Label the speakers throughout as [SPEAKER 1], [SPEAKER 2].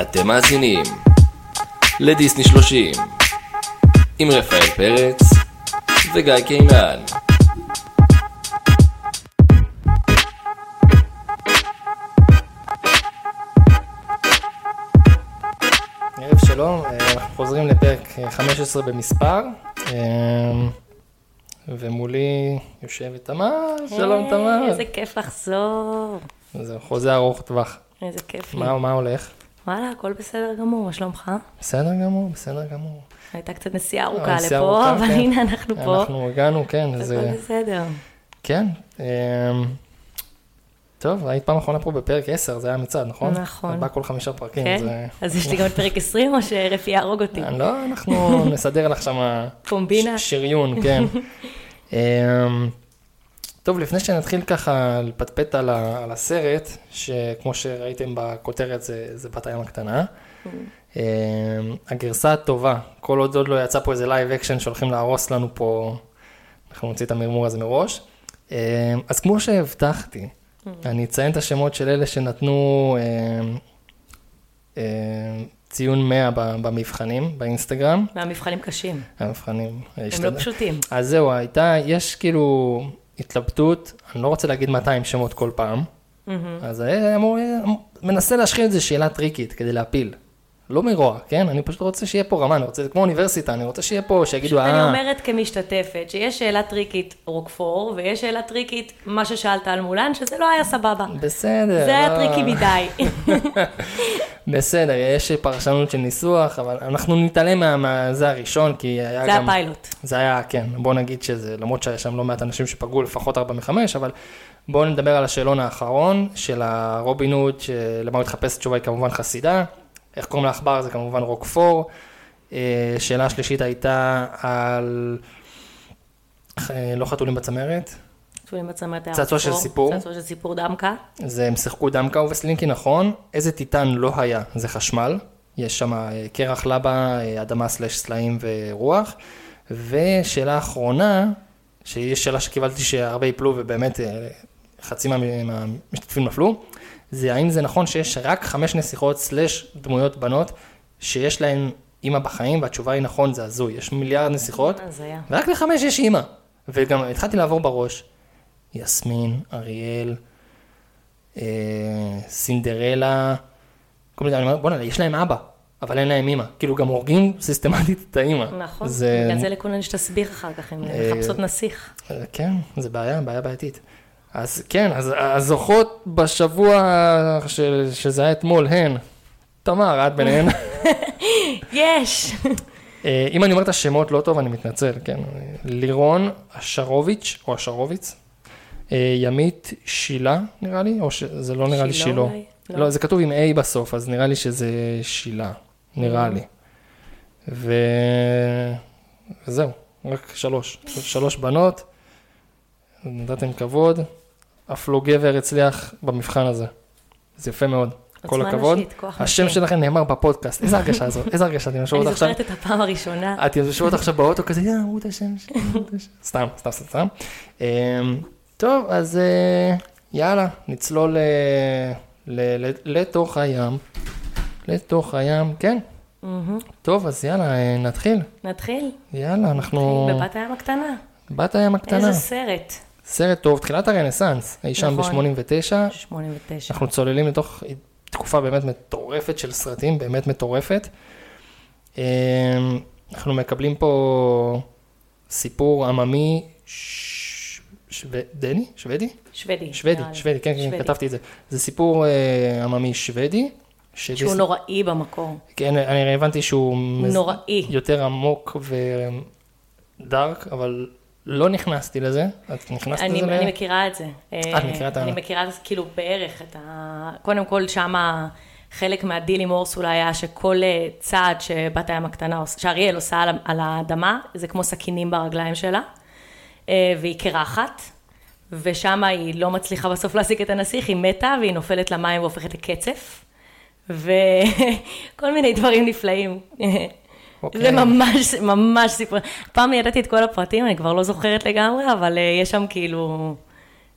[SPEAKER 1] אתם מאזינים לדיסני 30 עם רפאל פרץ וגיא קינן.
[SPEAKER 2] ערב שלום, אה, אנחנו חוזרים לפרק אה, 15 במספר, אה, ומולי יושבת תמר, שלום תמר.
[SPEAKER 3] אה, איזה כיף לחזור.
[SPEAKER 2] זה חוזה ארוך טווח.
[SPEAKER 3] איזה כיף. לי.
[SPEAKER 2] מה מה הולך?
[SPEAKER 3] וואלה, הכל בסדר גמור, מה שלומך?
[SPEAKER 2] בסדר גמור, בסדר גמור.
[SPEAKER 3] הייתה קצת נסיעה ארוכה
[SPEAKER 2] הנסיעה
[SPEAKER 3] לפה,
[SPEAKER 2] ארוכה,
[SPEAKER 3] אבל
[SPEAKER 2] כן.
[SPEAKER 3] הנה אנחנו פה.
[SPEAKER 2] אנחנו הגענו, כן,
[SPEAKER 3] הכל
[SPEAKER 2] זה...
[SPEAKER 3] בסדר.
[SPEAKER 2] כן. אה, טוב, היית פעם אחרונה פה בפרק 10, זה היה מצעד, נכון?
[SPEAKER 3] נכון.
[SPEAKER 2] זה בא כל חמישה פרקים,
[SPEAKER 3] כן?
[SPEAKER 2] זה...
[SPEAKER 3] אז יש לי גם את פרק 20, או שרפי יהרוג אותי?
[SPEAKER 2] אה, לא, אנחנו נסדר לך שמה...
[SPEAKER 3] קומבינה?
[SPEAKER 2] ש- שריון, כן. אמ, טוב, לפני שנתחיל ככה לפטפט על, ה, על הסרט, שכמו שראיתם בכותרת זה, זה בת הים הקטנה.
[SPEAKER 3] Mm.
[SPEAKER 2] אמ, הגרסה הטובה, כל עוד עוד לא יצא פה איזה לייב אקשן שהולכים להרוס לנו פה, אנחנו נוציא את המרמור הזה מראש. אמ, אז כמו שהבטחתי,
[SPEAKER 3] Mm.
[SPEAKER 2] אני אציין את השמות של אלה שנתנו אמ, אמ, ציון 100 ב- במבחנים, באינסטגרם.
[SPEAKER 3] והמבחנים קשים.
[SPEAKER 2] המבחנים
[SPEAKER 3] הם לא פשוטים.
[SPEAKER 2] אז זהו, הייתה, יש כאילו התלבטות, אני לא רוצה להגיד 200 שמות כל פעם,
[SPEAKER 3] מהמם.
[SPEAKER 2] אז היה אמור, מנסה להשחיל את זה שאלה טריקית כדי להפיל. לא מרוע, כן? אני פשוט רוצה שיהיה פה רמה, אני רוצה, זה כמו אוניברסיטה, אני רוצה שיהיה פה, שיגידו,
[SPEAKER 3] אני
[SPEAKER 2] אה,
[SPEAKER 3] אומרת כמשתתפת, שיש שאלה טריקית רוקפור, ויש שאלה טריקית מה ששאלת על מולן, שזה לא היה סבבה.
[SPEAKER 2] בסדר.
[SPEAKER 3] זה היה
[SPEAKER 2] לא."
[SPEAKER 3] טריקי מדי.
[SPEAKER 2] בסדר, יש פרשנות של ניסוח, אבל אנחנו נתעלם מה- מהזה הראשון, כי היה
[SPEAKER 3] זה
[SPEAKER 2] גם...
[SPEAKER 3] הפיילוט.
[SPEAKER 2] זה היה, כן, בוא נגיד שזה, למרות שהיה שם לא מעט אנשים שפגעו לפחות 4 מ-5, אבל בואו נדבר על השאלון האחרון של הרובין הוד, שלמה הוא התחפש התשובה היא כמובן חסידה, איך קוראים לעכבר זה כמובן רוקפור, אה, שאלה שלישית הייתה על, אה, לא חתולים בצמרת,
[SPEAKER 3] צעצועים בצמרת היה
[SPEAKER 2] צעצוע של
[SPEAKER 3] רוקפור,
[SPEAKER 2] סיפור.
[SPEAKER 3] צעצוע של סיפור דמקה.
[SPEAKER 2] זה הם שיחקו דמקה ובסלינקי נכון, איזה טיטן לא היה, זה חשמל, יש שם אה, קרח לבה, אה, אדמה סלש סלעים ורוח, ושאלה אחרונה, שהיא שאלה שקיבלתי שהרבה יפלו ובאמת אה, חצי מה- מהמשתתפים נפלו, זה האם זה נכון שיש רק חמש נסיכות סלש דמויות בנות שיש להן אימא בחיים, והתשובה היא נכון, זה הזוי, יש מיליארד נסיכות,
[SPEAKER 3] אז היה.
[SPEAKER 2] ורק לחמש יש אימא. וגם התחלתי לעבור בראש, יסמין, אריאל, אה, סינדרלה, כל מיני, אני אומר, בוא'נה, יש להם אבא, אבל אין להם אימא. כאילו, גם הורגים סיסטמטית את האימא.
[SPEAKER 3] נכון,
[SPEAKER 2] זה...
[SPEAKER 3] בגלל זה לא- לכולן יש תסביך אחר כך, הן
[SPEAKER 2] אה,
[SPEAKER 3] מחפשות נסיך.
[SPEAKER 2] אה, כן, זה בעיה, בעיה בעייתית. אז כן, אז הזוכות בשבוע של, שזה היה אתמול, הן, תמר, את ביניהן.
[SPEAKER 3] יש!
[SPEAKER 2] אה, אם אני אומר את השמות לא טוב, אני מתנצל, כן. אה, לירון אשרוביץ', או אשרוביץ, אה, ימית שילה, נראה לי, או שזה לא נראה לי
[SPEAKER 3] שילה
[SPEAKER 2] שילה.
[SPEAKER 3] אולי? לא.
[SPEAKER 2] לא, זה כתוב עם A בסוף, אז נראה לי שזה שילה, נראה
[SPEAKER 3] לא.
[SPEAKER 2] לי. ו... וזהו, רק שלוש. שלוש בנות, נתתם כבוד, אף לא גבר הצליח במבחן הזה. זה יפה מאוד. כל
[SPEAKER 3] עוצמה
[SPEAKER 2] הכבוד.
[SPEAKER 3] נשית, כוח
[SPEAKER 2] השם
[SPEAKER 3] נשי.
[SPEAKER 2] שלכם נאמר בפודקאסט, איזה הרגשה זאת, איזה הרגשה, אתם משאירים
[SPEAKER 3] אני
[SPEAKER 2] אותה עכשיו. אה,
[SPEAKER 3] זוכרת את הפעם הראשונה.
[SPEAKER 2] את יושבת עכשיו באוטו כזה, יא, אמרו את השם שלי, אמרו את השם. סתם, סתם, סתם, סתם. אמ, טוב, אז אה, יאללה, נצלול אה, ל- ל- לתוך הים. לתוך הים, כן.
[SPEAKER 3] מהמם.
[SPEAKER 2] טוב, אז יאללה, אה, נתחיל.
[SPEAKER 3] נתחיל?
[SPEAKER 2] יאללה, אנחנו...
[SPEAKER 3] בבת הים הקטנה.
[SPEAKER 2] בת הים הקטנה.
[SPEAKER 3] איזה סרט.
[SPEAKER 2] סרט טוב, תחילת הרנסאנס, אי שם
[SPEAKER 3] נכון.
[SPEAKER 2] ב-89.
[SPEAKER 3] 89.
[SPEAKER 2] אנחנו צוללים לתוך תקופה באמת מטורפת של סרטים, באמת מטורפת. אמ, אנחנו מקבלים פה סיפור עממי ש- שו- דני? שוודי?
[SPEAKER 3] שוודי.
[SPEAKER 2] שוודי,
[SPEAKER 3] נראה לי.
[SPEAKER 2] שוודי, כן, כן,
[SPEAKER 3] שוודי.
[SPEAKER 2] כתבתי את זה. זה סיפור אה, עממי שוודי. שדיס-
[SPEAKER 3] שהוא נוראי במקור.
[SPEAKER 2] כן, אני הבנתי שהוא... מז-
[SPEAKER 3] נוראי.
[SPEAKER 2] יותר עמוק ודארק, אבל לא נכנסתי לזה. את נכנסת
[SPEAKER 3] אני,
[SPEAKER 2] לזה?
[SPEAKER 3] אני
[SPEAKER 2] ל-
[SPEAKER 3] מכירה את זה.
[SPEAKER 2] אה, את מכירה את ה-
[SPEAKER 3] אני מכירה את זה כאילו בערך את ה... קודם כל שמה חלק מהדיל עם אורסולה היה שכל אה, צעד שבת הים הקטנה, עוש- שאריאל עושה על, ה- על האדמה, זה כמו סכינים ברגליים שלה, אה, והיא קרחת, ושם היא לא מצליחה בסוף להשיג את הנסיך, היא מתה והיא נופלת למים והופכת לקצף, וכל מיני דברים נפלאים.
[SPEAKER 2] אוקיי.
[SPEAKER 3] זה ממש, ממש סיפור. פעם ידעתי את כל הפרטים, אני כבר לא זוכרת לגמרי, אבל אה, יש שם כאילו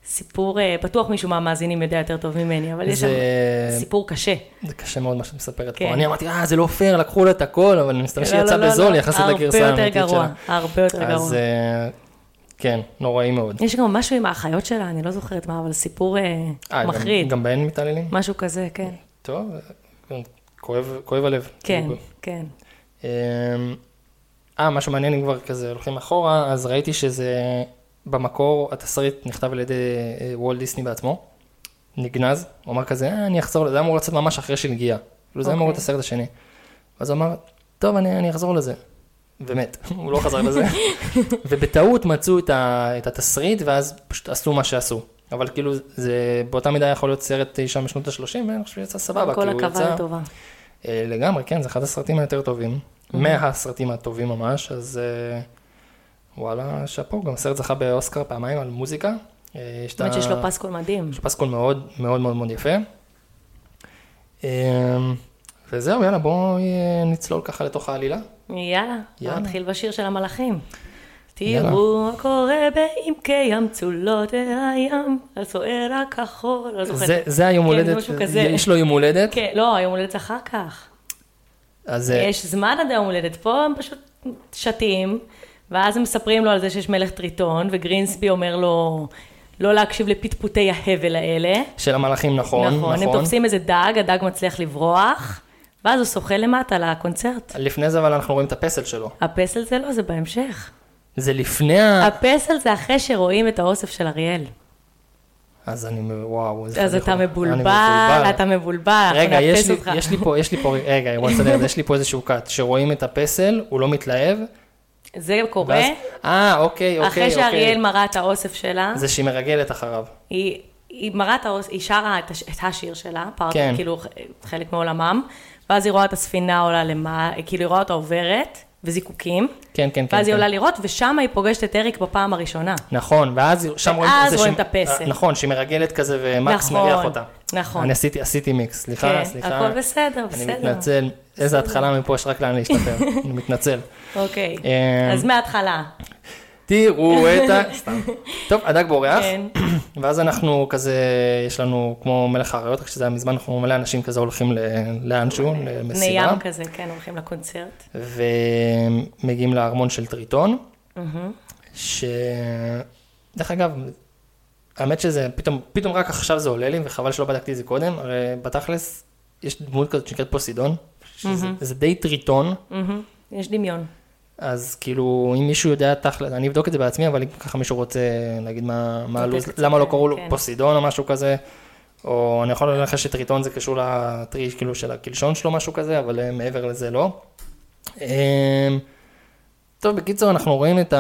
[SPEAKER 3] סיפור, אה, בטוח מישהו מהמאזינים יודע יותר טוב ממני, אבל יש שם
[SPEAKER 2] זה- אה, לא,
[SPEAKER 3] סיפור קשה.
[SPEAKER 2] זה קשה מאוד מה שאת מספרת
[SPEAKER 3] כן.
[SPEAKER 2] פה. אני אמרתי, אה, זה לא פייר, לקחו לה את הכל, אבל אני מסתבר
[SPEAKER 3] לא, לא,
[SPEAKER 2] שיצא
[SPEAKER 3] לא,
[SPEAKER 2] בזול
[SPEAKER 3] לא.
[SPEAKER 2] יחסית לגרסה
[SPEAKER 3] הרבה יותר
[SPEAKER 2] האמיתית שלה.
[SPEAKER 3] גרוע, הרבה יותר גרוע.
[SPEAKER 2] כן. אז אה, כן, נוראי מאוד.
[SPEAKER 3] יש גם משהו עם האחיות שלה, אני לא זוכרת מה, אבל סיפור אה,
[SPEAKER 2] אה, גם-
[SPEAKER 3] מחריד.
[SPEAKER 2] גם בהן מתעללים?
[SPEAKER 3] משהו כזה, כן.
[SPEAKER 2] טוב, אה, כואב כואב הלב.
[SPEAKER 3] כן,
[SPEAKER 2] כאילו,
[SPEAKER 3] כן.
[SPEAKER 2] אמ, אה, משהו מעניין, אם כבר כזה הולכים אחורה, אז ראיתי שזה במקור, התסריט נכתב על ידי אה, וולט דיסני בעצמו, נגנז, הוא אמר כזה, אה, אני אחזור לזה, זה היה אמור לצאת ממש אחרי שנגיעה. כאילו זה היה אמור להיות
[SPEAKER 3] אוקיי.
[SPEAKER 2] הסרט השני. אז הוא אמר, טוב, אני, אני אחזור לזה. ומת, הוא לא חזר לזה. ובטעות מצאו את, ה, את התסריט, ואז פשוט עשו מה שעשו. אבל כאילו, זה באותה מידה יכול להיות סרט אי שם משנות ה-30, ואני חושב שיצא סבבה, כי
[SPEAKER 3] כל
[SPEAKER 2] הוא
[SPEAKER 3] הכבוד
[SPEAKER 2] יצא...
[SPEAKER 3] לטובה.
[SPEAKER 2] אה, לגמרי, כן, זה אחד הסרטים היותר טובים.
[SPEAKER 3] Mm-hmm.
[SPEAKER 2] מהסרטים הטובים ממש, אז אה, וואלה, שאפו. גם הסרט זכה באוסקר פעמיים על מוזיקה. אה, יש את
[SPEAKER 3] באמת
[SPEAKER 2] ה-
[SPEAKER 3] שיש לו פסקול מדהים.
[SPEAKER 2] יש לו פסקול מאוד מאוד מאוד מאוד יפה. אה, וזהו, יאללה, בואו אה, נצלול ככה לתוך העלילה.
[SPEAKER 3] יאללה,
[SPEAKER 2] יאללה.
[SPEAKER 3] יאללה. נתחיל בשיר של המלאכים.
[SPEAKER 2] יאללה.
[SPEAKER 3] תראו מה קורה בעמקי ים צולות הים, הסוער הכחול, לא זוכרת.
[SPEAKER 2] זה- זה היום
[SPEAKER 3] כן,
[SPEAKER 2] הולדת,
[SPEAKER 3] משהו כזה.
[SPEAKER 2] יש לו יום הולדת,
[SPEAKER 3] כן, לא, היום הולדת זה אחר כך.
[SPEAKER 2] אז אה,
[SPEAKER 3] יש זמן עד היום הולדת, פה הם פשוט שתים, ואז הם מספרים לו על זה שיש מלך טריטון, וגרינסבי אומר לו לא להקשיב לפטפוטי ההבל האלה.
[SPEAKER 2] של המלאכים, נכון, נכון.
[SPEAKER 3] הם תופסים איזה דג, הדג מצליח לברוח, ואז הוא שוחה למטה לקונצרט.
[SPEAKER 2] לפני זה אבל אנחנו רואים את הפסל שלו.
[SPEAKER 3] הפסל זה לא, זה בהמשך.
[SPEAKER 2] זה לפני
[SPEAKER 3] אה.
[SPEAKER 2] ה...
[SPEAKER 3] הפסל זה אחרי שרואים את האוסף של אריאל.
[SPEAKER 2] אז אני, מ- וואו, איזה
[SPEAKER 3] אז
[SPEAKER 2] פדיחות.
[SPEAKER 3] אתה
[SPEAKER 2] אני
[SPEAKER 3] מבולבל, אתה מבולבל, אנחנו
[SPEAKER 2] רגע, יש
[SPEAKER 3] נאפס
[SPEAKER 2] לי,
[SPEAKER 3] אה, אותך.
[SPEAKER 2] יש לי פה, יש לי פה, רגע, בוא נסדר, את זה. יש לי פה איזשהו קאט, שרואים את הפסל, הוא לא מתלהב,
[SPEAKER 3] זה קורה
[SPEAKER 2] ואז, אה, אוקיי, אוקיי,
[SPEAKER 3] אחרי
[SPEAKER 2] אוקיי.
[SPEAKER 3] שאריאל מראה את האוסף שלה,
[SPEAKER 2] זה שהיא מרגלת אחריו.
[SPEAKER 3] היא היא מראה את האוסף, היא שרה את הש- את השיר שלה, פארט,
[SPEAKER 2] כן.
[SPEAKER 3] כאילו ח- חלק מעולמם, ואז היא רואה את הספינה עולה למעלה, כאילו היא רואה אותה עוברת, וזיקוקים,
[SPEAKER 2] כן, כן, כן.
[SPEAKER 3] ואז היא
[SPEAKER 2] כן.
[SPEAKER 3] עולה לראות, ושם היא פוגשת את אריק בפעם הראשונה.
[SPEAKER 2] נכון, ואז היא- שם רואים,
[SPEAKER 3] ואז
[SPEAKER 2] זה
[SPEAKER 3] רואים
[SPEAKER 2] שהיא-
[SPEAKER 3] את הפסל.
[SPEAKER 2] אה, נכון, שהיא מרגלת כזה ומקס
[SPEAKER 3] נכון,
[SPEAKER 2] מריח אותה.
[SPEAKER 3] נכון.
[SPEAKER 2] אני עשיתי, עשיתי מיקס, סליחה,
[SPEAKER 3] כן,
[SPEAKER 2] סליחה.
[SPEAKER 3] הכל בסדר, בסדר.
[SPEAKER 2] אני מתנצל, איזה התחלה מפה יש רק לאן להשתפר, אני מתנצל.
[SPEAKER 3] אוקיי,
[SPEAKER 2] אמ,
[SPEAKER 3] אז מההתחלה.
[SPEAKER 2] תראו את ה... סתם. טוב, הדג בורח,
[SPEAKER 3] כן.
[SPEAKER 2] ואז אנחנו כזה, יש לנו כמו מלך האריות, רק שזה היה מזמן, אנחנו מלא אנשים כזה הולכים ל- לאנשהו, למסיבה,
[SPEAKER 3] נים כזה, כן, הולכים לקונצרט.
[SPEAKER 2] ומגיעים לארמון של טריטון, ש... דרך אגב, האמת שזה, פתאום, פתאום רק עכשיו זה עולה לי, וחבל שלא בדקתי את זה קודם, הרי בתכלס, יש דמות כזאת שנקראת פוסידון, שזה זה די טריטון,
[SPEAKER 3] מהמם. יש דמיון.
[SPEAKER 2] אז כאילו, אם מישהו יודע תכל'ס, אני אבדוק את זה בעצמי, אבל אם ככה מישהו רוצה להגיד מה מה
[SPEAKER 3] צודק,
[SPEAKER 2] הלו"ז,
[SPEAKER 3] צודק,
[SPEAKER 2] למה לא קראו לו
[SPEAKER 3] כן.
[SPEAKER 2] פוסידון או משהו כזה, או אני יכול לנחש שטריטון זה קשור לטרי, כאילו, של הקלשון שלו, משהו כזה, אבל אה, מעבר לזה לא. אמ, טוב, בקיצור, אנחנו רואים את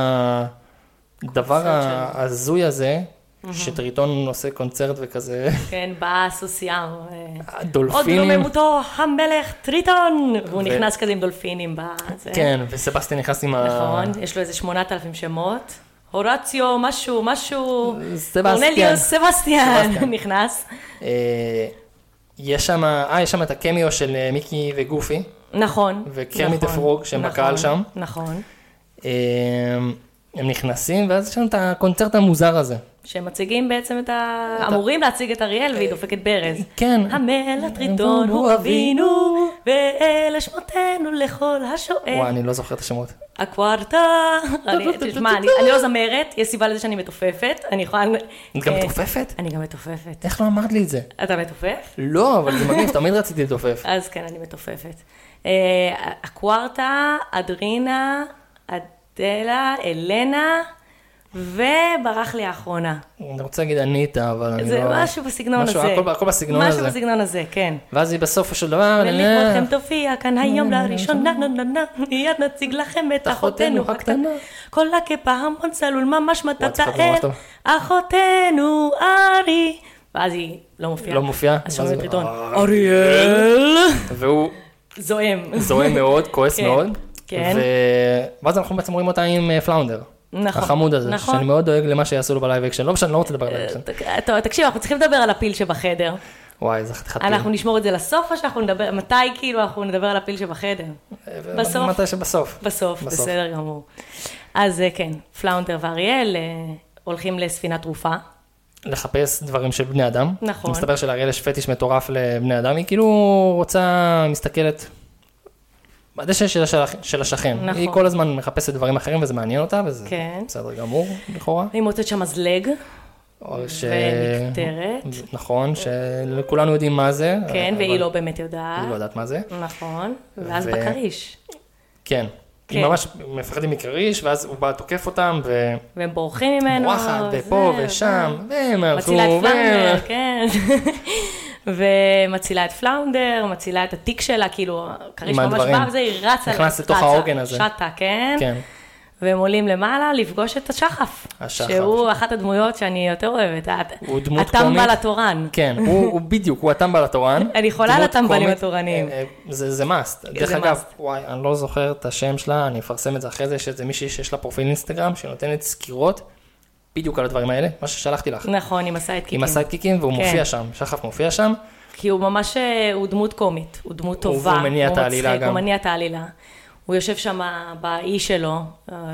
[SPEAKER 2] הדבר ההזוי הזה, שטריטון עושה קונצרט וכזה,
[SPEAKER 3] כן, אה, בא סוסיאם.
[SPEAKER 2] אה,
[SPEAKER 3] עוד
[SPEAKER 2] דולפינים.
[SPEAKER 3] רוממותו המלך טריטון! והוא
[SPEAKER 2] ו-
[SPEAKER 3] נכנס כזה עם דולפינים בזה.
[SPEAKER 2] כן, וסבסטין נכנס עם ה...
[SPEAKER 3] נכון, יש לו איזה 8,000 שמות. הורציו, משהו, משהו.
[SPEAKER 2] סבסטיאן.
[SPEAKER 3] קורנליוס סבסטיאן
[SPEAKER 2] סבסטיאן.
[SPEAKER 3] נכנס.
[SPEAKER 2] אה, יש שם, אה, יש שם את הקמיו של אה, מיקי וגופי.
[SPEAKER 3] נכון.
[SPEAKER 2] וקרמיט
[SPEAKER 3] נכון,
[SPEAKER 2] הפרוג שהם
[SPEAKER 3] נכון,
[SPEAKER 2] בקהל שם.
[SPEAKER 3] נכון.
[SPEAKER 2] אה, הם נכנסים, ואז יש שם את הקונצרט המוזר הזה.
[SPEAKER 3] שמציגים בעצם את ה... אמורים להציג את אריאל והיא דופקת ברז.
[SPEAKER 2] אה, כן.
[SPEAKER 3] המלך טריטון הוא אבינו, ואלה שמותינו לכל השואל.
[SPEAKER 2] וואי, אני לא זוכר את השמות.
[SPEAKER 3] הקווארטה, אני- תשמע, אני אני לא זמרת, יש סיבה לזה שאני מתופפת, אני יכולה...
[SPEAKER 2] את גם
[SPEAKER 3] אה,
[SPEAKER 2] מתופפת?
[SPEAKER 3] אני גם מתופפת.
[SPEAKER 2] איך לא אמרת לי את זה?
[SPEAKER 3] אתה מתופף?
[SPEAKER 2] לא, אבל זה מגניב, תמיד רציתי לתופף.
[SPEAKER 3] אז כן, אני מתופפת. אה, הקווארטה, אדרינה, אדלה, אלנה, וברח לי האחרונה.
[SPEAKER 2] אני רוצה להגיד אניטה, אבל אני לא...
[SPEAKER 3] זה משהו בסגנון
[SPEAKER 2] משהו,
[SPEAKER 3] הזה.
[SPEAKER 2] הכל- הכל בסגנון הזה.
[SPEAKER 3] משהו בסגנון הזה, כן.
[SPEAKER 2] ואז היא בסופו של דבר...
[SPEAKER 3] ולכבודכם תופיע כאן היום
[SPEAKER 2] אה,
[SPEAKER 3] לראשונה, נה נה נה, מיד נציג לכם את אחותנו הקטנה. כל הקפה המון צלול ממש מטאטא
[SPEAKER 2] וואי, צריך ממש טוב.
[SPEAKER 3] אחותנו ארי. ואז היא לא מופיעה.
[SPEAKER 2] לא מופיעה?
[SPEAKER 3] אז שומעים
[SPEAKER 2] ואז-
[SPEAKER 3] את ריטון.
[SPEAKER 2] אה.
[SPEAKER 3] אריאל.
[SPEAKER 2] והוא
[SPEAKER 3] זועם.
[SPEAKER 2] זוהה מאוד, כועס
[SPEAKER 3] כן,
[SPEAKER 2] מאוד.
[SPEAKER 3] כן.
[SPEAKER 2] ו- ואז אנחנו בעצם רואים אותה עם אה, פלאונדר.
[SPEAKER 3] נכון,
[SPEAKER 2] החמוד הזה,
[SPEAKER 3] נכון.
[SPEAKER 2] שאני מאוד דואג למה שיעשו לו בלייב אקשן. לא משנה, אני לא רוצה לדבר על לייב אקשן.
[SPEAKER 3] אה, טוב, תקשיב, אנחנו צריכים לדבר על הפיל שבחדר.
[SPEAKER 2] וואי, זה חתיכת פיל.
[SPEAKER 3] אנחנו נשמור את זה לסוף, או שאנחנו נדבר, מתי כאילו אנחנו נדבר על הפיל שבחדר? בסוף.
[SPEAKER 2] אה, מתי שבסוף. בסוף.
[SPEAKER 3] בסוף, בסדר גמור. אז אה, כן, פלאונדר ואריאל אה, הולכים לספינת תרופה,
[SPEAKER 2] לחפש דברים של בני אדם.
[SPEAKER 3] נכון.
[SPEAKER 2] מסתבר שלאריאל יש פטיש מטורף לבני אדם, היא כאילו רוצה, מסתכלת, בדשא של, השל... של השכן.
[SPEAKER 3] נכון.
[SPEAKER 2] היא כל הזמן מחפשת דברים אחרים וזה מעניין אותה, וזה
[SPEAKER 3] כן.
[SPEAKER 2] בסדר גמור, לכאורה.
[SPEAKER 3] היא מוצאת שם מזלג,
[SPEAKER 2] או ש...
[SPEAKER 3] ונקטרת.
[SPEAKER 2] נכון, שכולנו יודעים מה זה.
[SPEAKER 3] כן,
[SPEAKER 2] אה, אבל
[SPEAKER 3] והיא לא באמת יודעת.
[SPEAKER 2] היא לא יודעת מה זה.
[SPEAKER 3] נכון, ואז
[SPEAKER 2] ו-
[SPEAKER 3] בכריש.
[SPEAKER 2] כן. היא
[SPEAKER 3] כן.
[SPEAKER 2] ממש מפחדים מכריש, ואז הוא בא, תוקף אותם,
[SPEAKER 3] והם בורחים ממנו.
[SPEAKER 2] ובורחת, ופה
[SPEAKER 3] כן, זה,
[SPEAKER 2] ושם, והם הלכו,
[SPEAKER 3] מצילה את
[SPEAKER 2] והם...
[SPEAKER 3] פלאונדר, כן. ומצילה את פלאונדר, מצילה את התיק שלה, כאילו, כריש
[SPEAKER 2] עם
[SPEAKER 3] ממש
[SPEAKER 2] הדברים.
[SPEAKER 3] בא וזה, היא רצה.
[SPEAKER 2] נכנס לתוך
[SPEAKER 3] רצה,
[SPEAKER 2] העוגן הזה.
[SPEAKER 3] שטה, כן.
[SPEAKER 2] כן.
[SPEAKER 3] והם עולים למעלה לפגוש את השחף.
[SPEAKER 2] השחף.
[SPEAKER 3] שהוא אחת הדמויות שאני יותר אוהבת. הת-
[SPEAKER 2] הוא דמות
[SPEAKER 3] הטמבל
[SPEAKER 2] קומית.
[SPEAKER 3] התורן.
[SPEAKER 2] כן, הוא, הוא בדיוק, הוא הטמבל התורן.
[SPEAKER 3] אני חולה על
[SPEAKER 2] דמות
[SPEAKER 3] הטמבלים
[SPEAKER 2] קומית.
[SPEAKER 3] התורניים.
[SPEAKER 2] אה, אה, זה, זה must. דרך
[SPEAKER 3] זה
[SPEAKER 2] אגב,
[SPEAKER 3] must.
[SPEAKER 2] וואי, אני לא זוכר את השם שלה, אני אפרסם את זה אחרי זה, יש איזה מישהי שיש לה פרופיל אינסטגרם, שנותנת סקירות בדיוק על הדברים האלה, מה ששלחתי לך.
[SPEAKER 3] נכון, עם הסיידקיקים.
[SPEAKER 2] עם הסיידקיקים, והוא
[SPEAKER 3] כן.
[SPEAKER 2] מופיע שם, שחף מופיע שם.
[SPEAKER 3] כי הוא ממש, אה, הוא דמות קומית, הוא דמות
[SPEAKER 2] הוא-
[SPEAKER 3] טובה.
[SPEAKER 2] והוא מניע את העלילה
[SPEAKER 3] מצחיק,
[SPEAKER 2] גם.
[SPEAKER 3] הוא מניע את העלילה. הוא יושב שם באי שלו,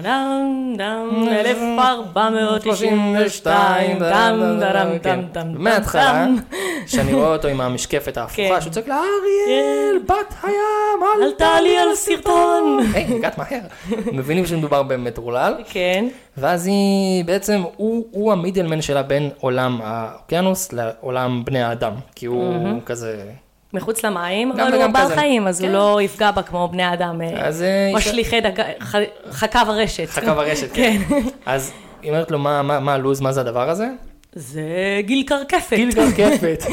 [SPEAKER 3] דאם דאם 1492, דאם דאם
[SPEAKER 2] כן.
[SPEAKER 3] דאם דאם
[SPEAKER 2] מההתחלה,
[SPEAKER 3] דאם.
[SPEAKER 2] שאני רואה אותו עם המשקפת
[SPEAKER 3] כן.
[SPEAKER 2] ההפוכה, שהוא צועק לה, אריאל, בת הים,
[SPEAKER 3] אל תעלי על סרטון.
[SPEAKER 2] היי, הגעת מהר. מבינים שמדובר במטרולל,
[SPEAKER 3] כן,
[SPEAKER 2] ואז היא בעצם, הוא, הוא המידלמן שלה בין עולם האוקיינוס לעולם בני האדם, כי הוא כזה...
[SPEAKER 3] כן. מחוץ למים,
[SPEAKER 2] גם
[SPEAKER 3] אבל הוא
[SPEAKER 2] וגם
[SPEAKER 3] בר
[SPEAKER 2] כזה.
[SPEAKER 3] חיים, אז הוא
[SPEAKER 2] כן.
[SPEAKER 3] לא יפגע בה כמו בני אדם. אה,
[SPEAKER 2] אז, אה, אישה-
[SPEAKER 3] משליכי דג- ח- חכב הרשת.
[SPEAKER 2] חכה ברשת, כן. אז היא אומרת לו, "מה- מה מה הלו"ז, מה זה הדבר הזה?
[SPEAKER 3] זה גיל קרקפת.
[SPEAKER 2] גיל גרקפת.
[SPEAKER 3] רק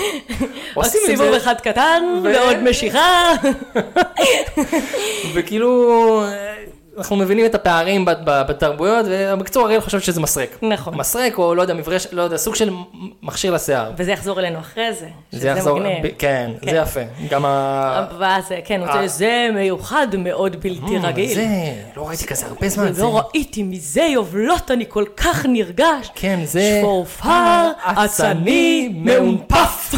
[SPEAKER 2] עושים את
[SPEAKER 3] סיבוב
[SPEAKER 2] זה,
[SPEAKER 3] אחד קטן,
[SPEAKER 2] ו-
[SPEAKER 3] ועוד משיכה.
[SPEAKER 2] וכאילו, אה, אנחנו מבינים את הפערים בת- ב- בתרבויות, ובקיצור, אריאל חושב שזה מסרק.
[SPEAKER 3] נכון.
[SPEAKER 2] מסרק, או לא יודע, מברש, לא יודע, סוג של מכשיר לשיער.
[SPEAKER 3] וזה יחזור אלינו אחרי זה, שזה
[SPEAKER 2] זה יחזור,
[SPEAKER 3] מגניב.
[SPEAKER 2] ב- כן, זה יפה. גם ה...
[SPEAKER 3] ואז, כן, הוא צועק, זה מיוחד מאוד בלתי
[SPEAKER 2] "מ,
[SPEAKER 3] רגיל.
[SPEAKER 2] זה, לא ראיתי כזה הרבה זמן. זה-
[SPEAKER 3] לא ראיתי מזה יובלות, אני כל כך נרגש.
[SPEAKER 2] כן, זה-
[SPEAKER 3] שפורפר, עצני, מאונפף.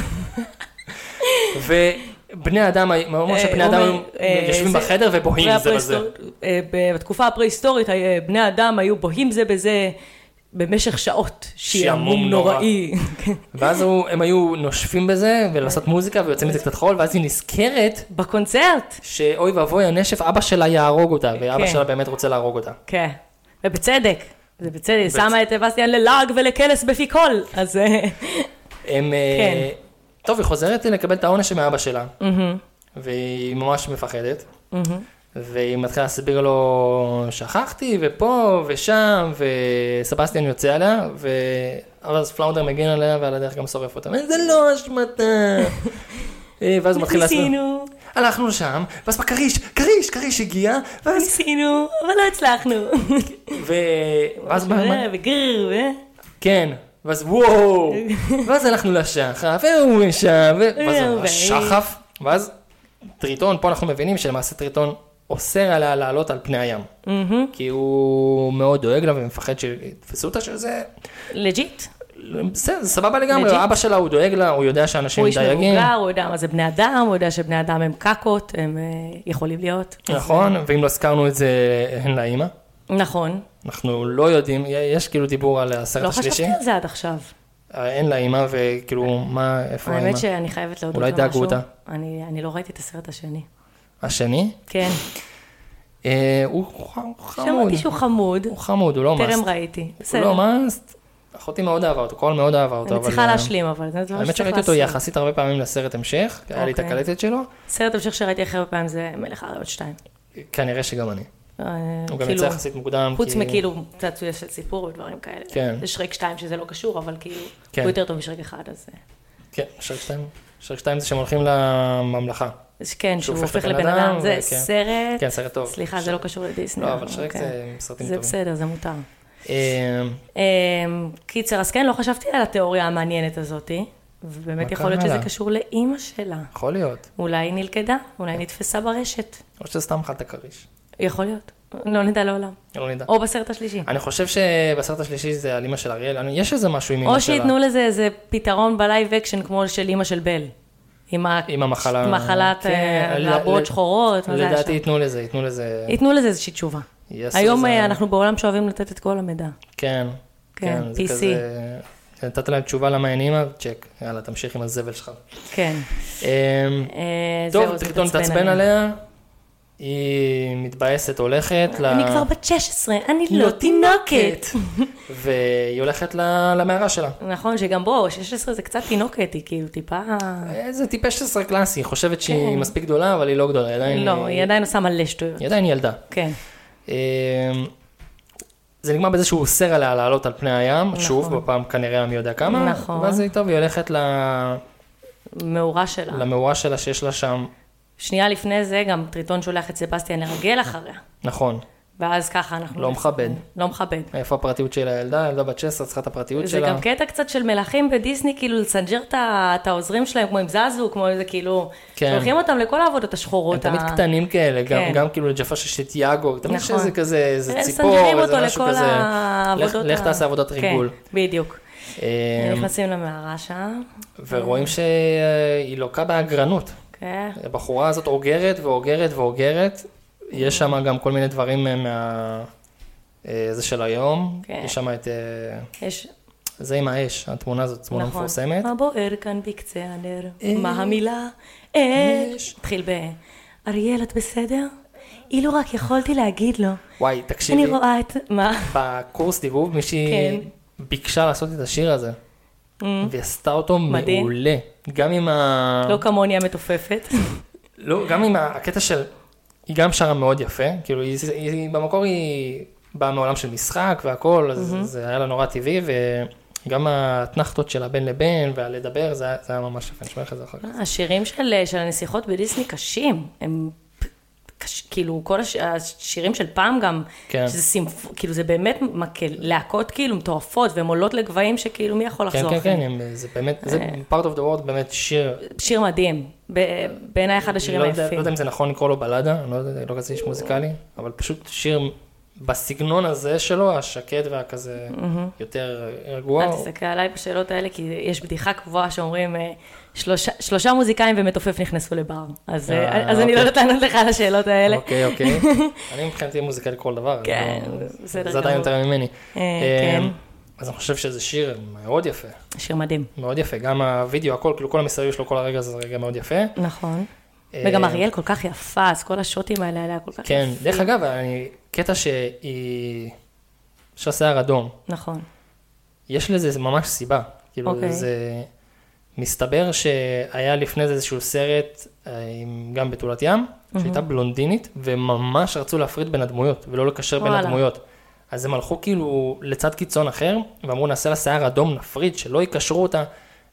[SPEAKER 2] ובני אדם, ממש הבני אדם היו
[SPEAKER 3] אה,
[SPEAKER 2] יושבים
[SPEAKER 3] זה-
[SPEAKER 2] בחדר ובוהים זה בזה.
[SPEAKER 3] והפרהיסטור- אה, ב- בתקופה הפרה-היסטורית, אה, בני האדם היו בוהים זה בזה במשך שעות. שעמום
[SPEAKER 2] שעמום נורא.
[SPEAKER 3] נוראי. כן,
[SPEAKER 2] ואז הוא- הם היו נושפים בזה, ולעשות מוזיקה, ויוצאים מזה קצת חול, ואז היא נזכרת
[SPEAKER 3] בקונצרט.
[SPEAKER 2] שאוי ואבוי הנשף, אבא שלה יהרוג אותה, ואבא
[SPEAKER 3] כן.
[SPEAKER 2] שלה באמת רוצה להרוג אותה.
[SPEAKER 3] כן, ובצדק. זה בצדק, היא שמה את בסטיאן ללעג ולקלס בפי קול, אז אה,
[SPEAKER 2] הם... אה,
[SPEAKER 3] כן.
[SPEAKER 2] טוב, היא חוזרת לקבל את העונש מאבא שלה, והיא ממש מפחדת, והיא מתחילה להסביר לו, שכחתי, ופה, ושם, וסבסטיאן יוצא עליה, ו... אבל אז פלאונדר מגן עליה, ועל הדרך גם שורף אותה. "אה, זה לא אשמתה. אה, ואז הוא מתחיל להסביר,
[SPEAKER 3] ניסינו,
[SPEAKER 2] הלכנו לשם, ואז בכריש, כריש, כריש הגיע, ואז...
[SPEAKER 3] ניסינו, אבל לא הצלחנו.
[SPEAKER 2] ו- ואז... מה- מה-
[SPEAKER 3] וגרר, ו...
[SPEAKER 2] כן, ואז וואו, ואז הלכנו לשחף, והוא ישב, ו- ואז הוא
[SPEAKER 3] והיא-
[SPEAKER 2] השחף, ואז טריטון, פה אנחנו מבינים שלמעשה טריטון אוסר עליה לעלות על פני הים. כי הוא מאוד דואג לה ומפחד שיתפסו אותה, שזה
[SPEAKER 3] לג'יט.
[SPEAKER 2] בסדר, זה סבבה לגמרי,
[SPEAKER 3] לג'יט.
[SPEAKER 2] האבא שלה הוא דואג לה, הוא יודע שאנשים
[SPEAKER 3] הוא איש
[SPEAKER 2] דייגים,
[SPEAKER 3] מבוגר, הוא יודע מה זה בני אדם, הוא יודע שבני אדם הם קקות, הם אה, יכולים להיות.
[SPEAKER 2] נכון, ואם לא הזכרנו את זה, אין לה אימא.
[SPEAKER 3] נכון.
[SPEAKER 2] אנחנו לא יודעים, יש כאילו דיבור על
[SPEAKER 3] לא
[SPEAKER 2] הסרט
[SPEAKER 3] חשבתי
[SPEAKER 2] השלישי, אה,
[SPEAKER 3] על זה עד עכשיו.
[SPEAKER 2] אין לה אימא וכאילו, מה, איפה האימא?
[SPEAKER 3] האמת שאני חייבת להודות
[SPEAKER 2] אולי
[SPEAKER 3] במשהו.
[SPEAKER 2] דאגו אותה.
[SPEAKER 3] אני אני לא ראיתי את הסרט השני.
[SPEAKER 2] השני?
[SPEAKER 3] כן.
[SPEAKER 2] אה, הוא ח- הוא חמוד.
[SPEAKER 3] שמעתי שהוא חמוד,
[SPEAKER 2] הוא חמוד, הוא לא מאסט.
[SPEAKER 3] טרם ראיתי.
[SPEAKER 2] הוא
[SPEAKER 3] בסדר.
[SPEAKER 2] לא מאסט. אחותי מאוד אהבה אותו, קול מאוד אהבה אותו.
[SPEAKER 3] אני
[SPEAKER 2] אבל,
[SPEAKER 3] צריכה
[SPEAKER 2] אה,
[SPEAKER 3] להשלים, אבל זה לא דבר
[SPEAKER 2] האמת שראיתי אותו יחסית הרבה פעמים לסרט המשך, היה לי את
[SPEAKER 3] אוקיי.
[SPEAKER 2] הקלטת שלו,
[SPEAKER 3] סרט המשך שראיתי אחרי הרבה פעמים זה מלך האריות 2.
[SPEAKER 2] כנראה שגם אני. הוא גם יצא יחסית מוקדם.
[SPEAKER 3] כאילו, חוץ
[SPEAKER 2] כי-
[SPEAKER 3] מכאילו צעצוע של סיפור ודברים כאלה.
[SPEAKER 2] כן.
[SPEAKER 3] זה שרק 2 שזה לא קשור, אבל כאילו,
[SPEAKER 2] כן.
[SPEAKER 3] הוא יותר טוב משרק 1, אז... אה,
[SPEAKER 2] כן, שרק שתיים. שרק שתיים זה שהם הולכים לממלכה.
[SPEAKER 3] אז כן, שהוא הופך לבן
[SPEAKER 2] לבן
[SPEAKER 3] אדם,
[SPEAKER 2] אדם,
[SPEAKER 3] זה
[SPEAKER 2] וכן.
[SPEAKER 3] סרט.
[SPEAKER 2] כן, סרט טוב.
[SPEAKER 3] סליחה, זה לא קשור לדיסני.
[SPEAKER 2] לא, אבל שרק
[SPEAKER 3] אוקיי.
[SPEAKER 2] זה סרטים
[SPEAKER 3] זה
[SPEAKER 2] טובים.
[SPEAKER 3] בסדר, זה מותר.
[SPEAKER 2] אה,
[SPEAKER 3] אמ, קיצר, אז כן, לא חשבתי על התיאוריה המעניינת הזאתי, ובאמת
[SPEAKER 2] מה
[SPEAKER 3] יכול להיות
[SPEAKER 2] קרה
[SPEAKER 3] שזה
[SPEAKER 2] לה?
[SPEAKER 3] קשור לאימא שלה.
[SPEAKER 2] יכול להיות.
[SPEAKER 3] אולי היא נלכדה,
[SPEAKER 2] כן.
[SPEAKER 3] אולי נתפסה ברשת.
[SPEAKER 2] או שזה סתם אכלת כריש.
[SPEAKER 3] יכול להיות. לא נדע לעולם.
[SPEAKER 2] לא נדע.
[SPEAKER 3] או בסרט השלישי.
[SPEAKER 2] אני חושב שבסרט השלישי זה על אימא של אריאל, אני- יש איזה משהו עם אימא שלה.
[SPEAKER 3] או שייתנו לזה איזה פתרון בלייב אקשן כמו של אימא של בל. עם, ה...
[SPEAKER 2] עם המחלה.
[SPEAKER 3] מחלת
[SPEAKER 2] כן, ל-
[SPEAKER 3] לבועות
[SPEAKER 2] ל-
[SPEAKER 3] שחורות. מה זה היה
[SPEAKER 2] לדעתי
[SPEAKER 3] שם?
[SPEAKER 2] ייתנו לזה, ייתנו לזה.
[SPEAKER 3] ייתנו לזה איזושהי תשובה.
[SPEAKER 2] יעשו
[SPEAKER 3] היום
[SPEAKER 2] לזה-
[SPEAKER 3] אה, אנחנו בעולם שאוהבים לתת את כל המידע.
[SPEAKER 2] כן,
[SPEAKER 3] כן,
[SPEAKER 2] כן, זה
[SPEAKER 3] PC.
[SPEAKER 2] כזה... נתת להם תשובה למה אין אימא, צ'ק, יאללה, תמשיך עם הזבל שלך.
[SPEAKER 3] כן.
[SPEAKER 2] אמ,
[SPEAKER 3] אה,
[SPEAKER 2] טוב,
[SPEAKER 3] זהו, זה
[SPEAKER 2] טריפטון
[SPEAKER 3] מתעצבן
[SPEAKER 2] מתעצבן
[SPEAKER 3] עליה.
[SPEAKER 2] עליה, היא מתבאסת, הולכת ל...
[SPEAKER 3] אני כבר בת 16, אני לא תינוקת.
[SPEAKER 2] והיא הולכת ל- למערה שלה.
[SPEAKER 3] נכון, שגם בו, 16 זה קצת תינוקת, היא כאילו טיפה...
[SPEAKER 2] איזה טיפש 16 קלאסי, היא חושבת שהיא מספיק גדולה, אבל היא לא גדולה, היא עדיין...
[SPEAKER 3] כן. לא, היא עדיין עושה מלא שטויות.
[SPEAKER 2] היא עדיין ילדה.
[SPEAKER 3] כן.
[SPEAKER 2] אמ, זה נגמר בזה שהוא אוסר עליה לעלות על פני הים, שוב, בפעם כנראה המי יודע כמה,
[SPEAKER 3] נכון. אה.
[SPEAKER 2] ואז היא טוב, היא הולכת ל-
[SPEAKER 3] מאורה שלה.
[SPEAKER 2] למאורה שלה שיש לה שם,
[SPEAKER 3] שנייה לפני זה, גם טריטון שולח את סבסטיאן לרגל אחריה.
[SPEAKER 2] נכון,
[SPEAKER 3] ואז ככה אנחנו...
[SPEAKER 2] לא מכבד.
[SPEAKER 3] לא מכבד.
[SPEAKER 2] איפה הפרטיות של הילדה, ילדה בת 16 צריכה את הפרטיות
[SPEAKER 3] זה
[SPEAKER 2] שלה.
[SPEAKER 3] גם כן קטע קצת של מלכים בדיסני, כאילו לסנג'ר את ה- את העוזרים שלהם, כמו הם זזו, כמו איזה כאילו...
[SPEAKER 2] כן.
[SPEAKER 3] שולחים אותם לכל העבודות
[SPEAKER 2] הם
[SPEAKER 3] השחורות.
[SPEAKER 2] תמיד
[SPEAKER 3] ה-
[SPEAKER 2] קטנים כאלה, גם-
[SPEAKER 3] כן.
[SPEAKER 2] גם כאילו לג'פר שיש את יאגו, תמיד
[SPEAKER 3] נכון.
[SPEAKER 2] שזה כזה, איזה
[SPEAKER 3] הם סנג'רים
[SPEAKER 2] ציפור, איזה
[SPEAKER 3] אותו
[SPEAKER 2] משהו
[SPEAKER 3] לכל
[SPEAKER 2] כזה. לך-
[SPEAKER 3] העבודות
[SPEAKER 2] לך
[SPEAKER 3] ה-
[SPEAKER 2] תעשה עבודת ריגול.
[SPEAKER 3] כן, בדיוק. הם
[SPEAKER 2] אמ,
[SPEAKER 3] נכנסים למערה שם,
[SPEAKER 2] ורואים שהיא לוקה באגרנות.
[SPEAKER 3] כן.
[SPEAKER 2] הבחורה הזאת אוגרת ואוגרת ואוגרת. יש שם גם כל מיני דברים מה... אה, זה של היום.
[SPEAKER 3] כן.
[SPEAKER 2] יש שם את... אה,
[SPEAKER 3] יש,
[SPEAKER 2] זה עם האש, התמונה הזאת, תמונה
[SPEAKER 3] נכון.
[SPEAKER 2] מפורסמת.
[SPEAKER 3] מה בוער כאן בקצה הנר?
[SPEAKER 2] אש.
[SPEAKER 3] מה המילה?
[SPEAKER 2] אש.
[SPEAKER 3] אש. התחיל ב... אריאל, את בסדר? אילו רק יכולתי להגיד לו.
[SPEAKER 2] וואי,
[SPEAKER 3] אני
[SPEAKER 2] תקשיבי,
[SPEAKER 3] רואה את... מה?
[SPEAKER 2] בקורס דיבוב מישהי
[SPEAKER 3] כן. אה.
[SPEAKER 2] ביקשה לעשות את השיר הזה, והיא עשתה אותו
[SPEAKER 3] מדהים.
[SPEAKER 2] מעולה. גם עם ה...
[SPEAKER 3] אמ, לא כמוני המתופפת.
[SPEAKER 2] לא, גם עם הקטע של, היא גם שרה מאוד יפה, כאילו היא, היא, היא במקור היא באה מעולם של משחק והכל, אז mm-hmm. זה היה לה נורא טבעי, וגם האתנחתות שלה בין לבין, והלדבר, זה, היה- זה היה ממש יפה, נשמע לך את זה אחר כך.
[SPEAKER 3] השירים של, של הנסיכות בדיסני קשים, הם קש, כאילו כל הש, השירים של פעם גם,
[SPEAKER 2] כן.
[SPEAKER 3] שזה סימפ, כאילו זה באמת מקל, להקות כאילו מטורפות והן עולות לגבהים שכאילו מי יכול
[SPEAKER 2] כן,
[SPEAKER 3] לחזור
[SPEAKER 2] כן,
[SPEAKER 3] אחריהם?
[SPEAKER 2] כן, הם, זה באמת, זה
[SPEAKER 3] אה.
[SPEAKER 2] part of the world, באמת שיר,
[SPEAKER 3] שיר מדהים, ב- בעיניי אחד
[SPEAKER 2] אני
[SPEAKER 3] השירים
[SPEAKER 2] לא יודע, לא
[SPEAKER 3] היפים.
[SPEAKER 2] יודע אם זה נכון לקרוא לו בלדה, אני לא יודע, לא כזה איש מוזיקלי, אבל פשוט שיר בסגנון הזה שלו, השקט והכזה יותר רגוע,
[SPEAKER 3] אל תסתכל עליי בשאלות האלה, כי יש בדיחה קבועה שאומרים, אה, שלושה, שלושה מוזיקאים ומתופף נכנסו לבר. אז,
[SPEAKER 2] אה,
[SPEAKER 3] אה, אז אני לא
[SPEAKER 2] אוקיי.
[SPEAKER 3] יודעת לענות לך על השאלות האלה.
[SPEAKER 2] אוקיי, אוקיי. אני מבחינתי מוזיקלי כל דבר. אז
[SPEAKER 3] כן,
[SPEAKER 2] לא-
[SPEAKER 3] בסדר
[SPEAKER 2] זה עדיין
[SPEAKER 3] גמור.
[SPEAKER 2] יותר ממני.
[SPEAKER 3] אה,
[SPEAKER 2] אה,
[SPEAKER 3] כן.
[SPEAKER 2] אז אני חושב שזה שיר מאוד יפה,
[SPEAKER 3] שיר מדהים.
[SPEAKER 2] מאוד יפה. גם הווידאו, הכל, כאילו כל המסביב שלו, כל הרגע הזה זה רגע מאוד יפה.
[SPEAKER 3] נכון.
[SPEAKER 2] אה,
[SPEAKER 3] וגם אריאל כל כך יפה, אז כל השוטים האלה עליה כל כך
[SPEAKER 2] כן,
[SPEAKER 3] יפים.
[SPEAKER 2] דרך אגב, אני- קטע שהיא... יש לה שיער אדום.
[SPEAKER 3] נכון.
[SPEAKER 2] יש לזה ממש סיבה. כאילו,
[SPEAKER 3] אוקיי.
[SPEAKER 2] זה... מסתבר שהיה לפני זה איזשהו סרט, אה, עם- גם בתולת ים, שהייתה בלונדינית, וממש רצו להפריד בין הדמויות, ולא לקשר בין
[SPEAKER 3] וואלה.
[SPEAKER 2] הדמויות. אז הם הלכו כאילו לצד קיצון אחר, ואמרו נעשה לה שיער אדום, נפריד, שלא יקשרו אותה,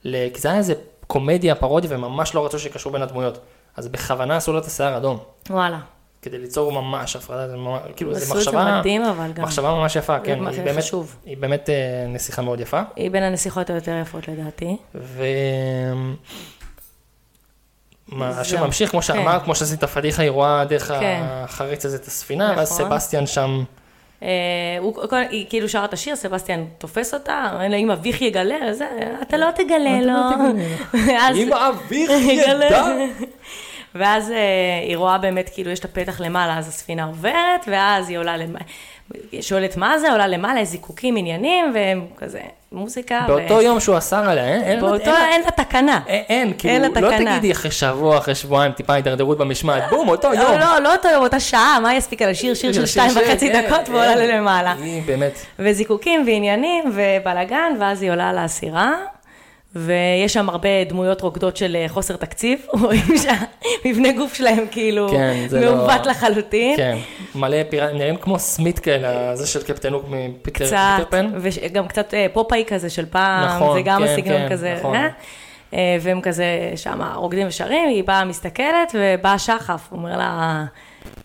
[SPEAKER 2] ל... כי זה היה איזה קומדיה, פרודיה, והם ממש לא רצו שיקשרו בין הדמויות. אז בכוונה עשו לה את השיער אדום,
[SPEAKER 3] וואלה.
[SPEAKER 2] כדי ליצור ממש הפרדה, זה ממש, כאילו,
[SPEAKER 3] עשו
[SPEAKER 2] זו
[SPEAKER 3] את זה
[SPEAKER 2] מחשבה,
[SPEAKER 3] מדהים, אבל גם.
[SPEAKER 2] מחשבה ממש יפה, כן,
[SPEAKER 3] מה-
[SPEAKER 2] היא באמת,
[SPEAKER 3] חשוב.
[SPEAKER 2] היא באמת אה, נסיכה מאוד יפה.
[SPEAKER 3] היא בין הנסיכות היותר יפות לדעתי.
[SPEAKER 2] ו... מה, השיר ממשיך, כמו שאמרת, כמו שעשית פדיחה, היא רואה דרך
[SPEAKER 3] לא- כן.
[SPEAKER 2] החריץ הזה את הספינה, ואז
[SPEAKER 3] נכון.
[SPEAKER 2] סבסטיאן שם,
[SPEAKER 3] אה, הוא- כל- היא כאילו שרה את השיר, סבסטיאן תופס אותה, אומר לה, אם אביך יגלה, זה, אתה לא תגלה לו. ואז-
[SPEAKER 2] אם האוויר ידע.
[SPEAKER 3] יגלה. ואז אה, היא רואה באמת, כאילו, יש את הפתח למעלה, אז הספינה עוברת, ואז היא עולה למעלה, שואלת מה זה, עולה למעלה, זיקוקים, עניינים, והם כזה, מוזיקה.
[SPEAKER 2] באותו יום שהוא אסר עליה, אין- אין-
[SPEAKER 3] באותו,
[SPEAKER 2] אין-
[SPEAKER 3] אין לה תקנה.
[SPEAKER 2] אין- אין, כאילו,
[SPEAKER 3] לה
[SPEAKER 2] לא
[SPEAKER 3] תקנה.
[SPEAKER 2] תגידי אחרי שבוע, אחרי שבועיים, טיפה הידרדרות במשמעת, בום, אותו
[SPEAKER 3] לא,
[SPEAKER 2] אה, יום. אה,
[SPEAKER 3] לא, לא אותו יום, אותה שעה, מה יספיק על השיר? שיר של שתיים וחצי
[SPEAKER 2] כן,
[SPEAKER 3] דקות
[SPEAKER 2] כן.
[SPEAKER 3] ועולה למעלה.
[SPEAKER 2] היא באמת,
[SPEAKER 3] וזיקוקים ועניינים ובלאגן, ואז היא עולה לאסירה, ויש שם הרבה דמויות רוקדות של אה, חוסר תקציב, רואים שהמבנה גוף שלהם כאילו
[SPEAKER 2] כן, זה לא-
[SPEAKER 3] מעוות לחלוטין.
[SPEAKER 2] כן, מלא פיראטים, נראים כמו סמית כאלה, זה של קפטן הוק מפיטר פיטר
[SPEAKER 3] קצת,
[SPEAKER 2] פן.
[SPEAKER 3] וגם קצת אה, פופאי כזה של פעם,
[SPEAKER 2] נכון,
[SPEAKER 3] זה גם
[SPEAKER 2] כן,
[SPEAKER 3] הסגנון
[SPEAKER 2] כן,
[SPEAKER 3] כזה,
[SPEAKER 2] נכון.
[SPEAKER 3] אה? אה, והם כזה שם רוקדים ושרים, היא באה מסתכלת, ובא שחף, הוא אומר לה,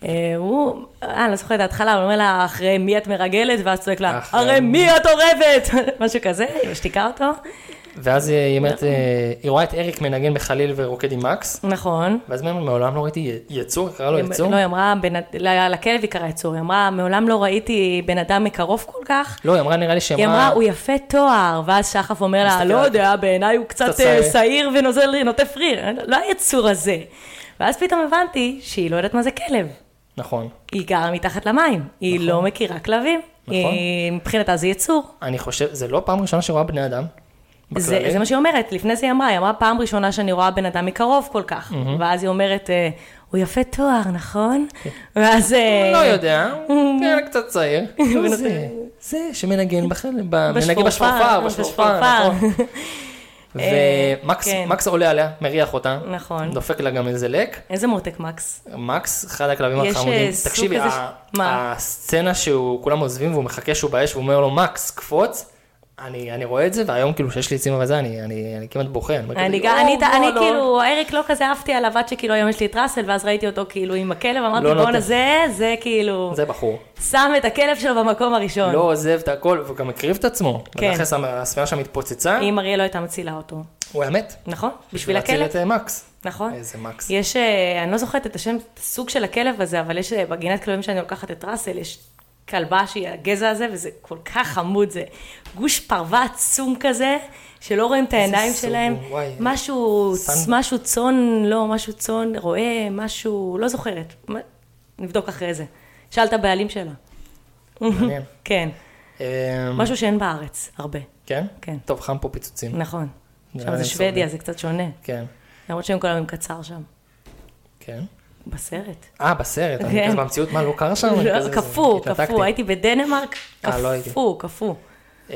[SPEAKER 3] אה, הוא, אה, אני לא זוכרת את ההתחלה, הוא אומר לה, אחרי מי את מרגלת? ואז צועק לה,
[SPEAKER 2] אחרי
[SPEAKER 3] הרי
[SPEAKER 2] מי?"
[SPEAKER 3] מי את אורבת? משהו כזה, היא משתיקה אותו.
[SPEAKER 2] ואז היא אומרת, אה, היא רואה את אריק מנגן בחליל ורוקד עם מקס,
[SPEAKER 3] נכון.
[SPEAKER 2] ואז היא אומרת, מעולם לא ראיתי יצור, קרא לו
[SPEAKER 3] היא-
[SPEAKER 2] יצור?
[SPEAKER 3] לא, היא אמרה, בן- לא, היה לה כלב היא קראה יצור, היא אמרה, מעולם לא ראיתי בן אדם מקרוב כל כך.
[SPEAKER 2] לא, היא אמרה, נראה לי שהיא
[SPEAKER 3] היא אמרה, הוא יפה תואר, ואז שחף אומר לה,
[SPEAKER 2] מסתכל
[SPEAKER 3] לא
[SPEAKER 2] על-
[SPEAKER 3] יודע, בעיניי הוא קצת
[SPEAKER 2] קצת
[SPEAKER 3] אה,
[SPEAKER 2] שעיר."
[SPEAKER 3] שעיר ונוזל, נוטף ריר, לא היצור הזה. ואז פתאום הבנתי שהיא לא יודעת מה זה כלב.
[SPEAKER 2] נכון.
[SPEAKER 3] היא גרה מתחת למים, היא לא מכירה כלבים.
[SPEAKER 2] נכון.
[SPEAKER 3] היא מבחינתה זה יצור.
[SPEAKER 2] אני חושב, זה לא פעם ראשונה שהיא רואה בני אדם.
[SPEAKER 3] זה, זה מה שהיא אומרת, לפני זה היא אמרה, היא אמרה, פעם ראשונה שאני רואה בן אדם מקרוב כל כך. ואז היא אומרת, אה, הוא יפה תואר, נכון? ואז... אה,
[SPEAKER 2] כן. לא יודע, הוא כן, קצת צעיר.
[SPEAKER 3] הוא
[SPEAKER 2] זה-
[SPEAKER 3] נותן-
[SPEAKER 2] זה שמנגן בחל- ב- מנגן בשפרפר,
[SPEAKER 3] בשפורפר, בשפורפר.
[SPEAKER 2] בשפרפר, נכון.
[SPEAKER 3] אה,
[SPEAKER 2] ומקס
[SPEAKER 3] כן.
[SPEAKER 2] מקס עולה עליה, מריח אותה.
[SPEAKER 3] נכון.
[SPEAKER 2] דופק לה גם איזה לק.
[SPEAKER 3] איזה מותק מקס.
[SPEAKER 2] מקס, אחד הכלבים
[SPEAKER 3] יש,
[SPEAKER 2] החמודים.
[SPEAKER 3] אה, סוג
[SPEAKER 2] תקשיבי,
[SPEAKER 3] כזה ש-
[SPEAKER 2] ה-
[SPEAKER 3] מה?
[SPEAKER 2] הסצנה שהוא, כולם עוזבים והוא מחכה שהוא באש, והוא אומר לו, מקס, קפוץ. אני, אני רואה את זה, והיום כאילו שיש לי עצים בזה, אני, אני, אני כמעט בוכה. אומר כזה,
[SPEAKER 3] אני גם-
[SPEAKER 2] "יואו,
[SPEAKER 3] אני-
[SPEAKER 2] בוא,
[SPEAKER 3] אני
[SPEAKER 2] לא."
[SPEAKER 3] כאילו, אריק לא כזה עפתי עליו עד שכאילו היום יש לי את ראסל, ואז ראיתי אותו כאילו עם הכלב, אמרתי,
[SPEAKER 2] לא נותן.
[SPEAKER 3] בואנה זה, זה כאילו,
[SPEAKER 2] זה בחור.
[SPEAKER 3] שם את הכלב שלו במקום הראשון.
[SPEAKER 2] לא עוזב את הכל, והוא גם הקריב את עצמו.
[SPEAKER 3] נכון. כן.
[SPEAKER 2] ואחרי שהמ- הספירה שם התפוצצה,
[SPEAKER 3] אם אריאל לא הייתה מצילה אותו,
[SPEAKER 2] הוא היה מת.
[SPEAKER 3] נכון? בשביל
[SPEAKER 2] להציל
[SPEAKER 3] הכלב,
[SPEAKER 2] את אה, מקס.
[SPEAKER 3] נכון?
[SPEAKER 2] איזה מקס.
[SPEAKER 3] יש, אה, אני לא זוכרת את השם, את הסוג של הכלב הזה, אבל יש אה, בגינת כלבים שאני לוקחת את ראסל, יש כלבה שהיא הגזע הזה, וזה כל כך חמוד, זה גוש פרווה עצום כזה, שלא רואים את העיניים
[SPEAKER 2] סוג
[SPEAKER 3] שלהם,
[SPEAKER 2] הוא, וואי.
[SPEAKER 3] משהו,
[SPEAKER 2] סן-
[SPEAKER 3] משהו צאן, לא, משהו צאן, רואה, משהו, לא זוכרת, מה- נבדוק אחרי זה. שאל את הבעלים שלה.
[SPEAKER 2] מעניין.
[SPEAKER 3] כן,
[SPEAKER 2] אמ,
[SPEAKER 3] משהו שאין בארץ, הרבה,
[SPEAKER 2] כן?
[SPEAKER 3] כן.
[SPEAKER 2] טוב, חם פה פיצוצים.
[SPEAKER 3] נכון.
[SPEAKER 2] נראה
[SPEAKER 3] שם
[SPEAKER 2] להם
[SPEAKER 3] זה
[SPEAKER 2] סובלים.
[SPEAKER 3] שוודיה, זה קצת שונה,
[SPEAKER 2] כן,
[SPEAKER 3] למרות שהם כל היום קצר שם,
[SPEAKER 2] כן.
[SPEAKER 3] בסרט.
[SPEAKER 2] אה, בסרט, אני
[SPEAKER 3] כן.
[SPEAKER 2] כזה במציאות, מה, לא קר שם? אני
[SPEAKER 3] לא,
[SPEAKER 2] כזה-
[SPEAKER 3] קפוא,
[SPEAKER 2] התנתקתי.
[SPEAKER 3] קפוא, הייתי בדנמרק,
[SPEAKER 2] אה, לא הייתי.
[SPEAKER 3] קפוא, קפוא.
[SPEAKER 2] אמ,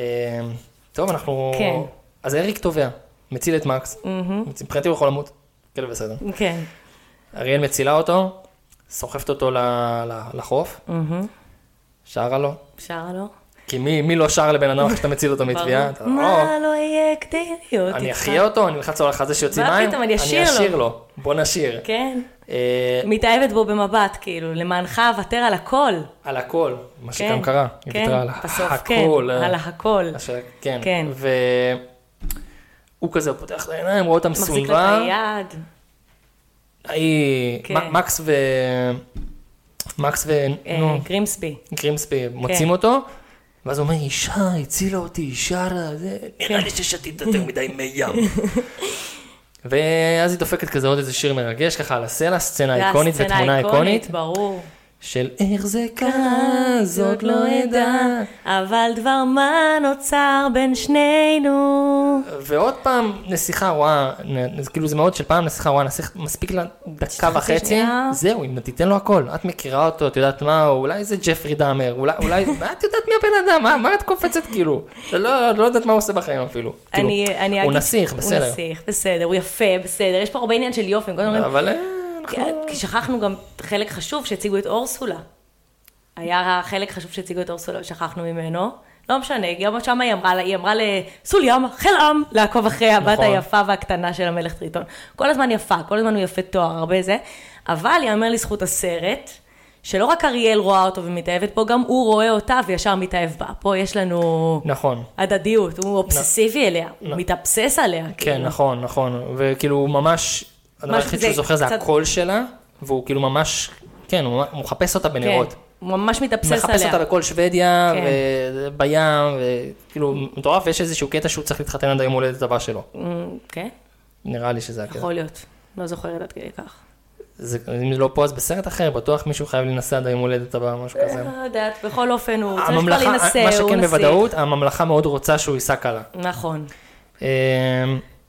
[SPEAKER 2] טוב, אנחנו...
[SPEAKER 3] כן.
[SPEAKER 2] אז אריק תובע, מציל את מקס. מבחינתי הוא יכול למות. כאילו בסדר.
[SPEAKER 3] כן,
[SPEAKER 2] אריאל מצילה אותו, סוחפת אותו ל- ל- לחוף, שרה לו.
[SPEAKER 3] שרה לו.
[SPEAKER 2] כי מי מי לא שר לבן אדם אחרי שאתה מציל אותו מתביעה? אתה- "או,
[SPEAKER 3] מה לא? לא יהיה כדי להיות
[SPEAKER 2] אני
[SPEAKER 3] איתך?
[SPEAKER 2] אחיה אותו, אני אלחץ לו על החזה שיוציא
[SPEAKER 3] מה
[SPEAKER 2] מים.
[SPEAKER 3] פתאום, אני אשיר לו.
[SPEAKER 2] אשיר לו, בוא נשיר.
[SPEAKER 3] כן,
[SPEAKER 2] אה,
[SPEAKER 3] מתאהבת בו במבט, כאילו, למענך אוותר על הכל.
[SPEAKER 2] על הכל, מה
[SPEAKER 3] כן,
[SPEAKER 2] שגם קרה. היא
[SPEAKER 3] כן,
[SPEAKER 2] ויתרה על
[SPEAKER 3] בסוף,
[SPEAKER 2] הכל,
[SPEAKER 3] כן,
[SPEAKER 2] אה,
[SPEAKER 3] על הכל.
[SPEAKER 2] אשר- כן.
[SPEAKER 3] כן.
[SPEAKER 2] והוא כזה פותח את העיניים, רואה אותם
[SPEAKER 3] מחזיק לה
[SPEAKER 2] סביבה.
[SPEAKER 3] את היד.
[SPEAKER 2] היא...
[SPEAKER 3] כן.
[SPEAKER 2] מ- מקס ו... מקס ו...
[SPEAKER 3] אה,
[SPEAKER 2] נו,
[SPEAKER 3] גרימסבי.
[SPEAKER 2] גרימספי מוצאים אותו, ואז הוא אומר, אישה הצילה אותי, אישה, רע, זה... נראה לי ששתית יותר מדי מי ים. ואז היא דופקת כזה עוד איזה שיר מרגש, ככה על הסלע, סצנה
[SPEAKER 3] זה
[SPEAKER 2] איקונית
[SPEAKER 3] הסצנה
[SPEAKER 2] ותמונה איקונית,
[SPEAKER 3] ברור.
[SPEAKER 2] של איך זה קרה, זאת לא אדע.
[SPEAKER 3] אבל דבר מה נוצר בין שנינו.
[SPEAKER 2] ועוד פעם, נסיכה רואה, נ- כאילו זה מאוד של פעם נסיכה רואה, נסיך, מספיק לה דקה
[SPEAKER 3] חצי
[SPEAKER 2] וחצי,
[SPEAKER 3] שנייה.
[SPEAKER 2] זהו, אם תיתן לו הכל. את מכירה אותו, את יודעת מה, הוא, אולי זה ג'פרי דאמר, אולי, אולי, מה את יודעת מי הבן אדם, מה, מה את קופצת כאילו? את לא, לא יודעת מה הוא עושה בחיים אפילו.
[SPEAKER 3] אני,
[SPEAKER 2] כאילו,
[SPEAKER 3] אני
[SPEAKER 2] הוא
[SPEAKER 3] אגיד-
[SPEAKER 2] נסיך, בסדר.
[SPEAKER 3] הוא נסיך, בסדר, הוא יפה, בסדר. יש פה הרבה עניין של יופי, הם כל הזמן אומרים,
[SPEAKER 2] אבל אה,
[SPEAKER 3] כי-
[SPEAKER 2] אנחנו...
[SPEAKER 3] כי שכחנו גם חלק חשוב שהציגו את אורסולה. היה חלק חשוב שהציגו את אורסולה, שכחנו ממנו. לא משנה, גם שם היא אמרה, לה- היא אמרה לסוליאם, חיל עם, לעקוב אחרי הבת
[SPEAKER 2] נכון.
[SPEAKER 3] היפה והקטנה של המלך טריטון. כל הזמן יפה, כל הזמן הוא יפה תואר, הרבה זה. אבל יאמר לזכות הסרט, שלא רק אריאל רואה אותו ומתאהבת בו, גם הוא רואה אותה וישר מתאהב בה. פה יש לנו
[SPEAKER 2] נכון.
[SPEAKER 3] הדדיות, הוא אובססיבי אליה, הוא מתאבסס עליה. כאילו.
[SPEAKER 2] כן, נכון, נכון. וכאילו, הוא ממש, הדבר
[SPEAKER 3] ממש
[SPEAKER 2] היחיד
[SPEAKER 3] זה
[SPEAKER 2] שהוא זוכר זה
[SPEAKER 3] קצת-
[SPEAKER 2] הקול שלה, והוא כאילו ממש, כן, הוא הוא מחפש אותה
[SPEAKER 3] כן,
[SPEAKER 2] בנרות.
[SPEAKER 3] הוא ממש מתאבסס עליה.
[SPEAKER 2] מחפש אותה בכל שוודיה,
[SPEAKER 3] כן.
[SPEAKER 2] ובים, וכאילו, מטורף, יש איזשהו קטע שהוא צריך להתחתן עד היום הולדת הבא שלו.
[SPEAKER 3] אמ, כן,
[SPEAKER 2] נראה לי שזה הקטע.
[SPEAKER 3] יכול להיות. לא זוכרת עד כדי כך.
[SPEAKER 2] זה- אם לא פה אז בסרט אחר, בטוח מישהו חייב להינשא עד היום הולדת הבא, משהו כזה.
[SPEAKER 3] לא יודעת, בכל אופן הוא צריך כבר
[SPEAKER 2] כן. הממלכה,
[SPEAKER 3] להינשא,
[SPEAKER 2] מה
[SPEAKER 3] הוא
[SPEAKER 2] שכן
[SPEAKER 3] נשיא.
[SPEAKER 2] בוודאות, הממלכה מאוד רוצה שהוא יישא כלה.
[SPEAKER 3] נכון.
[SPEAKER 2] אמ,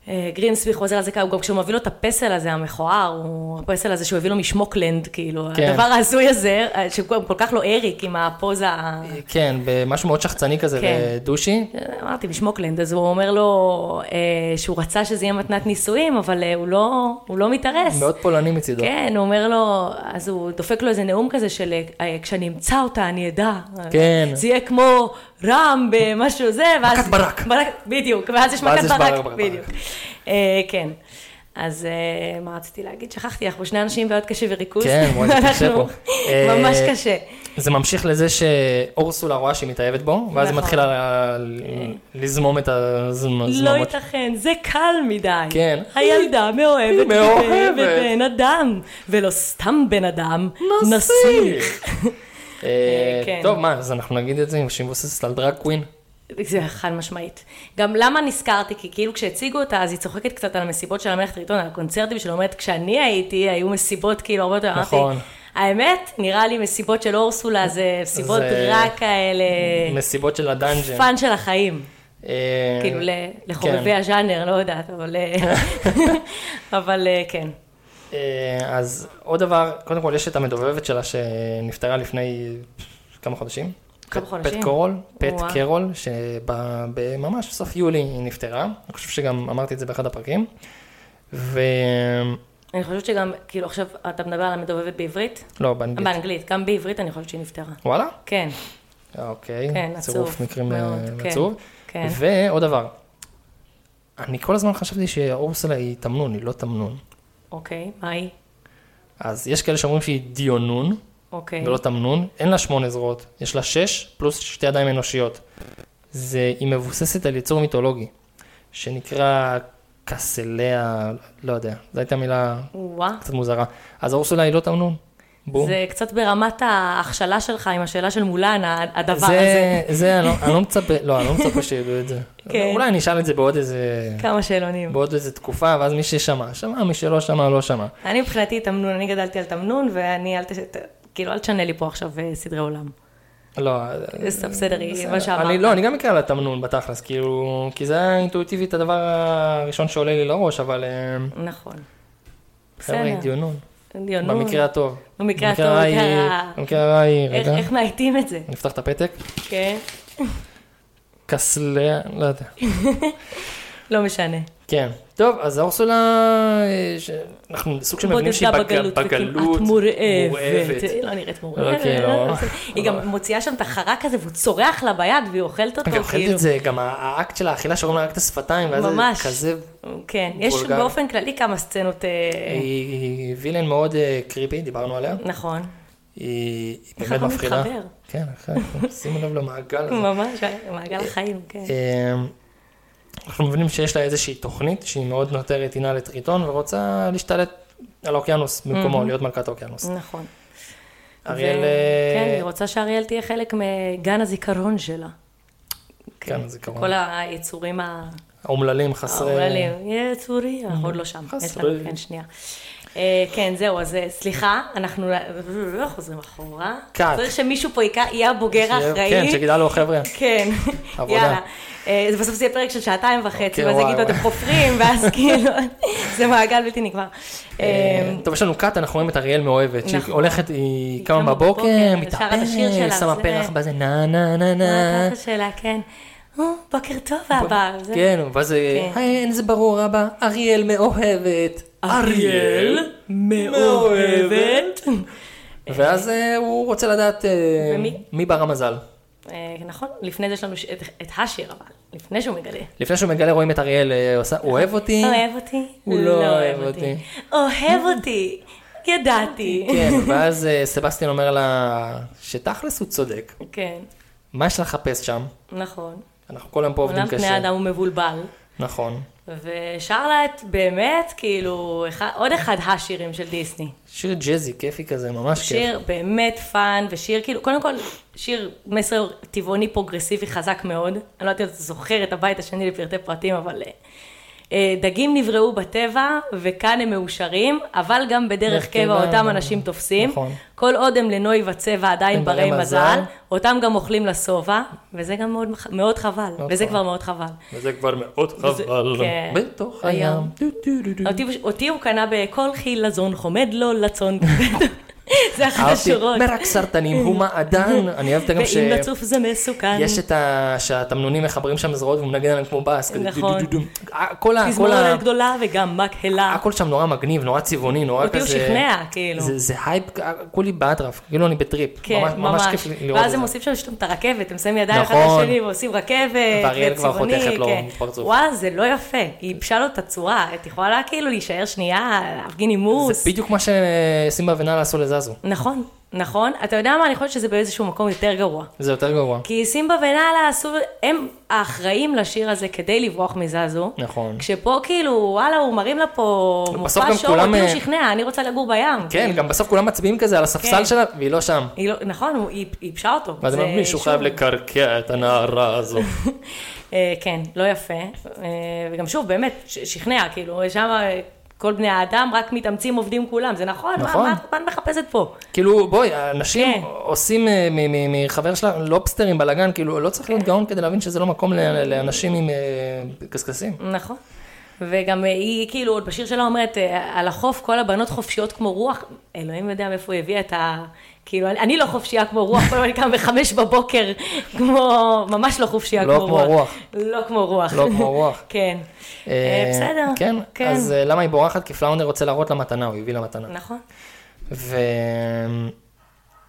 [SPEAKER 3] אה, גרינספי חוזר על זה ככה, הוא גם כשהוא מביא לו את הפסל הזה המכוער, הוא הפסל הזה שהוא הביא לו משמוקלנד, כאילו,
[SPEAKER 2] כן.
[SPEAKER 3] הדבר ההזוי הזה, אה, שהוא גם כל כך לא אריק עם הפוזה, אה, ה-
[SPEAKER 2] כן, במשהו מאוד שחצני כזה,
[SPEAKER 3] כן.
[SPEAKER 2] דושי.
[SPEAKER 3] אמרתי משמוקלנד, אז הוא אומר לו אה, שהוא רצה שזה יהיה מתנת נישואים, אבל אה, הוא לא- הוא לא מתארס.
[SPEAKER 2] מאוד פולני מצידו.
[SPEAKER 3] כן, הוא אומר לו, אז הוא דופק לו איזה נאום כזה של אה, כשאני אמצא אותה אני אדע.
[SPEAKER 2] כן.
[SPEAKER 3] זה יהיה כמו רם במשהו זה, ואז...
[SPEAKER 2] מכת ברק.
[SPEAKER 3] בדיוק, ואז יש
[SPEAKER 2] ואז
[SPEAKER 3] מכת
[SPEAKER 2] יש
[SPEAKER 3] ברק,
[SPEAKER 2] ברק.
[SPEAKER 3] בדיוק. אה, כן. אז אה, מה רציתי להגיד? שכחתי, אנחנו שני אנשים עם בעיות קשב וריכוז.
[SPEAKER 2] כן, וואי, זה קשה
[SPEAKER 3] אנחנו-
[SPEAKER 2] פה. אה,
[SPEAKER 3] ממש קשה.
[SPEAKER 2] זה ממשיך לזה שאורסולה רואה שהיא מתאהבת בו, ואז היא
[SPEAKER 3] נכון. אה.
[SPEAKER 2] מתחילה ל- לזמום את הזמומות.
[SPEAKER 3] לא ייתכן, זה קל מדי.
[SPEAKER 2] כן.
[SPEAKER 3] הילדה מאוהבת
[SPEAKER 2] מאוהבת.
[SPEAKER 3] בבן אדם, ולא סתם בן אדם, נסיך.
[SPEAKER 2] אה,
[SPEAKER 3] כן.
[SPEAKER 2] טוב, מה, אז אנחנו נגיד את זה, שהיא מבוססת על דרג קווין.
[SPEAKER 3] זה חד משמעית. גם למה נזכרתי, כי כאילו כשהציגו אותה, אז היא צוחקת קצת על המסיבות של המלך טריטון, על הקונצרטים שלו, אומרת, כשאני הייתי, היו מסיבות כאילו הרבה יותר, אמרתי,
[SPEAKER 2] נכון.
[SPEAKER 3] האמת, נראה לי מסיבות של אורסולה זה מסיבות
[SPEAKER 2] זה-
[SPEAKER 3] רק כאלה,
[SPEAKER 2] מסיבות של הדאנג'ן.
[SPEAKER 3] פאן של החיים.
[SPEAKER 2] אה,
[SPEAKER 3] כאילו ל- לחובבי הז'אנר, לא יודעת, אבל אבל אה, כן.
[SPEAKER 2] אה, אז עוד דבר, קודם כל יש את המדובבת שלה שנפטרה לפני כמה חודשים.
[SPEAKER 3] כמה
[SPEAKER 2] פט-
[SPEAKER 3] חודשים?
[SPEAKER 2] פט קורול, פט
[SPEAKER 3] וואו.
[SPEAKER 2] קרול, שממש בסוף יולי היא נפטרה. אני חושב שגם אמרתי את זה באחד הפרקים. ולא,
[SPEAKER 3] אני חושבת שגם, כאילו עכשיו אתה מדבר על המדובבת בעברית?
[SPEAKER 2] באנגלית.
[SPEAKER 3] באנגלית, גם בעברית אני חושבת שהיא נפטרה.
[SPEAKER 2] לא, וואלה?
[SPEAKER 3] כן,
[SPEAKER 2] אוקיי.
[SPEAKER 3] כן,
[SPEAKER 2] צירוף
[SPEAKER 3] עצוב
[SPEAKER 2] מקרים
[SPEAKER 3] מאוד,
[SPEAKER 2] אה,
[SPEAKER 3] כן,
[SPEAKER 2] עצוב.
[SPEAKER 3] כן.
[SPEAKER 2] ועוד דבר. אני כל הזמן חשבתי שאורסולה היא תמנון, היא לא תמנון.
[SPEAKER 3] אוקיי, מה היא?
[SPEAKER 2] אז יש כאלה שאומרים שהיא דיונון,
[SPEAKER 3] אוקיי.
[SPEAKER 2] ולא תמנון, אין לה שמונה זרועות, יש לה שש פלוס שתי ידיים אנושיות. זה, היא מבוססת על יצור מיתולוגי, שנקרא קסליה, לא יודע, זו הייתה מילה
[SPEAKER 3] וואה.
[SPEAKER 2] קצת מוזרה. אז האורסולה היא לא תמנון, בום.
[SPEAKER 3] זה קצת ברמת ההכשלה שלך עם השאלה של מולן, ה- הדבר הזה.
[SPEAKER 2] זה, זה, אני לא- אני לא מצפה, לא, אני לא מצפה שידעו את זה.
[SPEAKER 3] כן.
[SPEAKER 2] אולי אני אשאל את זה בעוד איזה,
[SPEAKER 3] כמה שאלונים.
[SPEAKER 2] בעוד איזה תקופה, ואז מי ששמע, שמע, מי שלא שמע, לא שמע.
[SPEAKER 3] אני מבחינתי תמנון, אני גדלתי על תמנון, ואני אל תש... ת- כאילו, אל תשנה לי פה עכשיו אה, סדרי עולם.
[SPEAKER 2] לא,
[SPEAKER 3] זה בסדר, היא-
[SPEAKER 2] בסדר.
[SPEAKER 3] מה שאמרת.
[SPEAKER 2] אני לא, אני גם אקרא לה תמנון בתכלס, כאילו, כי זה היה אינטואיטיבית הדבר הראשון שעולה לי לראש, אבל אה,
[SPEAKER 3] נכון.
[SPEAKER 2] חבר'ה, היא
[SPEAKER 3] בסדר.
[SPEAKER 2] דיונון.
[SPEAKER 3] דיונות.
[SPEAKER 2] במקרה הטוב.
[SPEAKER 3] במקרה הטוב,
[SPEAKER 2] הרע היא-
[SPEAKER 3] במקרה-
[SPEAKER 2] במקרה הרע היא,
[SPEAKER 3] איך-
[SPEAKER 2] רגע,
[SPEAKER 3] איך מאייתים את זה?
[SPEAKER 2] נפתח את הפתק.
[SPEAKER 3] כן.
[SPEAKER 2] קסלה, לא יודע.
[SPEAKER 3] לא משנה.
[SPEAKER 2] כן. טוב, אז אורסולה, אה, ש- אנחנו סוג של מבינים שהיא
[SPEAKER 3] בודדה
[SPEAKER 2] בג-
[SPEAKER 3] בגלות,
[SPEAKER 2] בגלות,
[SPEAKER 3] וכמעט מורעבת. היא לא נראית מורעבת.
[SPEAKER 2] אוקיי, לא.
[SPEAKER 3] היא גם מוציאה שם את החרק הזה, והוא צורח לה ביד, והיא אוכלת אותו,
[SPEAKER 2] אני אוכלת
[SPEAKER 3] כאילו.
[SPEAKER 2] את זה, גם האקט של האכילה שרואים לה רק את השפתיים, ואז
[SPEAKER 3] ממש.
[SPEAKER 2] זה כזה,
[SPEAKER 3] כן, יש
[SPEAKER 2] וולגרי.
[SPEAKER 3] באופן כללי כמה סצנות... אה,
[SPEAKER 2] היא היא וילן מאוד אה, קריפי, דיברנו עליה.
[SPEAKER 3] נכון.
[SPEAKER 2] היא היא
[SPEAKER 3] איך
[SPEAKER 2] באמת
[SPEAKER 3] הכל
[SPEAKER 2] מפחידה.
[SPEAKER 3] מתחבר.
[SPEAKER 2] כן, אחי, שימו לב למעגל הזה.
[SPEAKER 3] ממש, מעגל
[SPEAKER 2] אה,
[SPEAKER 3] החיים, כן.
[SPEAKER 2] אמ, אנחנו מבינים שיש לה איזושהי תוכנית שהיא מאוד נותרת עינה לטריטון ורוצה להשתלט על האוקיינוס במקומו, להיות מלכת האוקיינוס.
[SPEAKER 3] נכון.
[SPEAKER 2] אה, אריאל,
[SPEAKER 3] ו- כן,
[SPEAKER 2] אה,
[SPEAKER 3] היא רוצה שאריאל תהיה חלק מגן הזיכרון שלה.
[SPEAKER 2] כן, הזיכרון.
[SPEAKER 3] אוקיי. כל היצורים ה...
[SPEAKER 2] האומללים חסרי...
[SPEAKER 3] העורלים, יצורי,
[SPEAKER 2] אה,
[SPEAKER 3] אנחנו עוד לא שם, יש לנו,
[SPEAKER 2] חסרי.
[SPEAKER 3] כן, שנייה. אה, כן, זהו, אז אה, סליחה, אנחנו לא חוזרים אחורה.
[SPEAKER 2] קאט.
[SPEAKER 3] צריך שמישהו פה ייקח- יהיה הבוגר
[SPEAKER 2] שיהיה-
[SPEAKER 3] האחראי.
[SPEAKER 2] כן, שיגידה לו, חבר'ה,
[SPEAKER 3] כן,
[SPEAKER 2] עבודה.
[SPEAKER 3] יאללה. אה, זה בסוף זה יהיה פרק של שעתיים וחצי,
[SPEAKER 2] אוקיי,
[SPEAKER 3] ואז
[SPEAKER 2] וואי,
[SPEAKER 3] יגידו,
[SPEAKER 2] וואי.
[SPEAKER 3] אתם חופרים, ואז כאילו, זה מעגל בלתי נגמר.
[SPEAKER 2] אה, טוב, יש לנו קאט, אנחנו רואים את אריאל מאוהבת, שהיא
[SPEAKER 3] נכון.
[SPEAKER 2] הולכת, היא
[SPEAKER 3] היא
[SPEAKER 2] קמה
[SPEAKER 3] קמה
[SPEAKER 2] בבוקר,
[SPEAKER 3] בבוקר, שרה את השיר
[SPEAKER 2] מתאפרת,
[SPEAKER 3] שלה,
[SPEAKER 2] שמה
[SPEAKER 3] זה-
[SPEAKER 2] פרח בזה, נה נה נה
[SPEAKER 3] מה
[SPEAKER 2] נה.
[SPEAKER 3] הייתה השאלה, כן. או, בוקר טוב, אבא. זה-
[SPEAKER 2] כן, ואז זה,
[SPEAKER 3] כן.
[SPEAKER 2] "היי, אין זה ברור אבא, אריאל מאוהבת.
[SPEAKER 3] מאוהבת.
[SPEAKER 2] ואז אה, הוא רוצה לדעת אה,
[SPEAKER 3] ומי?
[SPEAKER 2] מי בר המזל.
[SPEAKER 3] אה, נכון, לפני זה יש לנו ש- את- את השיר, אבל, לפני שהוא מגלה.
[SPEAKER 2] לפני שהוא מגלה רואים את אריאל אה, עושה, "הוא אוהב אותי.
[SPEAKER 3] אוהב אותי?
[SPEAKER 2] הוא לא אוהב אותי.
[SPEAKER 3] אוהב אותי, ידעתי.
[SPEAKER 2] כן, ואז אה, סבסטיאן אומר לה שתכלס הוא צודק,
[SPEAKER 3] כן,
[SPEAKER 2] מה יש לחפש שם?
[SPEAKER 3] נכון.
[SPEAKER 2] אנחנו כל היום פה עובדים
[SPEAKER 3] עולם פני
[SPEAKER 2] קשה.
[SPEAKER 3] האדם הוא מבולבל.
[SPEAKER 2] נכון.
[SPEAKER 3] ושר לה את באמת, כאילו, אחד- עוד אחד השירים של דיסני.
[SPEAKER 2] שיר ג'אזי, כיפי כזה, ממש כיף.
[SPEAKER 3] שיר באמת פאן, ושיר כאילו, קודם כל, שיר מסר טבעוני פרוגרסיבי חזק מאוד. אני לא יודעת אם אתה זוכר את הבית השני לפרטי פרטים, אבל... אה, אה, דגים נבראו בטבע, וכאן הם מאושרים, אבל גם בדרך
[SPEAKER 2] דרך קבע,
[SPEAKER 3] קבע אותם אנשים תופסים.
[SPEAKER 2] נכון.
[SPEAKER 3] כל עוד הם לנוי וצבע עדיין
[SPEAKER 2] הם ברי
[SPEAKER 3] ברי
[SPEAKER 2] מזל.
[SPEAKER 3] מזל, אותם גם אוכלים לשובע, וזה גם מאוד- מאוד חבל, וזה כבר מאוד חבל.
[SPEAKER 2] וזה כבר מאוד
[SPEAKER 3] וזה- כן.
[SPEAKER 2] בתוך
[SPEAKER 3] הים. אוקיי.
[SPEAKER 2] הים. דו, דו, דו, דו.
[SPEAKER 3] אותי, אותי הוא קנה בכל חיל לזון חומד לו לצון. זה אחת
[SPEAKER 2] אהבתי,
[SPEAKER 3] השורות.
[SPEAKER 2] מרק סרטנים, הוא מעדן. אני אוהבת גם ש...
[SPEAKER 3] ואם לצוף זה מסוכן.
[SPEAKER 2] יש את ה... שהתמנונים מחברים שם זרועות והוא מנגן עליהם כמו בס. כזה
[SPEAKER 3] נכון.
[SPEAKER 2] דו, דו, דו. ה- כל ה... כל ה...
[SPEAKER 3] תזמורת גדולה וגם מקהלה.
[SPEAKER 2] הכל שם נורא מגניב, נורא צבעוני, נורא
[SPEAKER 3] אותי
[SPEAKER 2] כזה...
[SPEAKER 3] הוא שכנע, כאילו.
[SPEAKER 2] זה- זה הייפ, כולי באטרף, כאילו אני בטריפ.
[SPEAKER 3] כן,
[SPEAKER 2] ממש-
[SPEAKER 3] ממש.
[SPEAKER 2] ממש כיף לראות את זה.
[SPEAKER 3] ואז הם עושים שם שטום את הרכבת, הם שמים ידיים אחד
[SPEAKER 2] נכון.
[SPEAKER 3] לשני ועושים רכבת.
[SPEAKER 2] ואריאל כבר
[SPEAKER 3] וצבעוני,
[SPEAKER 2] חותכת לו
[SPEAKER 3] כן.
[SPEAKER 2] פרצוף.
[SPEAKER 3] וואו, זה לא יפה. היא ייבשה לו את הצורה. את יכולה כאילו להישאר שנייה, להפגין נימוס.
[SPEAKER 2] זה בדיוק מה שסימבה ונאלה עשו לזזו.
[SPEAKER 3] נכון, נכון. אתה יודע מה? אני חושבת שזה באיזשהו מקום יותר גרוע.
[SPEAKER 2] זה יותר גרוע.
[SPEAKER 3] כי סימבה ונאלה עשו, הם האחראים לשיר הזה כדי לברוח מזזו.
[SPEAKER 2] נכון.
[SPEAKER 3] כשפה כאילו, וואלה, הוא מרים לה פה
[SPEAKER 2] בסוף
[SPEAKER 3] מופע
[SPEAKER 2] גם
[SPEAKER 3] שואו,
[SPEAKER 2] כולם,
[SPEAKER 3] אותי הוא
[SPEAKER 2] אה,
[SPEAKER 3] שכנע, אני רוצה לגור בים.
[SPEAKER 2] כן, גם בסוף כולם מצביעים כזה על הספסל
[SPEAKER 3] כן.
[SPEAKER 2] שלה, והיא לא שם.
[SPEAKER 3] היא לא, נכון, הוא- היא היא ייבשה אותו.
[SPEAKER 2] ואז
[SPEAKER 3] זה
[SPEAKER 2] אמרנו, מישהו
[SPEAKER 3] שוב-
[SPEAKER 2] חייב לקרקע את הנערה הזו.
[SPEAKER 3] אה, כן, לא יפה. אה, וגם שוב, באמת, ש- שכנע, כאילו, שם כל בני האדם רק מתאמצים, עובדים כולם, זה נכון?
[SPEAKER 2] נכון.
[SPEAKER 3] מה, מה, מה אני מחפשת פה?
[SPEAKER 2] כאילו, בואי, אנשים
[SPEAKER 3] כן.
[SPEAKER 2] עושים אה, מ- מ- מחבר שלה לובסטרים בלאגן, כאילו, לא צריך
[SPEAKER 3] כן.
[SPEAKER 2] להיות גאון כדי להבין שזה לא מקום ל- לאנשים עם אה, קשקשים.
[SPEAKER 3] נכון. וגם אה, היא כאילו עוד בשיר שלה אומרת, אה, על החוף כל הבנות חופשיות כמו רוח, אלוהים יודע מאיפה היא הביאה את ה... כאילו, אני, אני לא חופשייה כמו רוח, כל הזמן אני קמה בחמש בבוקר, כמו, ממש לא חופשייה
[SPEAKER 2] לא
[SPEAKER 3] כמו
[SPEAKER 2] כמו
[SPEAKER 3] רוח.
[SPEAKER 2] רוח.
[SPEAKER 3] לא כמו רוח.
[SPEAKER 2] לא כמו רוח.
[SPEAKER 3] כן. אה,
[SPEAKER 2] אה,
[SPEAKER 3] בסדר.
[SPEAKER 2] כן,
[SPEAKER 3] כן.
[SPEAKER 2] אז אה, למה היא בורחת? כי פלאונר רוצה להראות לה מתנה, הוא הביא לה מתנה.
[SPEAKER 3] נכון.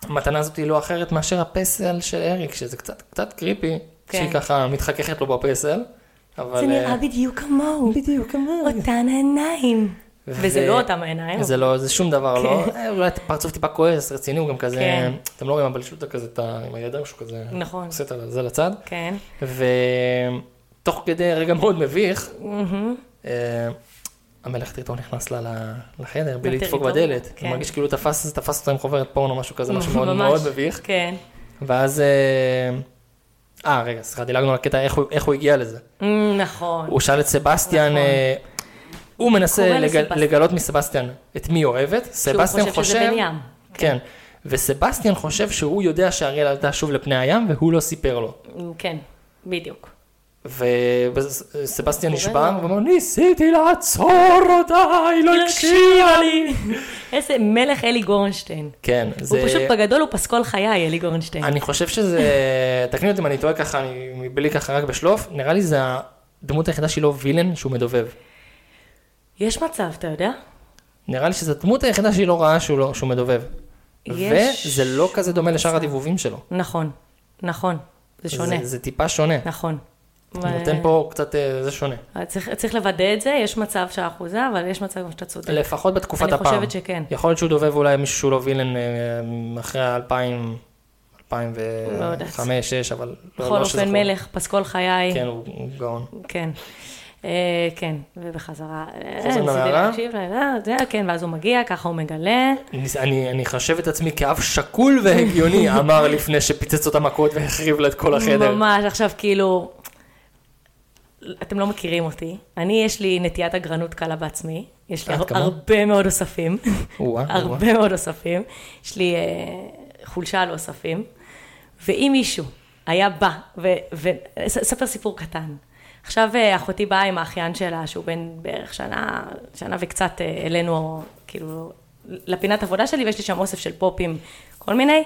[SPEAKER 2] והמתנה הזאת היא לא אחרת מאשר הפסל של אריק, שזה קצת, קצת קריפי,
[SPEAKER 3] כן.
[SPEAKER 2] שהיא ככה מתחככת לו בפסל, אבל...
[SPEAKER 3] זה
[SPEAKER 2] אה,
[SPEAKER 3] נראה בדיוק כמוהו.
[SPEAKER 2] בדיוק, כמוהו.
[SPEAKER 3] אותן העיניים. וזה
[SPEAKER 2] ו-
[SPEAKER 3] לא אותם העיניים.
[SPEAKER 2] זה לא, זה שום דבר, לא?
[SPEAKER 3] כן.
[SPEAKER 2] אה, אולי פרצוף טיפה כועס, רציני, הוא גם כזה,
[SPEAKER 3] כן.
[SPEAKER 2] אתם לא רואים הבלשוטה כזה, את ה- עם הידיים שהוא כזה,
[SPEAKER 3] נכון.
[SPEAKER 2] עושה את זה לצד,
[SPEAKER 3] כן.
[SPEAKER 2] ותוך כדי רגע מאוד מביך, אה, המלך טריטון נכנס לה ל- לחדר בלי לדפוק
[SPEAKER 3] לטריטון,
[SPEAKER 2] בדלת,
[SPEAKER 3] כן.
[SPEAKER 2] הוא מרגיש כאילו תפס תפס אותה עם חוברת פורנו, משהו כזה, משהו מאוד
[SPEAKER 3] ממש.
[SPEAKER 2] מאוד מביך,
[SPEAKER 3] כן.
[SPEAKER 2] ואז... אה, אה, רגע, סליחה, דילגנו על הקטע, איך הוא- איך הוא הגיע לזה.
[SPEAKER 3] אמ, נכון.
[SPEAKER 2] הוא שאל את סבסטיאן,
[SPEAKER 3] נכון.
[SPEAKER 2] אה, הוא מנסה
[SPEAKER 3] קורא
[SPEAKER 2] לגל-
[SPEAKER 3] לסבסטיאן.
[SPEAKER 2] לגלות מסבסטיאן את מי היא אוהבת, סבסטיאן
[SPEAKER 3] חושב שזה
[SPEAKER 2] חושב,
[SPEAKER 3] בן ים.
[SPEAKER 2] כן, וסבסטיאן חושב שהוא יודע שאריאל עלתה שוב לפני הים והוא לא סיפר לו.
[SPEAKER 3] אמ, כן, בדיוק.
[SPEAKER 2] וסבסטיאן
[SPEAKER 3] הוא קורא
[SPEAKER 2] נשבר
[SPEAKER 3] לו.
[SPEAKER 2] ואומר, ניסיתי לעצור אותה, היא לא
[SPEAKER 3] לא
[SPEAKER 2] הקשיבה לי.
[SPEAKER 3] איזה מלך אלי גורנשטיין.
[SPEAKER 2] כן,
[SPEAKER 3] הוא
[SPEAKER 2] זה...
[SPEAKER 3] פשוט בגדול הוא פסקול חיי, אלי גורנשטיין.
[SPEAKER 2] אני חושב שזה, תקני אותי אם אני טועה ככה, אני- מבלי ככה רק בשלוף, נראה לי זה הדמות היחידה שלו וילן שהוא מדובב.
[SPEAKER 3] יש מצב, אתה יודע?
[SPEAKER 2] נראה לי שזו הדמות היחידה שהיא לא ראה שהוא, לא, שהוא מדובב.
[SPEAKER 3] יש-
[SPEAKER 2] וזה לא כזה דומה לשאר הדיבובים שלו.
[SPEAKER 3] נכון, נכון, זה שונה,
[SPEAKER 2] זה, זה טיפה שונה.
[SPEAKER 3] נכון.
[SPEAKER 2] הוא נותן פה קצת, אה, זה שונה.
[SPEAKER 3] אבל צריך- צריך לוודא את זה, יש מצב שאנחנו זה, אבל יש מצב גם שאתה צודק.
[SPEAKER 2] לפחות בתקופת
[SPEAKER 3] אני
[SPEAKER 2] הפעם. כן,
[SPEAKER 3] חושבת שכן.
[SPEAKER 2] יכול להיות שהוא דובב אולי מישהו שהוא לא וילן אה, אחרי ה-2000,
[SPEAKER 3] לא יודעת.
[SPEAKER 2] 2005, 6, אבל לא, לא
[SPEAKER 3] בכל
[SPEAKER 2] שזכור.
[SPEAKER 3] אופן, מלך, פסקול חיי.
[SPEAKER 2] כן, הוא הוא גאון.
[SPEAKER 3] כן. אה, כן, ובחזרה. אה,
[SPEAKER 2] חוזרים
[SPEAKER 3] ניסיתי
[SPEAKER 2] למערה.
[SPEAKER 3] להקשיב לה, אה, זה, כן, ואז הוא מגיע, ככה הוא מגלה.
[SPEAKER 2] אני- אני, אני חשב את עצמי כאב שקול והגיוני, אמר לפני שפיצץ אותה מכות והחריב לה את כל החדר.
[SPEAKER 3] ממש, עכשיו כאילו, אתם לא מכירים אותי. אני, יש לי נטיית אגרנות קלה בעצמי. יש לי
[SPEAKER 2] את
[SPEAKER 3] הר-
[SPEAKER 2] כמוה?
[SPEAKER 3] הרבה מאוד אוספים.
[SPEAKER 2] או-אה, או-אה.
[SPEAKER 3] הרבה מאוד אוספים. יש לי אה, חולשה על אוספים. ואם מישהו היה בא, וספר סיפור קטן. עכשיו אה, אחותי באה עם האחיין שלה, שהוא בן בערך שנה, שנה וקצת אה, אלינו, כאילו, לפינת עבודה שלי, ויש לי שם אוסף של פופים, כל מיני.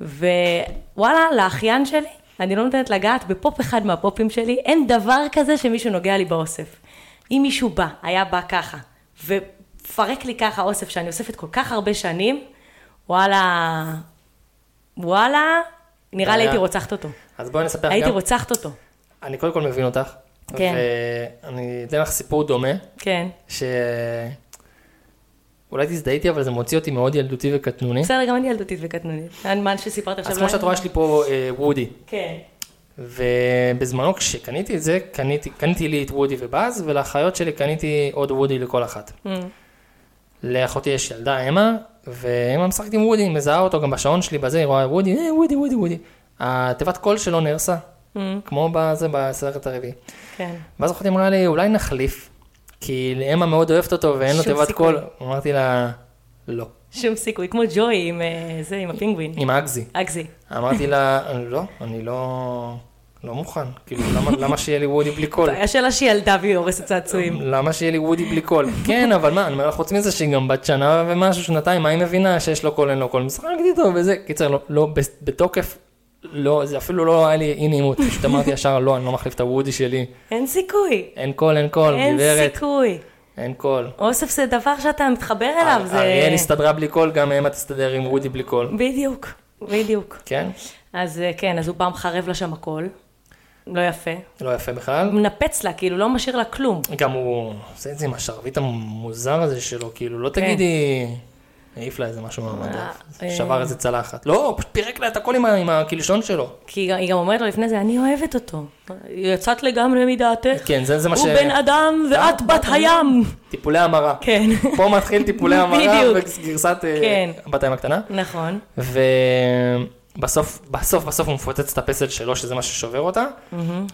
[SPEAKER 3] ווואלה, לאחיין שלי, אני לא נותנת לגעת בפופ אחד מהפופים שלי, אין דבר כזה שמישהו נוגע לי באוסף. אם מישהו בא, היה בא ככה, ופרק לי ככה אוסף שאני אוספת כל כך הרבה שנים, וואלה, וואלה, נראה לי
[SPEAKER 2] היה-
[SPEAKER 3] הייתי רוצחת אותו.
[SPEAKER 2] אז בואי נספר
[SPEAKER 3] הייתי
[SPEAKER 2] גם,
[SPEAKER 3] רוצחת אותו,
[SPEAKER 2] אני קודם כל מבין אותך.
[SPEAKER 3] כן.
[SPEAKER 2] ואני אתן לך סיפור דומה.
[SPEAKER 3] כן.
[SPEAKER 2] ש... אולי תזדהי איתי, אבל זה מוציא אותי מאוד ילדותי וקטנוני.
[SPEAKER 3] בסדר, גם אני ילדותית וקטנונית. אין מה שסיפרת עכשיו.
[SPEAKER 2] אז
[SPEAKER 3] לא
[SPEAKER 2] כמו שאת
[SPEAKER 3] היה-
[SPEAKER 2] רואה, יש לי פה אה, וודי.
[SPEAKER 3] כן.
[SPEAKER 2] ובזמנו כשקניתי את זה, קניתי, קניתי לי את וודי ובאז, ולאחיות שלי קניתי עוד וודי לכל אחת.
[SPEAKER 3] Mm,
[SPEAKER 2] לאחותי יש ילדה, אמה, ואמה משחקת עם וודי, מזהה אותו גם בשעון שלי בזה, היא רואה וודי, אה, וודי, וודי, וודי. התיבת קול שלו נהרסה, כמו בזה, בסרט הרביעי.
[SPEAKER 3] mm, כן.
[SPEAKER 2] ואז אחותי אמרה לי, אולי נחליף, כי אמה מאוד אוהבת אותו ואין לו
[SPEAKER 3] שום
[SPEAKER 2] תיבת
[SPEAKER 3] סיכוי.
[SPEAKER 2] קול. אמרתי לה, לא.
[SPEAKER 3] שום סיכוי, כמו ג'וי עם אה, זה, עם הפינגווין.
[SPEAKER 2] עם אגזי.
[SPEAKER 3] אגזי.
[SPEAKER 2] אמרתי לה, לא, אני לא, לא מוכן. כאילו, למה, למה שיהיה לי וודי בלי קול?
[SPEAKER 3] בעיה שלה שהיא ילדה והיא הורסת צעצועים.
[SPEAKER 2] למה שיהיה לי וודי בלי קול? כן, אבל מה, אני אומר לך, חוץ מזה שהיא גם בת שנה ומשהו, שנתיים, מה היא מבינה שיש לו קול, אין לו קול? משחקתי איתו וזה. קיצר, לא, לא, בס- בתוקף, לא, זה אפילו לא היה לי אי נעימות. פשוט אמרתי ישר, לא, אני לא מחליף את הוודי שלי.
[SPEAKER 3] אין סיכוי.
[SPEAKER 2] אין קול, אין קול,
[SPEAKER 3] אין
[SPEAKER 2] גברת,
[SPEAKER 3] סיכוי.
[SPEAKER 2] אין קול.
[SPEAKER 3] אוסף זה דבר שאתה מתחבר אליו, זה...
[SPEAKER 2] אה, אריאל הסתדרה בלי קול, גם אמה תסתדר עם וודי בלי קול.
[SPEAKER 3] בדיוק, בדיוק.
[SPEAKER 2] כן?
[SPEAKER 3] אז אה, כן, אז הוא פעם חרב לה שם הכל. לא יפה.
[SPEAKER 2] לא יפה בכלל.
[SPEAKER 3] מנפץ לה, כאילו, לא משאיר לה כלום.
[SPEAKER 2] גם הוא עושה את זה עם השרביט המוזר הזה שלו, כאילו, לא תגידי, העיף לה איזה משהו מהמדף,
[SPEAKER 3] כן. אה,
[SPEAKER 2] שבר איזה צלחת. לא, הוא פשוט פירק לה את הכל עם ה- עם הקלשון שלו.
[SPEAKER 3] כי היא גם- היא גם אומרת לו לפני זה, אני אוהבת אותו. יצאת לגמרי מדעתך.
[SPEAKER 2] כן, זה- זה מה ש- אה?
[SPEAKER 3] הוא בן אדם ואת בת הים.
[SPEAKER 2] טיפולי המרה.
[SPEAKER 3] כן.
[SPEAKER 2] פה מתחיל טיפולי המרה אה,
[SPEAKER 3] בדיוק.
[SPEAKER 2] וגרסת
[SPEAKER 3] כן.
[SPEAKER 2] בת הים הקטנה.
[SPEAKER 3] נכון.
[SPEAKER 2] ו- בסוף, בסוף, בסוף הוא מפוצץ את הפסל שלו, שזה מה ששובר אותה,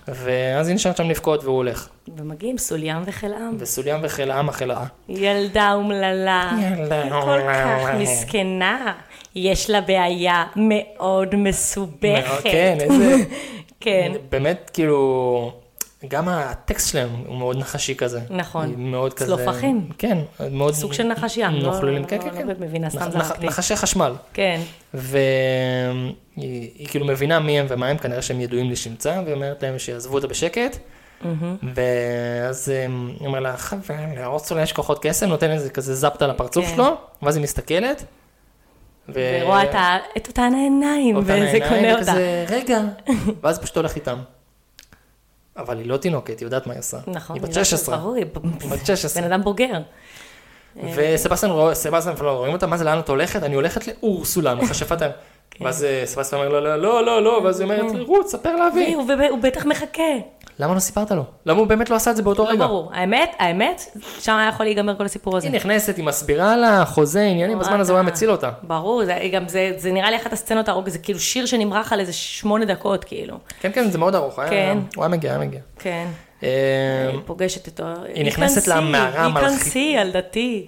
[SPEAKER 2] ואז היא נשארת שם לבכות והוא הולך.
[SPEAKER 3] ומגיעים סולם וחלאם.
[SPEAKER 2] וסולם וחיל העם החלאה.
[SPEAKER 3] ילדה אומללה,
[SPEAKER 2] ילדה
[SPEAKER 3] היא כל
[SPEAKER 2] אומללה.
[SPEAKER 3] כך מסכנה, יש לה בעיה מאוד מסובכת.
[SPEAKER 2] כן, איזה...
[SPEAKER 3] כן,
[SPEAKER 2] באמת, כאילו, גם הטקסט שלהם הוא מאוד נחשי כזה.
[SPEAKER 3] נכון.
[SPEAKER 2] היא מאוד כזה...
[SPEAKER 3] צלופחים.
[SPEAKER 2] כן, מאוד...
[SPEAKER 3] סוג של נחשייה, לא-
[SPEAKER 2] נוכללים,
[SPEAKER 3] לא-
[SPEAKER 2] כן,
[SPEAKER 3] לא
[SPEAKER 2] כן, כן.
[SPEAKER 3] באמת מבינה, סתם
[SPEAKER 2] נח-
[SPEAKER 3] זרקתי.
[SPEAKER 2] נח- נחשי חשמל.
[SPEAKER 3] כן,
[SPEAKER 2] והיא היא כאילו מבינה מי הם ומה הם, כנראה שהם ידועים לשמצה, והיא אומרת להם שיעזבו אותה בשקט. ואז אמ, היא אומרת לה, חבל, לרוץ אולי יש כוחות קסם, נותן איזה כזה זפטה לפרצוף
[SPEAKER 3] כן.
[SPEAKER 2] שלו, ואז היא מסתכלת. ו-
[SPEAKER 3] ורואה את ה- את אותן העיניים,
[SPEAKER 2] אותן
[SPEAKER 3] וזה
[SPEAKER 2] העיניים,
[SPEAKER 3] קונה אותה.
[SPEAKER 2] וכזה, רגע, ואז פשוט הולך איתם. אבל היא לא תינוקת, היא יודעת מה היא עושה.
[SPEAKER 3] נכון,
[SPEAKER 2] היא בת
[SPEAKER 3] יודעת,
[SPEAKER 2] 16.
[SPEAKER 3] ברור, היא
[SPEAKER 2] היא בת 16.
[SPEAKER 3] בן אדם בוגר.
[SPEAKER 2] וסבסטיאן רואה, סבסטיאן פלו, רואים אותה, מה זה, לאן את הולכת? אני הולכת לאורסולה, מכשפת ה...
[SPEAKER 3] כן.
[SPEAKER 2] ואז אה, סבסטיאן אומר, לא, לא, לא, לא, לא, ואז היא אומרת, רות, ספר
[SPEAKER 3] והיא,
[SPEAKER 2] לאבי.
[SPEAKER 3] כן. הוא ב- הוא בטח מחכה.
[SPEAKER 2] למה לא סיפרת לו? למה הוא באמת לא עשה את זה באותו
[SPEAKER 3] לא
[SPEAKER 2] רגע?
[SPEAKER 3] ברור. האמת, האמת, שם היה יכול להיגמר כל הסיפור הזה. אה,
[SPEAKER 2] היא נכנסת, היא מסבירה לה, חוזה, עניינים, בזמן הזה הוא היה מציל אותה.
[SPEAKER 3] ברור, זה גם זה, זה נראה לי אחת הסצנות הארוכות, זה כאילו שיר שנמרח על איזה שמונה דקות, כאילו.
[SPEAKER 2] כן, כן, זה מאוד ארוך, היה-
[SPEAKER 3] כן.
[SPEAKER 2] הוא היה מגיע, היה מגיע.
[SPEAKER 3] כן.
[SPEAKER 2] אה,
[SPEAKER 3] היא פוגשת אותו.
[SPEAKER 2] היא נכנסת למערה המלכית.
[SPEAKER 3] היא ילדתי.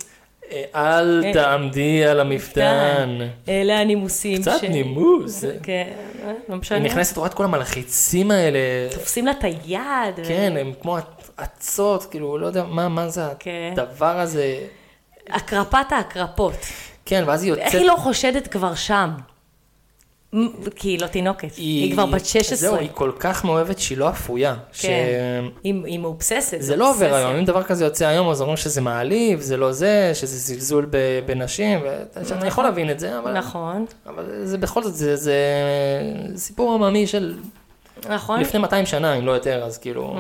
[SPEAKER 2] אה, אל
[SPEAKER 3] אה.
[SPEAKER 2] תעמדי על המפתן.
[SPEAKER 3] אלה הנימוסים.
[SPEAKER 2] קצת
[SPEAKER 3] ש-
[SPEAKER 2] נימוס.
[SPEAKER 3] כן, אה, לא משנה.
[SPEAKER 2] היא נכנסת, רואה את כל המלחיצים האלה.
[SPEAKER 3] תופסים לה את היד. ו-
[SPEAKER 2] כן, הם כמו עצות, כאילו, לא יודע, מה, מה זה
[SPEAKER 3] כן.
[SPEAKER 2] הדבר הזה?
[SPEAKER 3] הקרפת ההקרפות.
[SPEAKER 2] כן, ואז היא
[SPEAKER 3] איך
[SPEAKER 2] יוצאת...
[SPEAKER 3] היא לא חושדת כבר שם? מ- כי היא לא תינוקת. היא כבר בת 16.
[SPEAKER 2] זהו, היא כל כך מאוהבת שהיא לא אפויה. ש...
[SPEAKER 3] כן. היא היא מאובססת.
[SPEAKER 2] זה לא עובר
[SPEAKER 3] אובססיה.
[SPEAKER 2] היום, אם דבר כזה יוצא היום, אז אומרים שזה מעליב, זה לא זה, שזה זלזול ב- בנשים, ו- שאני יכול להבין את זה, אבל...
[SPEAKER 3] נכון,
[SPEAKER 2] אבל זה בכל זאת, זה, זה סיפור עממי של
[SPEAKER 3] נכון,
[SPEAKER 2] לפני 200 שנה, אם לא יותר, אז כאילו,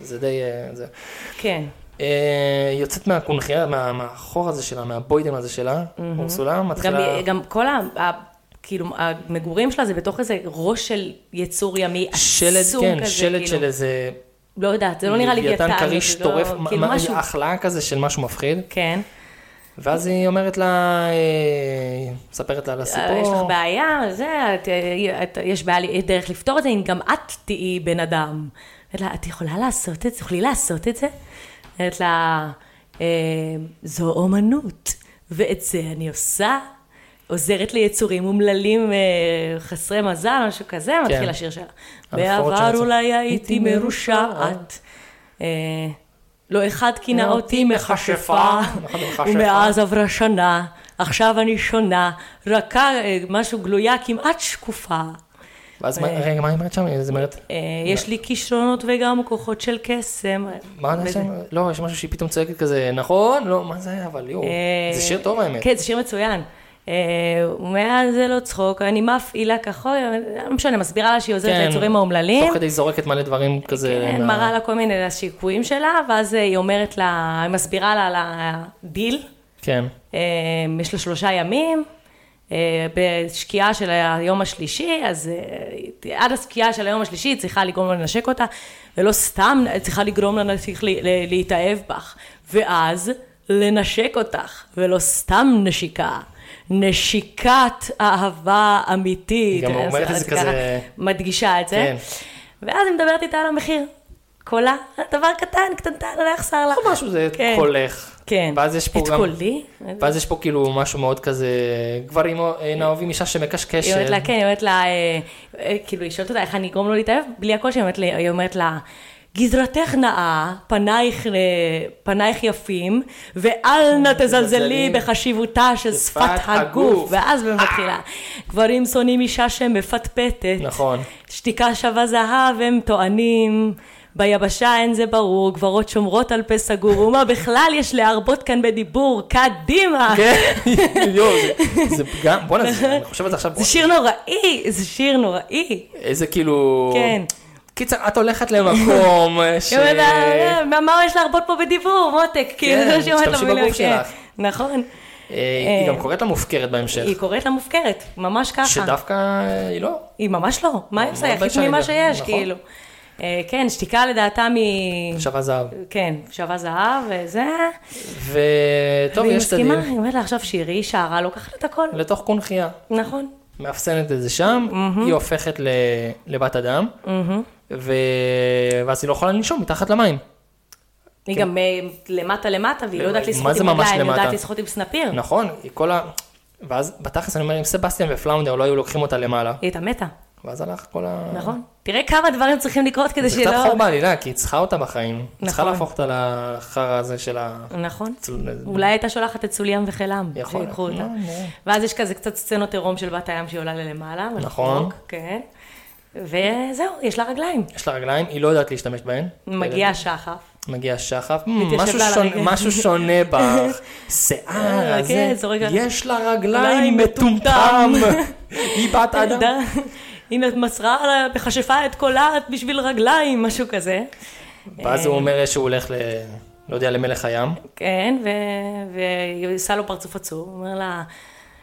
[SPEAKER 2] זה די... אה, זה.
[SPEAKER 3] כן.
[SPEAKER 2] אה, היא יוצאת מהקונכייה, מה- מהחור הזה שלה, מהבוידם הזה שלה, אורסולה,
[SPEAKER 3] גם,
[SPEAKER 2] מתחילה...
[SPEAKER 3] גם כל ה... ה- כאילו, המגורים שלה זה בתוך איזה ראש של יצור ימי
[SPEAKER 2] שלד,
[SPEAKER 3] עצום
[SPEAKER 2] כן,
[SPEAKER 3] כזה,
[SPEAKER 2] שלד
[SPEAKER 3] כאילו.
[SPEAKER 2] של איזה...
[SPEAKER 3] לא יודעת, זה לא נראה לי לוויתן,
[SPEAKER 2] לוויתן
[SPEAKER 3] זה
[SPEAKER 2] כריש
[SPEAKER 3] לא-
[SPEAKER 2] טורף,
[SPEAKER 3] כאילו
[SPEAKER 2] מה- אה.
[SPEAKER 3] משהו,
[SPEAKER 2] החלאה כזה של משהו מפחיד,
[SPEAKER 3] כן.
[SPEAKER 2] ואז היא אומרת לה, אה, מספרת לה על
[SPEAKER 3] אה, יש לך
[SPEAKER 2] הסיפור.
[SPEAKER 3] בעיה, זה, את, אה, את, יש בעיה, לי- יש דרך לפתור את זה, אם גם את תהיי בן אדם. אומרת לה, את יכולה לעשות את זה? תוכלי לעשות את זה? אומרת לה, "אה, זו אומנות, ואת זה אני עושה. עוזרת ליצורים אומללים אה, חסרי מזל, משהו כזה, מתחיל השיר שלה. בעבר
[SPEAKER 2] Unfortunate.
[SPEAKER 3] אולי הייתי מרושעת. אה, לא אחד כינה אותי מכשפה,
[SPEAKER 2] נכון, מכשפה.
[SPEAKER 3] ומאז עברה שנה, עכשיו אני שונה, רכה, אה, משהו גלויה, כמעט שקופה.
[SPEAKER 2] ואז מה- רגע, מה היא אומרת שם? היא אומרת,
[SPEAKER 3] אה, יש לי כישרונות וגם כוחות של קסם.
[SPEAKER 2] מה אני
[SPEAKER 3] וזה-
[SPEAKER 2] שם? לא, יש משהו שהיא פתאום צועקת כזה, נכון? לא, מה זה היה? אבל יואו,
[SPEAKER 3] אה,
[SPEAKER 2] זה שיר טוב האמת.
[SPEAKER 3] כן, זה שיר מצוין. אה, ומאז זה לא צחוק, אני מפעילה כחול, לא משנה, מסבירה לה שהיא עוזרת
[SPEAKER 2] כן,
[SPEAKER 3] ליצורים האומללים.
[SPEAKER 2] תוך כדי זורקת מלא דברים כזה.
[SPEAKER 3] כן,
[SPEAKER 2] מה-
[SPEAKER 3] מראה לה כל מיני השיקויים שלה, ואז אה, היא אומרת לה, היא מסבירה לה על הדיל,
[SPEAKER 2] כן.
[SPEAKER 3] אה, יש לה שלושה ימים, אה, בשקיעה של היום השלישי, אז אה, עד השקיעה של היום השלישי היא צריכה לגרום לה לנשק אותה, ולא סתם היא צריכה לגרום לה להמשיך ל- ל- להתאהב בך, ואז לנשק אותך, ולא סתם נשיקה. נשיקת אהבה אמיתית.
[SPEAKER 2] היא גם
[SPEAKER 3] אז-
[SPEAKER 2] אומרת את
[SPEAKER 3] אז
[SPEAKER 2] זה כזה-
[SPEAKER 3] ככה מדגישה את זה.
[SPEAKER 2] כן.
[SPEAKER 3] ואז היא מדברת איתה על המחיר. קולה, דבר קטן, קטנטן, הולך שר לך.
[SPEAKER 2] לא משהו, זה
[SPEAKER 3] כן.
[SPEAKER 2] חולך.
[SPEAKER 3] כן.
[SPEAKER 2] ואז יש פה
[SPEAKER 3] את
[SPEAKER 2] גם...
[SPEAKER 3] קולי.
[SPEAKER 2] ואז יש פה כאילו משהו מאוד כזה, גברים אין אוהבים אישה שמקשקשת.
[SPEAKER 3] היא אומרת לה, כן, היא אומרת לה, אה, אה, כאילו, היא שואלת אותה איך אני אגרום לו להתאהב, בלי הקול שהיא אומרת לה- היא אומרת לה, גזרתך נאה, פנייך, אה, פנייך יפים, ואל נא תזלזלי
[SPEAKER 2] תזלזלי
[SPEAKER 3] בחשיבותה של
[SPEAKER 2] בשפת
[SPEAKER 3] שפת הגוף.
[SPEAKER 2] הגוף. אה!
[SPEAKER 3] ואז מתחילה, גברים שונאים אישה שמפטפטת.
[SPEAKER 2] נכון.
[SPEAKER 3] שתיקה שווה זהב, הם טוענים. ביבשה אין זה ברור, גברות שומרות על פה סגור, ומה בכלל יש להרבות כאן בדיבור, קדימה.
[SPEAKER 2] כן, יואו, זה- זה גם, בואנה, זה- אני חושב על זה עכשיו,
[SPEAKER 3] זה שיר נוראי, זה שיר נוראי.
[SPEAKER 2] איזה כאילו...
[SPEAKER 3] כן.
[SPEAKER 2] קיצר, את הולכת למקום ש...
[SPEAKER 3] היא אומרת, "אה, מה- מה יש להרבות פה בדיבור, מותק? כאילו, זה מה שהיא אומרת לו
[SPEAKER 2] תשתמשי בגוף
[SPEAKER 3] כן.
[SPEAKER 2] שלך. כן.
[SPEAKER 3] נכון.
[SPEAKER 2] אה, היא גם קוראת לה מופקרת בהמשך.
[SPEAKER 3] היא קוראת לה מופקרת, ממש ככה.
[SPEAKER 2] שדווקא אה, היא לא.
[SPEAKER 3] היא ממש לא, מה אם זה
[SPEAKER 2] מאוד
[SPEAKER 3] היחיד
[SPEAKER 2] ביישנית,
[SPEAKER 3] ממה שיש,
[SPEAKER 2] נכון.
[SPEAKER 3] כאילו. אה, כן, שתיקה לדעתה מ...
[SPEAKER 2] שווה זהב.
[SPEAKER 3] כן, שווה זהב וזה.
[SPEAKER 2] וטוב,
[SPEAKER 3] והיא
[SPEAKER 2] יש את
[SPEAKER 3] מסכימה,
[SPEAKER 2] הדין.
[SPEAKER 3] היא אומרת לה עכשיו שירי, שרה, לוקחת את הכל.
[SPEAKER 2] לתוך קונכייה.
[SPEAKER 3] נכון.
[SPEAKER 2] מאפסנת את זה שם, היא הופכת ל- לבת אדם, ו- ואז היא לא יכולה לנשום מתחת למים.
[SPEAKER 3] היא גם אה, למטה למטה, והיא לא יודעת
[SPEAKER 2] כן. מה
[SPEAKER 3] לשחות
[SPEAKER 2] זה
[SPEAKER 3] עם
[SPEAKER 2] ממש
[SPEAKER 3] רגליים, היא
[SPEAKER 2] למטה?
[SPEAKER 3] יודעת לשחות עם סנפיר. היא
[SPEAKER 2] נכון, היא כל ה... ואז בתכלס אני אומר, אם סבסטיאן ופלאונדר לא היו לוקחים אותה למעלה,
[SPEAKER 3] הייתה מתה,
[SPEAKER 2] ואז הלך כל ה...
[SPEAKER 3] נכון? תראה כמה דברים צריכים לקרות כדי לא-
[SPEAKER 2] זה קצת
[SPEAKER 3] שלא...
[SPEAKER 2] חור בעלילה, כי היא צריכה אותה בחיים. היא צריכה
[SPEAKER 3] נכון.
[SPEAKER 2] להפוך אותה לחרא הזה של ה...
[SPEAKER 3] נכון.
[SPEAKER 2] צול-
[SPEAKER 3] אולי הייתה שולחת את צוליאם וחילם,
[SPEAKER 2] יכול להיות.
[SPEAKER 3] שיקחו אותה.
[SPEAKER 2] לא, נראה.
[SPEAKER 3] ואז יש כזה קצת סצנות עירום של בת הים שהיא עולה ללמעלה.
[SPEAKER 2] נכון.
[SPEAKER 3] ולחלוק, כן. וזהו, יש לה רגליים.
[SPEAKER 2] יש לה רגליים, היא לא יודעת להשתמש בהן.
[SPEAKER 3] מגיע השחף.
[SPEAKER 2] מגיע שחף, "מ,
[SPEAKER 3] מתיישב
[SPEAKER 2] משהו
[SPEAKER 3] לה על
[SPEAKER 2] שונה-
[SPEAKER 3] הרגל."
[SPEAKER 2] משהו שונה בך, שיער
[SPEAKER 3] אה,
[SPEAKER 2] הזה,
[SPEAKER 3] כן, זורק לה-
[SPEAKER 2] יש לה רגליים
[SPEAKER 3] רגליים
[SPEAKER 2] מטומטם, היא בת אדם.
[SPEAKER 3] היא מסרה לה- בכשפה את קולה בשביל רגליים, משהו כזה.
[SPEAKER 2] ואז הוא אומר שהוא הולך ל... לא יודע, למלך הים.
[SPEAKER 3] כן, ו- והיא עושה לו פרצוף עצוב, הוא אומר לה,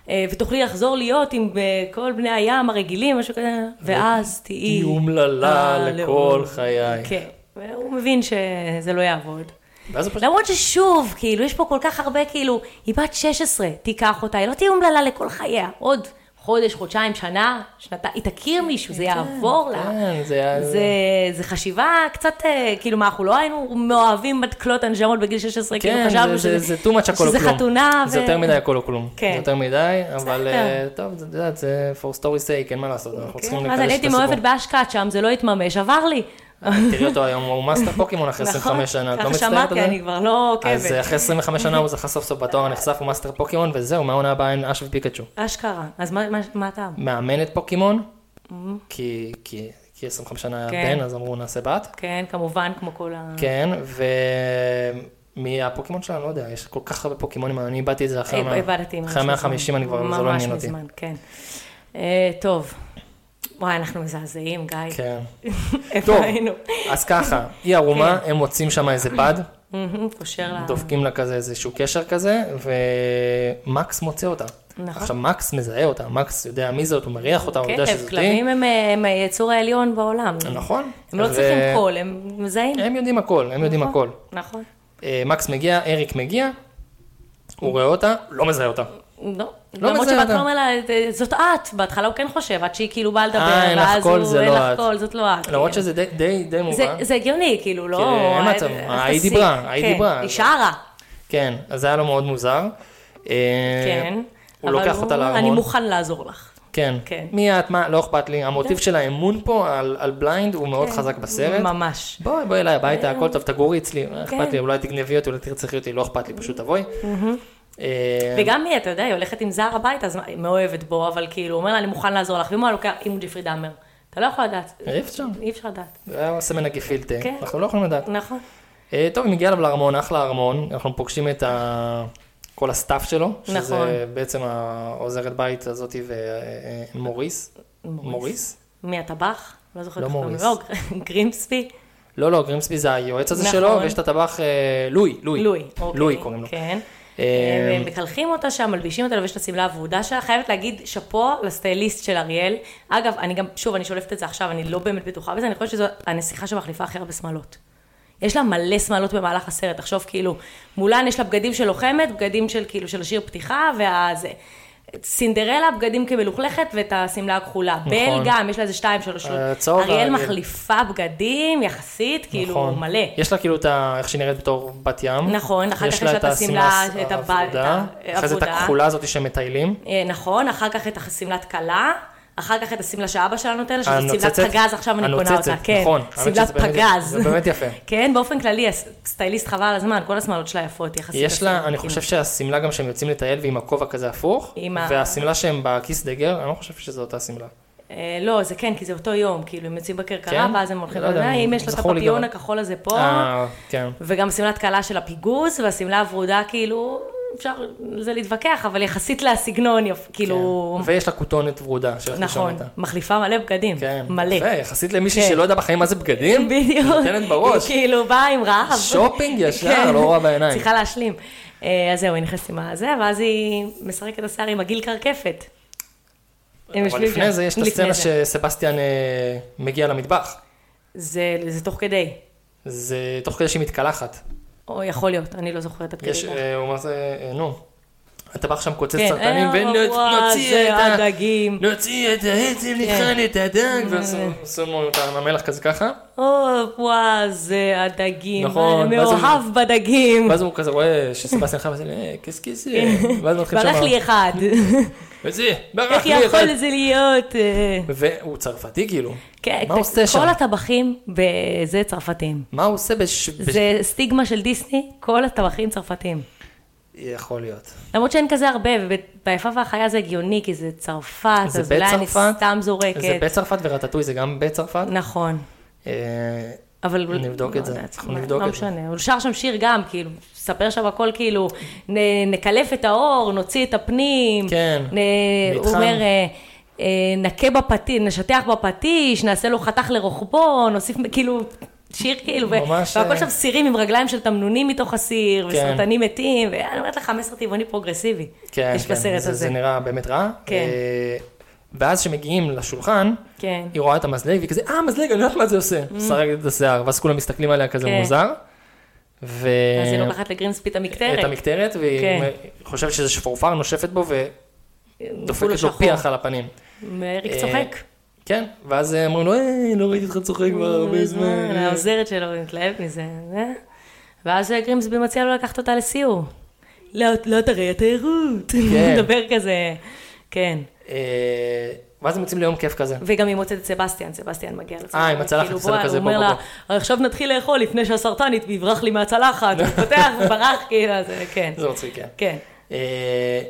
[SPEAKER 3] "אה, ותוכלי לחזור להיות עם אה, כל בני הים הרגילים, משהו כזה, ואז תהיי...
[SPEAKER 2] היא אומללה
[SPEAKER 3] הלאום."
[SPEAKER 2] לכל חיי.
[SPEAKER 3] כן, והוא מבין שזה לא יעבוד.
[SPEAKER 2] ואז הוא פשוט...
[SPEAKER 3] למרות ששוב, כאילו, יש פה כל כך הרבה, כאילו, היא בת 16, תיקח אותה, היא לא תהיה אומללה לכל חייה, עוד חודש, חודשיים, שנה, שנתיים, היא תכיר מישהו, זה יעבור לה.
[SPEAKER 2] כן, זה היה...
[SPEAKER 3] לא- זה, זה חשיבה קצת, אה, כאילו מה, אנחנו לא היינו מאוהבים בתקלות הנשמות בגיל 16, כאילו
[SPEAKER 2] כן,
[SPEAKER 3] חשבנו
[SPEAKER 2] זה-
[SPEAKER 3] שזה,
[SPEAKER 2] זה זה too much הכל או כלום.
[SPEAKER 3] שזה חתונה.
[SPEAKER 2] זה יותר מדי הכל או כלום.
[SPEAKER 3] כן.
[SPEAKER 2] זה יותר מדי, אבל
[SPEAKER 3] בסדר.
[SPEAKER 2] אה, טוב, זה- את יודעת, זה for story sake, אין מה לעשות, אנחנו צריכים לקדש את
[SPEAKER 3] כן, אז אוקיי. אני
[SPEAKER 2] הסיפור.
[SPEAKER 3] הייתי מאוהבת בהשקעת שם, זה לא התממש, עבר לי. נכון?
[SPEAKER 2] תראי אותו היום, הוא מאסטר פוקימון אחרי 25 שנה, את לא
[SPEAKER 3] ככה
[SPEAKER 2] מצטערת על
[SPEAKER 3] שמעתי,
[SPEAKER 2] זה?
[SPEAKER 3] אני כבר לא
[SPEAKER 2] אז אה,
[SPEAKER 3] עוקבת.
[SPEAKER 2] אחרי 25 שנה הוא זכה סוף סוף בתואר הנחשף, הוא מאסטר פוקימון, וזהו, מהעונה הבאה אין אש ופיקצ'ו.
[SPEAKER 3] אשכרה, אז מה- מה- מה הטעם?
[SPEAKER 2] מאמנת פוקימון, כי כי- כי 25 שנה היה
[SPEAKER 3] Mm-hmm. כן.
[SPEAKER 2] בן, אז אמרו נעשה בת.
[SPEAKER 3] כן, כמובן, כמו כל ה...
[SPEAKER 2] כן, ומהפוקימון שלה, אני לא יודע, יש כל כך הרבה פוקימונים, אני איבדתי את זה אחרי
[SPEAKER 3] אה,
[SPEAKER 2] מה-
[SPEAKER 3] איבדתי ממש
[SPEAKER 2] אחרי
[SPEAKER 3] מזמן.
[SPEAKER 2] 150, אני כבר, זה לא עניין אותי.
[SPEAKER 3] ממש מזמן, כן. אה, טוב. וואי, אנחנו מזעזעים, גיא.
[SPEAKER 2] כן.
[SPEAKER 3] איפה
[SPEAKER 2] טוב,
[SPEAKER 3] היינו? כן.
[SPEAKER 2] אז ככה, היא ערומה, הם מוצאים שם איזה פד,
[SPEAKER 3] מהמם, קושר לה...
[SPEAKER 2] דופקים לה כזה איזשהו קשר כזה, ומקס מוצא אותה.
[SPEAKER 3] נכון.
[SPEAKER 2] עכשיו, מקס מזהה אותה, מקס יודע מי זאת, הוא מריח אותה, הוא יודע
[SPEAKER 3] כלב,
[SPEAKER 2] שזאתי.
[SPEAKER 3] כלבים הם, אה, הם היצור העליון בעולם.
[SPEAKER 2] נכון.
[SPEAKER 3] הם לא
[SPEAKER 2] ו-
[SPEAKER 3] צריכים קול, הם מזהים.
[SPEAKER 2] הם יודעים הכל, הם יודעים הכל.
[SPEAKER 3] נכון.
[SPEAKER 2] אה, מקס מגיע, אריק מגיע, הוא רואה אותה, לא מזהה אותה.
[SPEAKER 3] לא,
[SPEAKER 2] לא
[SPEAKER 3] למרות
[SPEAKER 2] מזהה
[SPEAKER 3] שבהתחלה
[SPEAKER 2] אותה.
[SPEAKER 3] הוא אומר לה, זאת את, בהתחלה הוא כן חושב, עד שהיא כאילו באה לדבר,
[SPEAKER 2] אה, אין לך
[SPEAKER 3] ואז
[SPEAKER 2] קול,
[SPEAKER 3] הוא,
[SPEAKER 2] זה
[SPEAKER 3] אין
[SPEAKER 2] לא
[SPEAKER 3] לך
[SPEAKER 2] את."
[SPEAKER 3] קול, זאת לא את.
[SPEAKER 2] למרות
[SPEAKER 3] כן.
[SPEAKER 2] שזה די- די די
[SPEAKER 3] זה-
[SPEAKER 2] מובן.
[SPEAKER 3] זה הגיוני, כאילו, לא...
[SPEAKER 2] אין
[SPEAKER 3] אה,
[SPEAKER 2] מצב,
[SPEAKER 3] אה,
[SPEAKER 2] אה, היא
[SPEAKER 3] תפסיק.
[SPEAKER 2] דיברה, היא
[SPEAKER 3] כן,
[SPEAKER 2] דיברה.
[SPEAKER 3] היא שרה,
[SPEAKER 2] כן, אז זה היה לו מאוד מוזר. אה,
[SPEAKER 3] כן.
[SPEAKER 2] הוא
[SPEAKER 3] אבל
[SPEAKER 2] לוקח אותה
[SPEAKER 3] אני
[SPEAKER 2] לארמון.
[SPEAKER 3] מוכן לעזור לך.
[SPEAKER 2] כן.
[SPEAKER 3] כן.
[SPEAKER 2] מי את, מה, לא אכפת לי. המוטיב של האמון פה על על בליינד הוא מאוד חזק בסרט.
[SPEAKER 3] כן, ממש. אה.
[SPEAKER 2] בואי, בואי אליי הביתה, הכל טוב, תגורי אצלי, לא
[SPEAKER 3] כן.
[SPEAKER 2] אכפת לי, אולי תגנבי אותי, אולי תרצחי אותי, לא אכפת לי, פשוט תבואי. אה,
[SPEAKER 3] וגם היא, אתה יודע, היא הולכת עם זר הביתה, אז מה, היא מאוהבת בו, אבל כאילו, הוא אומר לה, אני מוכן לעזור לך. ואם הוא היה לוקח, אם הוא ג'פרי דאמר, אתה לא יכול לדעת.
[SPEAKER 2] אי אה, אפשר,
[SPEAKER 3] אי אפשר לדעת.
[SPEAKER 2] זה היה סמן הגפילטה,
[SPEAKER 3] כן.
[SPEAKER 2] אנחנו לא יכולים לדעת.
[SPEAKER 3] נכון.
[SPEAKER 2] אה, טוב, היא מגיעה אליו לארמון, אחלה ארמון, אנחנו פוגשים את ה... כל הסטאפ שלו,
[SPEAKER 3] נכון.
[SPEAKER 2] שזה בעצם העוזרת בית הזאתי ומוריס, אה, מוריס?
[SPEAKER 3] מי הטבח? לא זוכרת
[SPEAKER 2] לא
[SPEAKER 3] איך קוראים
[SPEAKER 2] מוריס.
[SPEAKER 3] לו. גרימספי?
[SPEAKER 2] לא, לא, גרימסבי זה היועץ הזה
[SPEAKER 3] נכון.
[SPEAKER 2] שלו, ויש את הטבח אה, לואי, לואי,
[SPEAKER 3] לואי. אוקיי.
[SPEAKER 2] לואי קוראים לו.
[SPEAKER 3] כן.
[SPEAKER 2] אה,
[SPEAKER 3] הם מקלחים אותה שם, מלבישים אותה, ויש לה שמלה הוורודה שלה. חייבת להגיד שאפו לסטייליסט של אריאל. אגב, אני גם, שוב, אני שולפת את זה עכשיו, אני לא באמת בטוחה בזה, אני חושבת שזו הנסיכה שמחליפה הכי הרבה שמלות. יש לה מלא שמלות במהלך הסרט, תחשוב כאילו, מולן יש לה בגדים של לוחמת, בגדים של כאילו של השיר פתיחה, והזה. סינדרלה, בגדים כמלוכלכת, ואת השמלה הכחולה.
[SPEAKER 2] נכון.
[SPEAKER 3] בל גם, יש לה איזה שתיים, שלוש.
[SPEAKER 2] הצהוב
[SPEAKER 3] אריאל
[SPEAKER 2] והאריאל.
[SPEAKER 3] מחליפה בגדים, יחסית, כאילו,
[SPEAKER 2] נכון.
[SPEAKER 3] מלא.
[SPEAKER 2] יש לה כאילו את ה... איך שהיא נראית בתור בת ים.
[SPEAKER 3] נכון, אחר כך יש לה את השמלה, את הב-
[SPEAKER 2] העבודה,
[SPEAKER 3] את ה-
[SPEAKER 2] אחרי זה את
[SPEAKER 3] העבודה.
[SPEAKER 2] הכחולה הזאת שמטיילים.
[SPEAKER 3] אה, נכון, אחר כך את השמלת כלה, אחר כך את השמלה שאבא שלה נותן לה, שזו שמלת
[SPEAKER 2] הנוצצת.
[SPEAKER 3] פגז, עכשיו אני קונה
[SPEAKER 2] הנוצצת,
[SPEAKER 3] אותה. כן,
[SPEAKER 2] נכון. האמת
[SPEAKER 3] שמלת
[SPEAKER 2] שזה באמת-
[SPEAKER 3] פגז.
[SPEAKER 2] זה באמת יפה.
[SPEAKER 3] כן, באופן כללי, הס- סטייליסט חבל על הזמן, כל השמלות שלה יפות יחסית. כן.
[SPEAKER 2] יש לה,
[SPEAKER 3] לסרטים.
[SPEAKER 2] אני חושב שהשמלה גם שהם יוצאים לטייל והיא עם הכובע כזה הפוך,
[SPEAKER 3] עם ה-
[SPEAKER 2] והשמלה שהם בכיס דגר, אני לא חושב שזו אותה שמלה.
[SPEAKER 3] אה, לא, זה כן, כי זה אותו יום, כאילו, הם יוצאים בכרכרה,
[SPEAKER 2] כן?
[SPEAKER 3] ואז הם הולכים,
[SPEAKER 2] לא יודע,
[SPEAKER 3] לדבר, אם יש לה את
[SPEAKER 2] זכור לי
[SPEAKER 3] הפפיון
[SPEAKER 2] גם.
[SPEAKER 3] הכחול הזה פה,
[SPEAKER 2] אה, כן.
[SPEAKER 3] וגם שמלת כלה של הפיגוז, והשמלה הוורודה, כאילו, אפשר על זה להתווכח, אבל יחסית לסגנון, יפ- כאילו,
[SPEAKER 2] כן. ויש לה כותונת ורודה, שהולכת לישון
[SPEAKER 3] נכון,
[SPEAKER 2] איתה.
[SPEAKER 3] מחליפה מלא בגדים,
[SPEAKER 2] כן.
[SPEAKER 3] מלא.
[SPEAKER 2] יפה, יחסית למישהי
[SPEAKER 3] כן.
[SPEAKER 2] שלא יודע בחיים מה זה בגדים,
[SPEAKER 3] בדיוק.
[SPEAKER 2] נותנת בראש.
[SPEAKER 3] היא כאילו באה עם רעב.
[SPEAKER 2] שופינג ישר,
[SPEAKER 3] כן.
[SPEAKER 2] לא רואה בעיניים.
[SPEAKER 3] צריכה להשלים. אה, אז זהו, היא נכנסת עם הזה, ואז היא משחקת את השיער עם הגיל קרקפת.
[SPEAKER 2] אבל
[SPEAKER 3] הם יושבים
[SPEAKER 2] לפני
[SPEAKER 3] שם.
[SPEAKER 2] זה יש את
[SPEAKER 3] לפני
[SPEAKER 2] הסצנה
[SPEAKER 3] זה.
[SPEAKER 2] שסבסטיאן אה, מגיע למטבח.
[SPEAKER 3] זה זה תוך כדי,
[SPEAKER 2] זה תוך כדי שהיא מתקלחת.
[SPEAKER 3] או יכול להיות, אני לא זוכרת עד כדי
[SPEAKER 2] יש,
[SPEAKER 3] כך.
[SPEAKER 2] אה, הוא אומר, זה, אה, נו, אתה בא עכשיו קוצץ
[SPEAKER 3] כן,
[SPEAKER 2] סרטנים,
[SPEAKER 3] אה, וואו,
[SPEAKER 2] ונוציא
[SPEAKER 3] זה
[SPEAKER 2] את ה...
[SPEAKER 3] הדגים. כן. אה.
[SPEAKER 2] נוציא את העצם, נבחן את הדג, ועשו לנו את המלח כזה ככה,
[SPEAKER 3] או, וואו, זה הדגים.
[SPEAKER 2] נכון,
[SPEAKER 3] אני
[SPEAKER 2] ואז הוא-
[SPEAKER 3] מאוהב בדגים.
[SPEAKER 2] ואז הוא כזה רואה שסבסטיאן חם עושה לי, "אה, כס כס, אה", ואז מתחיל שם,
[SPEAKER 3] כן. ברח לי אחד.
[SPEAKER 2] וזה, ברח
[SPEAKER 3] איך
[SPEAKER 2] לי אחד,
[SPEAKER 3] יכול זה להיות? אה,
[SPEAKER 2] והוא צרפתי כאילו,
[SPEAKER 3] כן,
[SPEAKER 2] מה הוא
[SPEAKER 3] ת-
[SPEAKER 2] עושה שם?
[SPEAKER 3] כל הטבחים בזה צרפתים.
[SPEAKER 2] מה הוא עושה בש... בש-
[SPEAKER 3] זה סטיגמה של דיסני, כל הטבחים צרפתים.
[SPEAKER 2] יכול להיות.
[SPEAKER 3] למרות שאין כזה הרבה, וביפה והחיה זה הגיוני, כי זה צרפת,
[SPEAKER 2] זה
[SPEAKER 3] אז אולי אני
[SPEAKER 2] בצרפת?
[SPEAKER 3] סתם
[SPEAKER 2] זה
[SPEAKER 3] זורקת.
[SPEAKER 2] בצרפת ורטטוי זה גם בצרפת?
[SPEAKER 3] נכון.
[SPEAKER 2] אה,
[SPEAKER 3] אבל...
[SPEAKER 2] נבדוק
[SPEAKER 3] לא
[SPEAKER 2] את זה,
[SPEAKER 3] יודעת,
[SPEAKER 2] אנחנו נבדוק
[SPEAKER 3] לא
[SPEAKER 2] את זה.
[SPEAKER 3] משנה, הוא שר שם שיר גם, כאילו, ספר שם הכל כאילו, נ, נקלף את האור, נוציא את הפנים.
[SPEAKER 2] כן,
[SPEAKER 3] נ, הוא
[SPEAKER 2] מתחם.
[SPEAKER 3] אומר, אה, אה, נקה בפטיש, נשטח בפטיש, נעשה לו חתך לרוחבו, נוסיף, כאילו, שיר כאילו, ו-
[SPEAKER 2] ממש,
[SPEAKER 3] והכל
[SPEAKER 2] אה,
[SPEAKER 3] שם סירים עם רגליים של תמנונים מתוך הסיר,
[SPEAKER 2] כן.
[SPEAKER 3] וסרטנים מתים, ואני אומרת לך, מסר טבעוני פרוגרסיבי.
[SPEAKER 2] כן,
[SPEAKER 3] יש
[SPEAKER 2] כן,
[SPEAKER 3] בסרט
[SPEAKER 2] זה-
[SPEAKER 3] הזה.
[SPEAKER 2] זה נראה באמת רע.
[SPEAKER 3] כן.
[SPEAKER 2] אה, ואז כשמגיעים לשולחן,
[SPEAKER 3] כן.
[SPEAKER 2] היא רואה את המזלג, והיא כזה, אה, מזלג, אני יודעת מה זה עושה. סרגת את השיער, ואז כולם מסתכלים עליה כזה
[SPEAKER 3] כן.
[SPEAKER 2] מוזר. ו...
[SPEAKER 3] אז היא לוקחת לגרימספי את המקטרת.
[SPEAKER 2] את המקטרת, והיא
[SPEAKER 3] כן.
[SPEAKER 2] חושבת שזה שפורפר, נושפת בו,
[SPEAKER 3] כולו
[SPEAKER 2] ודופקת לו
[SPEAKER 3] שחור.
[SPEAKER 2] פיח על הפנים.
[SPEAKER 3] ואריק
[SPEAKER 2] אה,
[SPEAKER 3] צוחק.
[SPEAKER 2] כן, ואז אה, אומרים לו, היי, לא ראיתי אותך צוחק כבר הרבה זמן.
[SPEAKER 3] העוזרת שלו, הוא מתלהב מזה.
[SPEAKER 2] אה?
[SPEAKER 3] זה. ואז גרימסבי מציע לו לקחת אותה לסיור. לא, לא תראה התיירות.
[SPEAKER 2] כן.
[SPEAKER 3] מדבר כזה, כן.
[SPEAKER 2] אה, ואז הם יוצאים ליום כיף כזה.
[SPEAKER 3] וגם היא מוצאת את סבסטיאן, סבסטיאן מגיע לצלחת.
[SPEAKER 2] אה, עם הצלחת,
[SPEAKER 3] כאילו,
[SPEAKER 2] בסדר,
[SPEAKER 3] בוא,
[SPEAKER 2] כזה,
[SPEAKER 3] הוא
[SPEAKER 2] בוא,
[SPEAKER 3] אומר
[SPEAKER 2] בוא,
[SPEAKER 3] לה, עכשיו נתחיל לאכול לפני שהסרטן ית- יברח לי מהצלחת. הוא פותח, הוא ברח, כאילו, זה, כן.
[SPEAKER 2] זה מצחיק, כן.
[SPEAKER 3] כן.
[SPEAKER 2] אה,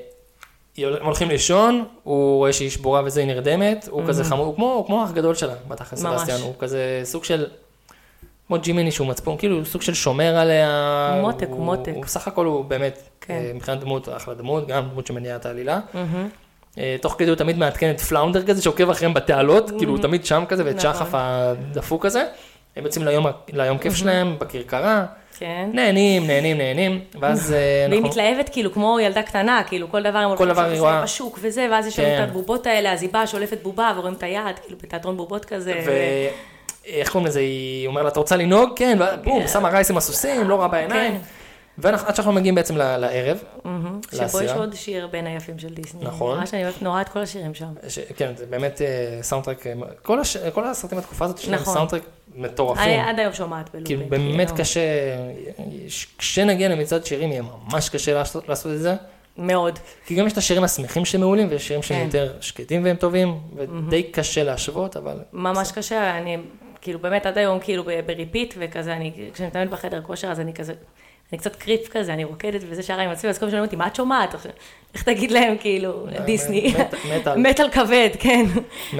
[SPEAKER 2] היא הול- הם הולכים לישון, הוא רואה שהיא שבורה וזה, היא נרדמת, הוא כזה חמור, הוא כמו- הוא כמו אח גדול שלה, בתכלס
[SPEAKER 3] Mm-hmm. ממש.
[SPEAKER 2] סבסטיאן, הוא כזה סוג של, כמו ג'ימיני שהוא מצפון, כאילו הוא סוג של שומר עליה.
[SPEAKER 3] הוא מותק, הוא מותק.
[SPEAKER 2] הוא בסך הכל הוא באמת,
[SPEAKER 3] כן.
[SPEAKER 2] אה, מבחינת דמות, אחלה דמות, גם דמות שמניעה את העלילה. אה, תוך כדי הוא תמיד מעדכן את פלאונדר כזה, שעוקב אחריהם בתעלות, כאילו הוא תמיד שם כזה, ואת
[SPEAKER 3] Mm-hmm. נכון.
[SPEAKER 2] שחף הדפוק הזה. הם יוצאים ליום ה- ליום
[SPEAKER 3] Mm-hmm.
[SPEAKER 2] כיף שלהם, בכרכרה,
[SPEAKER 3] כן.
[SPEAKER 2] נהנים, נהנים, נהנים, ואז אה,
[SPEAKER 3] והיא
[SPEAKER 2] אנחנו...
[SPEAKER 3] מתלהבת כאילו כמו ילדה קטנה, כאילו כל דבר הם הולכים
[SPEAKER 2] דבר
[SPEAKER 3] עכשיו
[SPEAKER 2] היא
[SPEAKER 3] לזה
[SPEAKER 2] רואה.
[SPEAKER 3] בשוק וזה, ואז יש
[SPEAKER 2] כן.
[SPEAKER 3] לנו את הבובות האלה, אז היא באה, שולפת בובה ורואים את היד, כאילו בתיאטרון בובות כזה.
[SPEAKER 2] ואיך קוראים לזה, היא אומרת לה, את רוצה לנהוג? כן, ובום, שמה רייס עם הסוסים,
[SPEAKER 3] כן.
[SPEAKER 2] לא רע בעיניים. ועד שאנחנו מגיעים בעצם ל- לערב,
[SPEAKER 3] Mm-hmm. שבו יש
[SPEAKER 2] לעשייה.
[SPEAKER 3] עוד שיר בין היפים של דיסני.
[SPEAKER 2] נכון.
[SPEAKER 3] ממש אני אוהבת נורא את כל השירים שם.
[SPEAKER 2] ש- כן, זה באמת אה, סאונדטרק, אה, כל הש- כל הסרטים בתקופה הזאת, יש להם
[SPEAKER 3] נכון. אה,
[SPEAKER 2] סאונדטרק מטורפים.
[SPEAKER 3] אני עד היום שומעת בלופים. כן,
[SPEAKER 2] כאילו באמת
[SPEAKER 3] אה,
[SPEAKER 2] קשה, יש- כשנגיע למצעד שירים יהיה ממש קשה לעשות- לעשות את זה.
[SPEAKER 3] מאוד.
[SPEAKER 2] כי גם יש את השירים השמחים שמעולים, ויש שירים שהם
[SPEAKER 3] כן.
[SPEAKER 2] יותר שקטים והם טובים, ודי קשה להשוות, אבל
[SPEAKER 3] ממש קשה, אני כאילו באמת עד היום כאילו ב- בריפיט וכזה, אני, כשאני מתאמנת בחדר כושר אז אני כזה, אני קצת קריפ כזה, אני רוקדת וזה שרה עם עצמי, אז כל פעם שואלים אותי, מה את שומעת? עכשיו, איך תגיד להם כאילו, דיסני,
[SPEAKER 2] מת- אה, מטאל.
[SPEAKER 3] מטאל כבד, כן,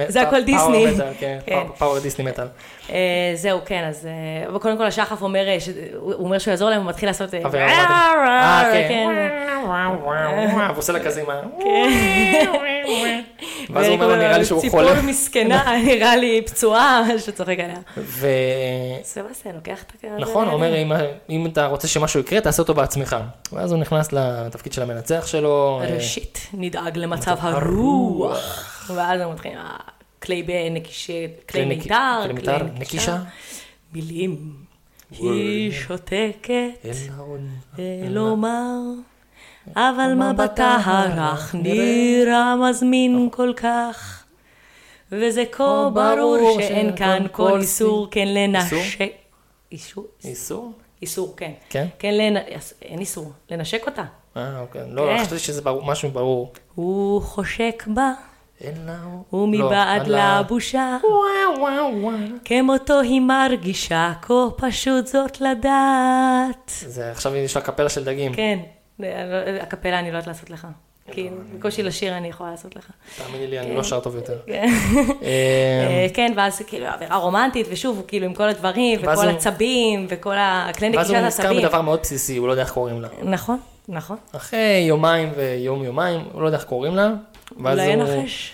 [SPEAKER 3] זה הכל דיסני.
[SPEAKER 2] פאוור מטאל, כן,
[SPEAKER 3] כן.
[SPEAKER 2] פאוור- פאוור דיסני מטאל.
[SPEAKER 3] אה, זהו, כן, אז אה, אבל קודם כל השחף אומר, אה, ש- הוא הוא אומר שהוא יעזור להם, הוא מתחיל לעשות... אה,
[SPEAKER 2] עבירה, עבירה. אוקיי, אה, כן.
[SPEAKER 3] כן.
[SPEAKER 2] והוא עושה לה כזה עם ה... ואז הוא
[SPEAKER 3] ואריק
[SPEAKER 2] אומר לו, נראה לי שהוא חולה.
[SPEAKER 3] כאילו, ציפור מסכנה, נראה לי פצועה, שצוחק עליה.
[SPEAKER 2] ונכון,
[SPEAKER 3] סבסטיין לוקח את הכרטיס.
[SPEAKER 2] נכון, הוא אומר, "אם- אם אתה רוצה שמשהו יקרה, תעשה אותו בעצמך. ואז הוא נכנס לתפקיד של המנצח שלו. אה,
[SPEAKER 3] ראשית, נדאג למצב הרוח. ואז הם מתחילים, אה, כלי בנקישה, כלי
[SPEAKER 2] נק-
[SPEAKER 3] מיתר,
[SPEAKER 2] כלי מיתר, נקישה.
[SPEAKER 3] מילים. היא שותקת,
[SPEAKER 2] אל הארון.
[SPEAKER 3] לומר, אבל מבטה נכון. הרך נראה מזמין כל כך, וזה כה ברור שאין כאן כל איסור, כן לנשק. איסור?
[SPEAKER 2] איסור?
[SPEAKER 3] איסור, כן.
[SPEAKER 2] כן?
[SPEAKER 3] כן, לנ... אין איסור, לנשק אותה.
[SPEAKER 2] אה, אוקיי. לא,
[SPEAKER 3] כן.
[SPEAKER 2] חשבתי שזה ברור- משהו ברור.
[SPEAKER 3] הוא חושק בה,
[SPEAKER 2] אל הארון.
[SPEAKER 3] ומבעד
[SPEAKER 2] לא,
[SPEAKER 3] לה
[SPEAKER 2] על ה-
[SPEAKER 3] הבושה,
[SPEAKER 2] וואו, וואו, וואו.
[SPEAKER 3] כמותו כן, היא מרגישה, כה פשוט זאת לדעת.
[SPEAKER 2] זה עכשיו יש לה קפלה של דגים.
[SPEAKER 3] כן, אה, הקפלה אני לא יודעת לעשות לך. כאילו, בקושי לשיר אני יכולה לעשות לך.
[SPEAKER 2] תאמיני לי, אני לא שר טוב יותר.
[SPEAKER 3] כן.
[SPEAKER 2] אה,
[SPEAKER 3] אה, כן, ואז כאילו עבירה רומנטית, ושוב, הוא כאילו עם כל הדברים,
[SPEAKER 2] ואז
[SPEAKER 3] וכל
[SPEAKER 2] הוא-
[SPEAKER 3] הצבים, וכל ה- הכלי
[SPEAKER 2] ואז הוא
[SPEAKER 3] נקישת
[SPEAKER 2] נזכר
[SPEAKER 3] הצבים.
[SPEAKER 2] בדבר מאוד בסיסי, הוא לא יודע איך קוראים לה.
[SPEAKER 3] נכון, נכון.
[SPEAKER 2] אחרי יומיים ויום יומיים, הוא לא יודע איך קוראים לה. ואז
[SPEAKER 3] אולי
[SPEAKER 2] הוא- אה,
[SPEAKER 3] ינחש.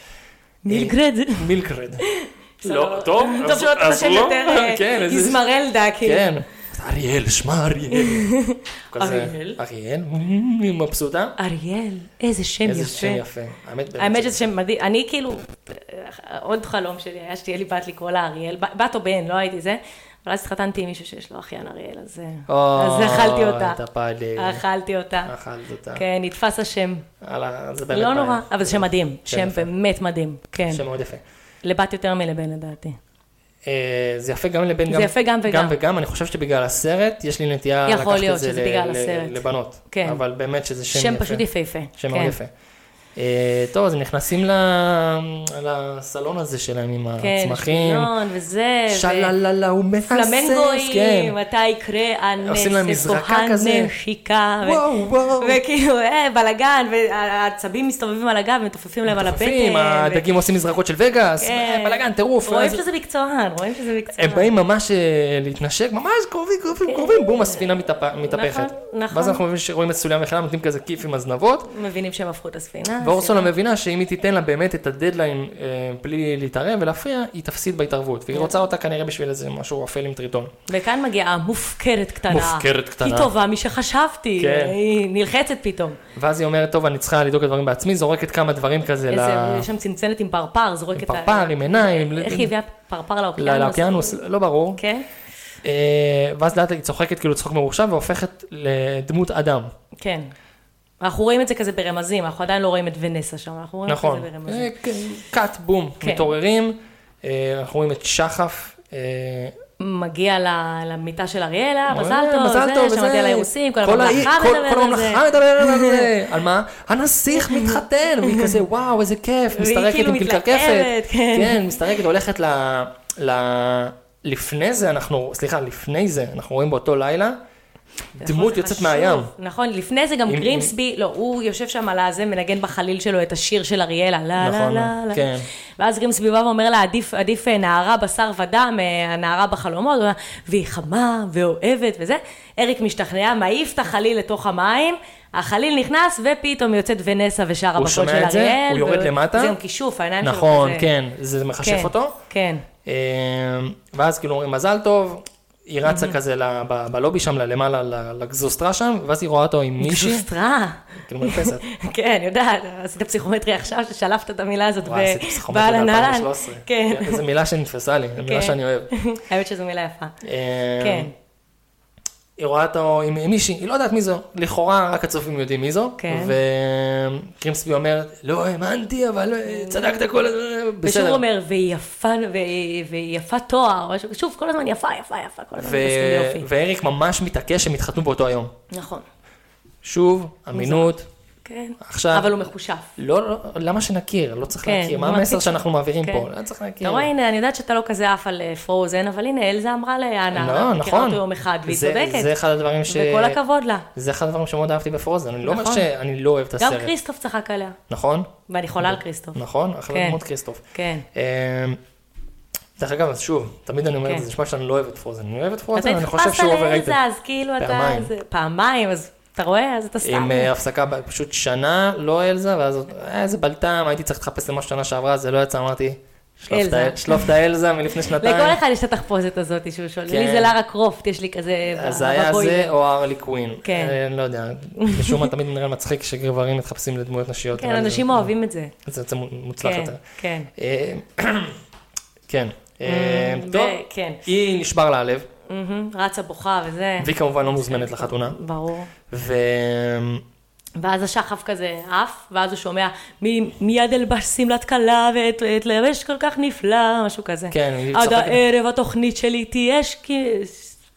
[SPEAKER 3] מילגרד.
[SPEAKER 2] מילקרד.
[SPEAKER 3] בסדר.
[SPEAKER 2] לא, טוב,
[SPEAKER 3] טוב
[SPEAKER 2] אז-
[SPEAKER 3] שלא
[SPEAKER 2] אז
[SPEAKER 3] תחשב
[SPEAKER 2] לא.
[SPEAKER 3] יותר אה,
[SPEAKER 2] כן, איזה-
[SPEAKER 3] איזמרלדה, כאילו.
[SPEAKER 2] כן. אז אריאל, שמה אריאל. הוא כזה,
[SPEAKER 3] אריאל?
[SPEAKER 2] אריאל, מ- היא מבסוטה.
[SPEAKER 3] אריאל, איזה שם
[SPEAKER 2] איזה שם
[SPEAKER 3] כן, יפה.
[SPEAKER 2] יפה. האמת, באמת.
[SPEAKER 3] האמת שזה שם מדהים, אני אה, כאילו, עוד חלום שלי היה שתהיה לי בת לקרוא לה אריאל, ב- בת או בן, לא הייתי זה, אבל אז התחתנתי עם מישהו שיש לו אחיין אריאל, אז אה,
[SPEAKER 2] אוי,
[SPEAKER 3] אז אכלתי אותה.
[SPEAKER 2] את הפאלי.
[SPEAKER 3] אכלתי אותה.
[SPEAKER 2] אכלת אותה.
[SPEAKER 3] כן, נתפס השם.
[SPEAKER 2] הלאה, זה באמת
[SPEAKER 3] לא
[SPEAKER 2] בעיה.
[SPEAKER 3] נורא, אבל זה שם מדהים. שם
[SPEAKER 2] כן, יפה.
[SPEAKER 3] באמת מדהים. כן.
[SPEAKER 2] שם מאוד יפה.
[SPEAKER 3] לבת יותר מלבן לדעתי.
[SPEAKER 2] אה, זה יפה גם לבן,
[SPEAKER 3] זה
[SPEAKER 2] גם,
[SPEAKER 3] יפה גם וגם.
[SPEAKER 2] גם וגם, אני חושב שבגלל הסרט, יש לי נטייה
[SPEAKER 3] יכול
[SPEAKER 2] לקחת
[SPEAKER 3] להיות
[SPEAKER 2] את זה
[SPEAKER 3] שזה
[SPEAKER 2] ל-
[SPEAKER 3] בגלל
[SPEAKER 2] ל-
[SPEAKER 3] הסרט.
[SPEAKER 2] לבנות,
[SPEAKER 3] כן.
[SPEAKER 2] אבל באמת שזה שם,
[SPEAKER 3] שם
[SPEAKER 2] יפה,
[SPEAKER 3] פשוט יפהפה.
[SPEAKER 2] שם
[SPEAKER 3] כן.
[SPEAKER 2] מאוד יפה. אה, טוב, אז הם נכנסים ל- לסלון הזה שלהם עם
[SPEAKER 3] כן,
[SPEAKER 2] הצמחים,
[SPEAKER 3] שוויון וזה. ו-
[SPEAKER 2] שלללה, הוא מהסס, כן.
[SPEAKER 3] פלמנגואים, מתי יקרה הנס,
[SPEAKER 2] עושים להם מזרקה כזה.
[SPEAKER 3] נשיקה, ו-
[SPEAKER 2] וואו, וואו.
[SPEAKER 3] וכאילו, אה, בלאגן, והעצבים מסתובבים על הגב ומתופפים להם על הבטן.
[SPEAKER 2] מטפפים,
[SPEAKER 3] כן, ו-
[SPEAKER 2] הדגים עושים מזרקות של וגאס,
[SPEAKER 3] כן.
[SPEAKER 2] בלאגן, טירוף.
[SPEAKER 3] רואים
[SPEAKER 2] אז-
[SPEAKER 3] שזה מקצוען, רואים שזה מקצוען.
[SPEAKER 2] הם באים ממש אה, להתנשק, ממש קרובים, קרובים, קרובים, בום, הספינה מתאפ- מתהפכת.
[SPEAKER 3] כן. נכון. אה,
[SPEAKER 2] ואז אנחנו מבינים שרואים את סוליה מכינה, נותנים כזה כיף עם הזנבות,
[SPEAKER 3] מבינים שהם הפכו את הספינה.
[SPEAKER 2] ואורסולה מבינה שאם היא תיתן לה באמת את הדדליין אה, בלי להתערב ולהפריע, היא תפסיד בהתערבות.
[SPEAKER 3] כן.
[SPEAKER 2] והיא רוצה אותה כנראה בשביל איזה משהו אפל עם טריטון.
[SPEAKER 3] וכאן מגיעה מופקרת קטנה.
[SPEAKER 2] מופקרת קטנה.
[SPEAKER 3] היא טובה משחשבתי.
[SPEAKER 2] כן.
[SPEAKER 3] היא נלחצת פתאום.
[SPEAKER 2] ואז היא אומרת, טוב, אני צריכה לבדוק את הדברים בעצמי, זורקת כמה דברים כזה ל...
[SPEAKER 3] איזה, יש שם צנצנת עם פרפר, זורקת...
[SPEAKER 2] עם
[SPEAKER 3] לה-
[SPEAKER 2] פרפר, עם עיניים,
[SPEAKER 3] איך
[SPEAKER 2] ל-
[SPEAKER 3] היא הביאה פרפר
[SPEAKER 2] ל-
[SPEAKER 3] לאוקיינוס?
[SPEAKER 2] לאוקיינוס, לא ברור.
[SPEAKER 3] כן,
[SPEAKER 2] אה, ואז לאט היא צוחקת כאילו צחוק מרושע והופכת לדמות אדם.
[SPEAKER 3] כן. אנחנו רואים את זה כזה ברמזים, אנחנו עדיין לא רואים את ונסה שם, אנחנו רואים
[SPEAKER 2] נכון.
[SPEAKER 3] את זה ברמזים.
[SPEAKER 2] אה, קאט, בום,
[SPEAKER 3] כן.
[SPEAKER 2] מתעוררים, אה, אנחנו רואים את שחף. אה,
[SPEAKER 3] מגיע ל- למיטה של אריאלה,
[SPEAKER 2] אומרים,
[SPEAKER 3] מזל
[SPEAKER 2] אה,
[SPEAKER 3] טוב, זה, שמגיע לאירוסים, כל הממלכה
[SPEAKER 2] העיר- כל-
[SPEAKER 3] מדברת
[SPEAKER 2] כל
[SPEAKER 3] על זה.
[SPEAKER 2] הממלכה מדברת על זה. על מה? הנסיך מתחתן, והיא כזה, וואו, איזה כיף,
[SPEAKER 3] והיא
[SPEAKER 2] מסתרקת
[SPEAKER 3] כאילו
[SPEAKER 2] עם קלקרקפת.
[SPEAKER 3] מתלהבת, כן.
[SPEAKER 2] כן, מסתרקת, הולכת ל... ל- לפני זה אנחנו, סליחה, לפני זה, אנחנו רואים באותו לילה, דמות
[SPEAKER 3] נכון, זה
[SPEAKER 2] יוצאת
[SPEAKER 3] חשוב.
[SPEAKER 2] מהים.
[SPEAKER 3] נכון, לפני זה גם
[SPEAKER 2] אם-
[SPEAKER 3] גרימסבי, לא, הוא יושב שם על הזה, מנגן בחליל שלו את השיר של אריאלה, לה לה
[SPEAKER 2] נכון,
[SPEAKER 3] לה לה.
[SPEAKER 2] כן.
[SPEAKER 3] ואז גרימסבי בא ואומר לה, עדיף, עדיף אה, נערה בשר ודם, אה, הנערה בחלומות, הוא אומר, והיא חמה ואוהבת וזה. אריק משתכנע, מעיף את החליל לתוך המים, החליל נכנס, ופתאום יוצאת ונסה ושרה
[SPEAKER 2] הוא
[SPEAKER 3] בקול של אריאל.
[SPEAKER 2] שומע את זה, הוא יורד
[SPEAKER 3] והוא-
[SPEAKER 2] למטה.
[SPEAKER 3] זה גם כישוף, העיניים שלו
[SPEAKER 2] נכון,
[SPEAKER 3] כזה.
[SPEAKER 2] כן, זה מכשף
[SPEAKER 3] כן,
[SPEAKER 2] אותו.
[SPEAKER 3] כן.
[SPEAKER 2] אמ, ואז כאילו אומרים מזל טוב, היא רצה כזה ל- ב- בלובי שם, למעלה, ל- לגזוסטרה שם, ואז היא רואה אותו עם מישהי,
[SPEAKER 3] זוסטרה.
[SPEAKER 2] כאילו מרפסת.
[SPEAKER 3] כן, יודעת, עשית פסיכומטרי עכשיו, ששלפת את המילה הזאת,
[SPEAKER 2] וואי, עשיתי פסיכומטרי ב-2013.
[SPEAKER 3] כן.
[SPEAKER 2] איזו מילה שנתפסה לי, זו מילה
[SPEAKER 3] כן.
[SPEAKER 2] שאני אוהב.
[SPEAKER 3] האמת שזו מילה יפה.
[SPEAKER 2] אמ,
[SPEAKER 3] כן,
[SPEAKER 2] היא רואה אותו עם עם מישהי, היא לא יודעת מי זו, לכאורה רק הצופים יודעים מי זו,
[SPEAKER 3] כן.
[SPEAKER 2] וקרימסבי אומר, לא האמנתי, אבל אה, צדקת כל הזמן,
[SPEAKER 3] ושוב
[SPEAKER 2] בסדר.
[SPEAKER 3] הוא אומר, והיא יפה, והיא- והיא יפה תואר, או משהו- שוב, כל הזמן יפה, יפה, יפה, כל הזמן
[SPEAKER 2] ו-
[SPEAKER 3] מסכים ליופי.
[SPEAKER 2] ואריק ממש מתעקש שהם יתחתנו באותו היום.
[SPEAKER 3] נכון,
[SPEAKER 2] שוב, אמינות,
[SPEAKER 3] כן.
[SPEAKER 2] עכשיו-
[SPEAKER 3] אבל הוא מחושף.
[SPEAKER 2] לא, לא, למה שנכיר? לא צריך
[SPEAKER 3] כן,
[SPEAKER 2] להכיר. מה
[SPEAKER 3] מה
[SPEAKER 2] המסר
[SPEAKER 3] פתאום?
[SPEAKER 2] שאנחנו מעבירים
[SPEAKER 3] כן.
[SPEAKER 2] פה? לא צריך להכיר.
[SPEAKER 3] אתה רואה, הנה, אני יודעת שאתה לא כזה עף על אה, פרוזן, אבל הנה, אלזה אמרה לאנה,
[SPEAKER 2] לא,
[SPEAKER 3] מכירה
[SPEAKER 2] נכון.
[SPEAKER 3] אותו יום אחד, והיא
[SPEAKER 2] זה- זה
[SPEAKER 3] צודקת,
[SPEAKER 2] אחד הדברים ש...
[SPEAKER 3] וכל הכבוד לה.
[SPEAKER 2] זה אחד הדברים שמאוד אהבתי בפרוזן. אני לא אומר
[SPEAKER 3] נכון.
[SPEAKER 2] שאני לא אוהב את
[SPEAKER 3] גם
[SPEAKER 2] הסרט.
[SPEAKER 3] כריסטוף צחק עליה,
[SPEAKER 2] נכון?
[SPEAKER 3] ואני חולה על כריסטוף.
[SPEAKER 2] נכון? אחלה
[SPEAKER 3] כן.
[SPEAKER 2] דמות כריסטוף.
[SPEAKER 3] כן.
[SPEAKER 2] אמ, דרך אגב, אז שוב, תמיד אני אומר את
[SPEAKER 3] כן.
[SPEAKER 2] זה, זה נשמע שאני לא אוהב את פרוזן. אני אוהב את
[SPEAKER 3] אתה
[SPEAKER 2] פרוזן, אני חושב
[SPEAKER 3] התחפשת
[SPEAKER 2] שהוא
[SPEAKER 3] לאלזה,
[SPEAKER 2] overrated.
[SPEAKER 3] אז כאילו אתה...
[SPEAKER 2] פעמיים.
[SPEAKER 3] זה- פעמיים, אז אתה רואה? אז אתה סתם.
[SPEAKER 2] עם אה, הפסקה ב- פשוט שנה, לא אלזה, ואז עוד, אה, איזה בלטם, הייתי צריך לחפש למשהו שנה שעברה, זה לא יצא, אמרתי, שלוף את
[SPEAKER 3] אלזה.
[SPEAKER 2] האל- שלוף את האלזה מלפני שנתיים.
[SPEAKER 3] לכל אחד יש את התחפושת הזאת שהוא שואל. לי
[SPEAKER 2] כן.
[SPEAKER 3] זה לארה קרופט, יש לי כזה...
[SPEAKER 2] אז
[SPEAKER 3] ב-
[SPEAKER 2] זה היה
[SPEAKER 3] בבויזר.
[SPEAKER 2] זה או הרלי קווין.
[SPEAKER 3] כן.
[SPEAKER 2] אה, לא יודע, משום מה תמיד נראה מצחיק שגברים מתחפשים לדמויות נשיות.
[SPEAKER 3] כן,
[SPEAKER 2] אבל זה-
[SPEAKER 3] אנשים אוהבים את זה.
[SPEAKER 2] זה יוצא מוצלח
[SPEAKER 3] כן,
[SPEAKER 2] יותר.
[SPEAKER 3] כן.
[SPEAKER 2] אה, כן. אה,
[SPEAKER 3] ו-
[SPEAKER 2] טוב,
[SPEAKER 3] כן.
[SPEAKER 2] היא נשבר לה הלב,
[SPEAKER 3] מהמם, רצה בוכה וזה,
[SPEAKER 2] והיא כמובן לא מוזמנת לחתונה.
[SPEAKER 3] ברור.
[SPEAKER 2] ו...
[SPEAKER 3] ואז השחף כזה עף, ואז הוא שומע, "מי- מיד אלבש שמלת כלה ואתלבש כל כך נפלא, משהו כזה.
[SPEAKER 2] כן, היא
[SPEAKER 3] עד
[SPEAKER 2] צוחקת.
[SPEAKER 3] הערב התוכנית שלי תהיה ש-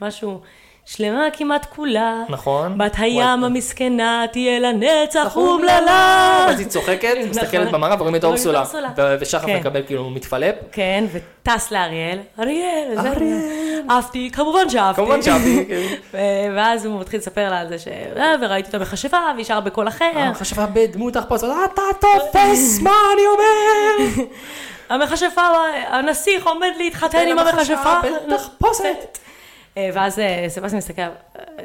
[SPEAKER 3] משהו שלמה כמעט כולה.
[SPEAKER 2] נכון.
[SPEAKER 3] בת הים
[SPEAKER 2] וואי.
[SPEAKER 3] המסכנה תהיה לנצח אומללה.
[SPEAKER 2] אז היא צוחקת, מסתכלת
[SPEAKER 3] נכון.
[SPEAKER 2] במראה ורואים את
[SPEAKER 3] רואים את
[SPEAKER 2] אורסולה.
[SPEAKER 3] אורסולה.
[SPEAKER 2] ו- ושחף
[SPEAKER 3] כן.
[SPEAKER 2] מקבל כאילו מתפלפ.
[SPEAKER 3] כן, וטס לאריאל, אריאל, זה
[SPEAKER 2] אריאל.
[SPEAKER 3] עפתי, כמובן שאהבתי.
[SPEAKER 2] כמובן שאהבתי, כן.
[SPEAKER 3] ו- ואז הוא מתחיל לספר לה על זה ש... "אה, וראיתי אותה בחשיבה, והיא שרה בקול אחר.
[SPEAKER 2] אה, חשבה בדמות תחפוץ, אתה תופס מה אני אומר.
[SPEAKER 3] המכשפה, הנסיך עומד להתחתן
[SPEAKER 2] כן,
[SPEAKER 3] עם המכשפה.
[SPEAKER 2] תחפושת.
[SPEAKER 3] אה, ואז אה, סבסטין מסתכל, "אה,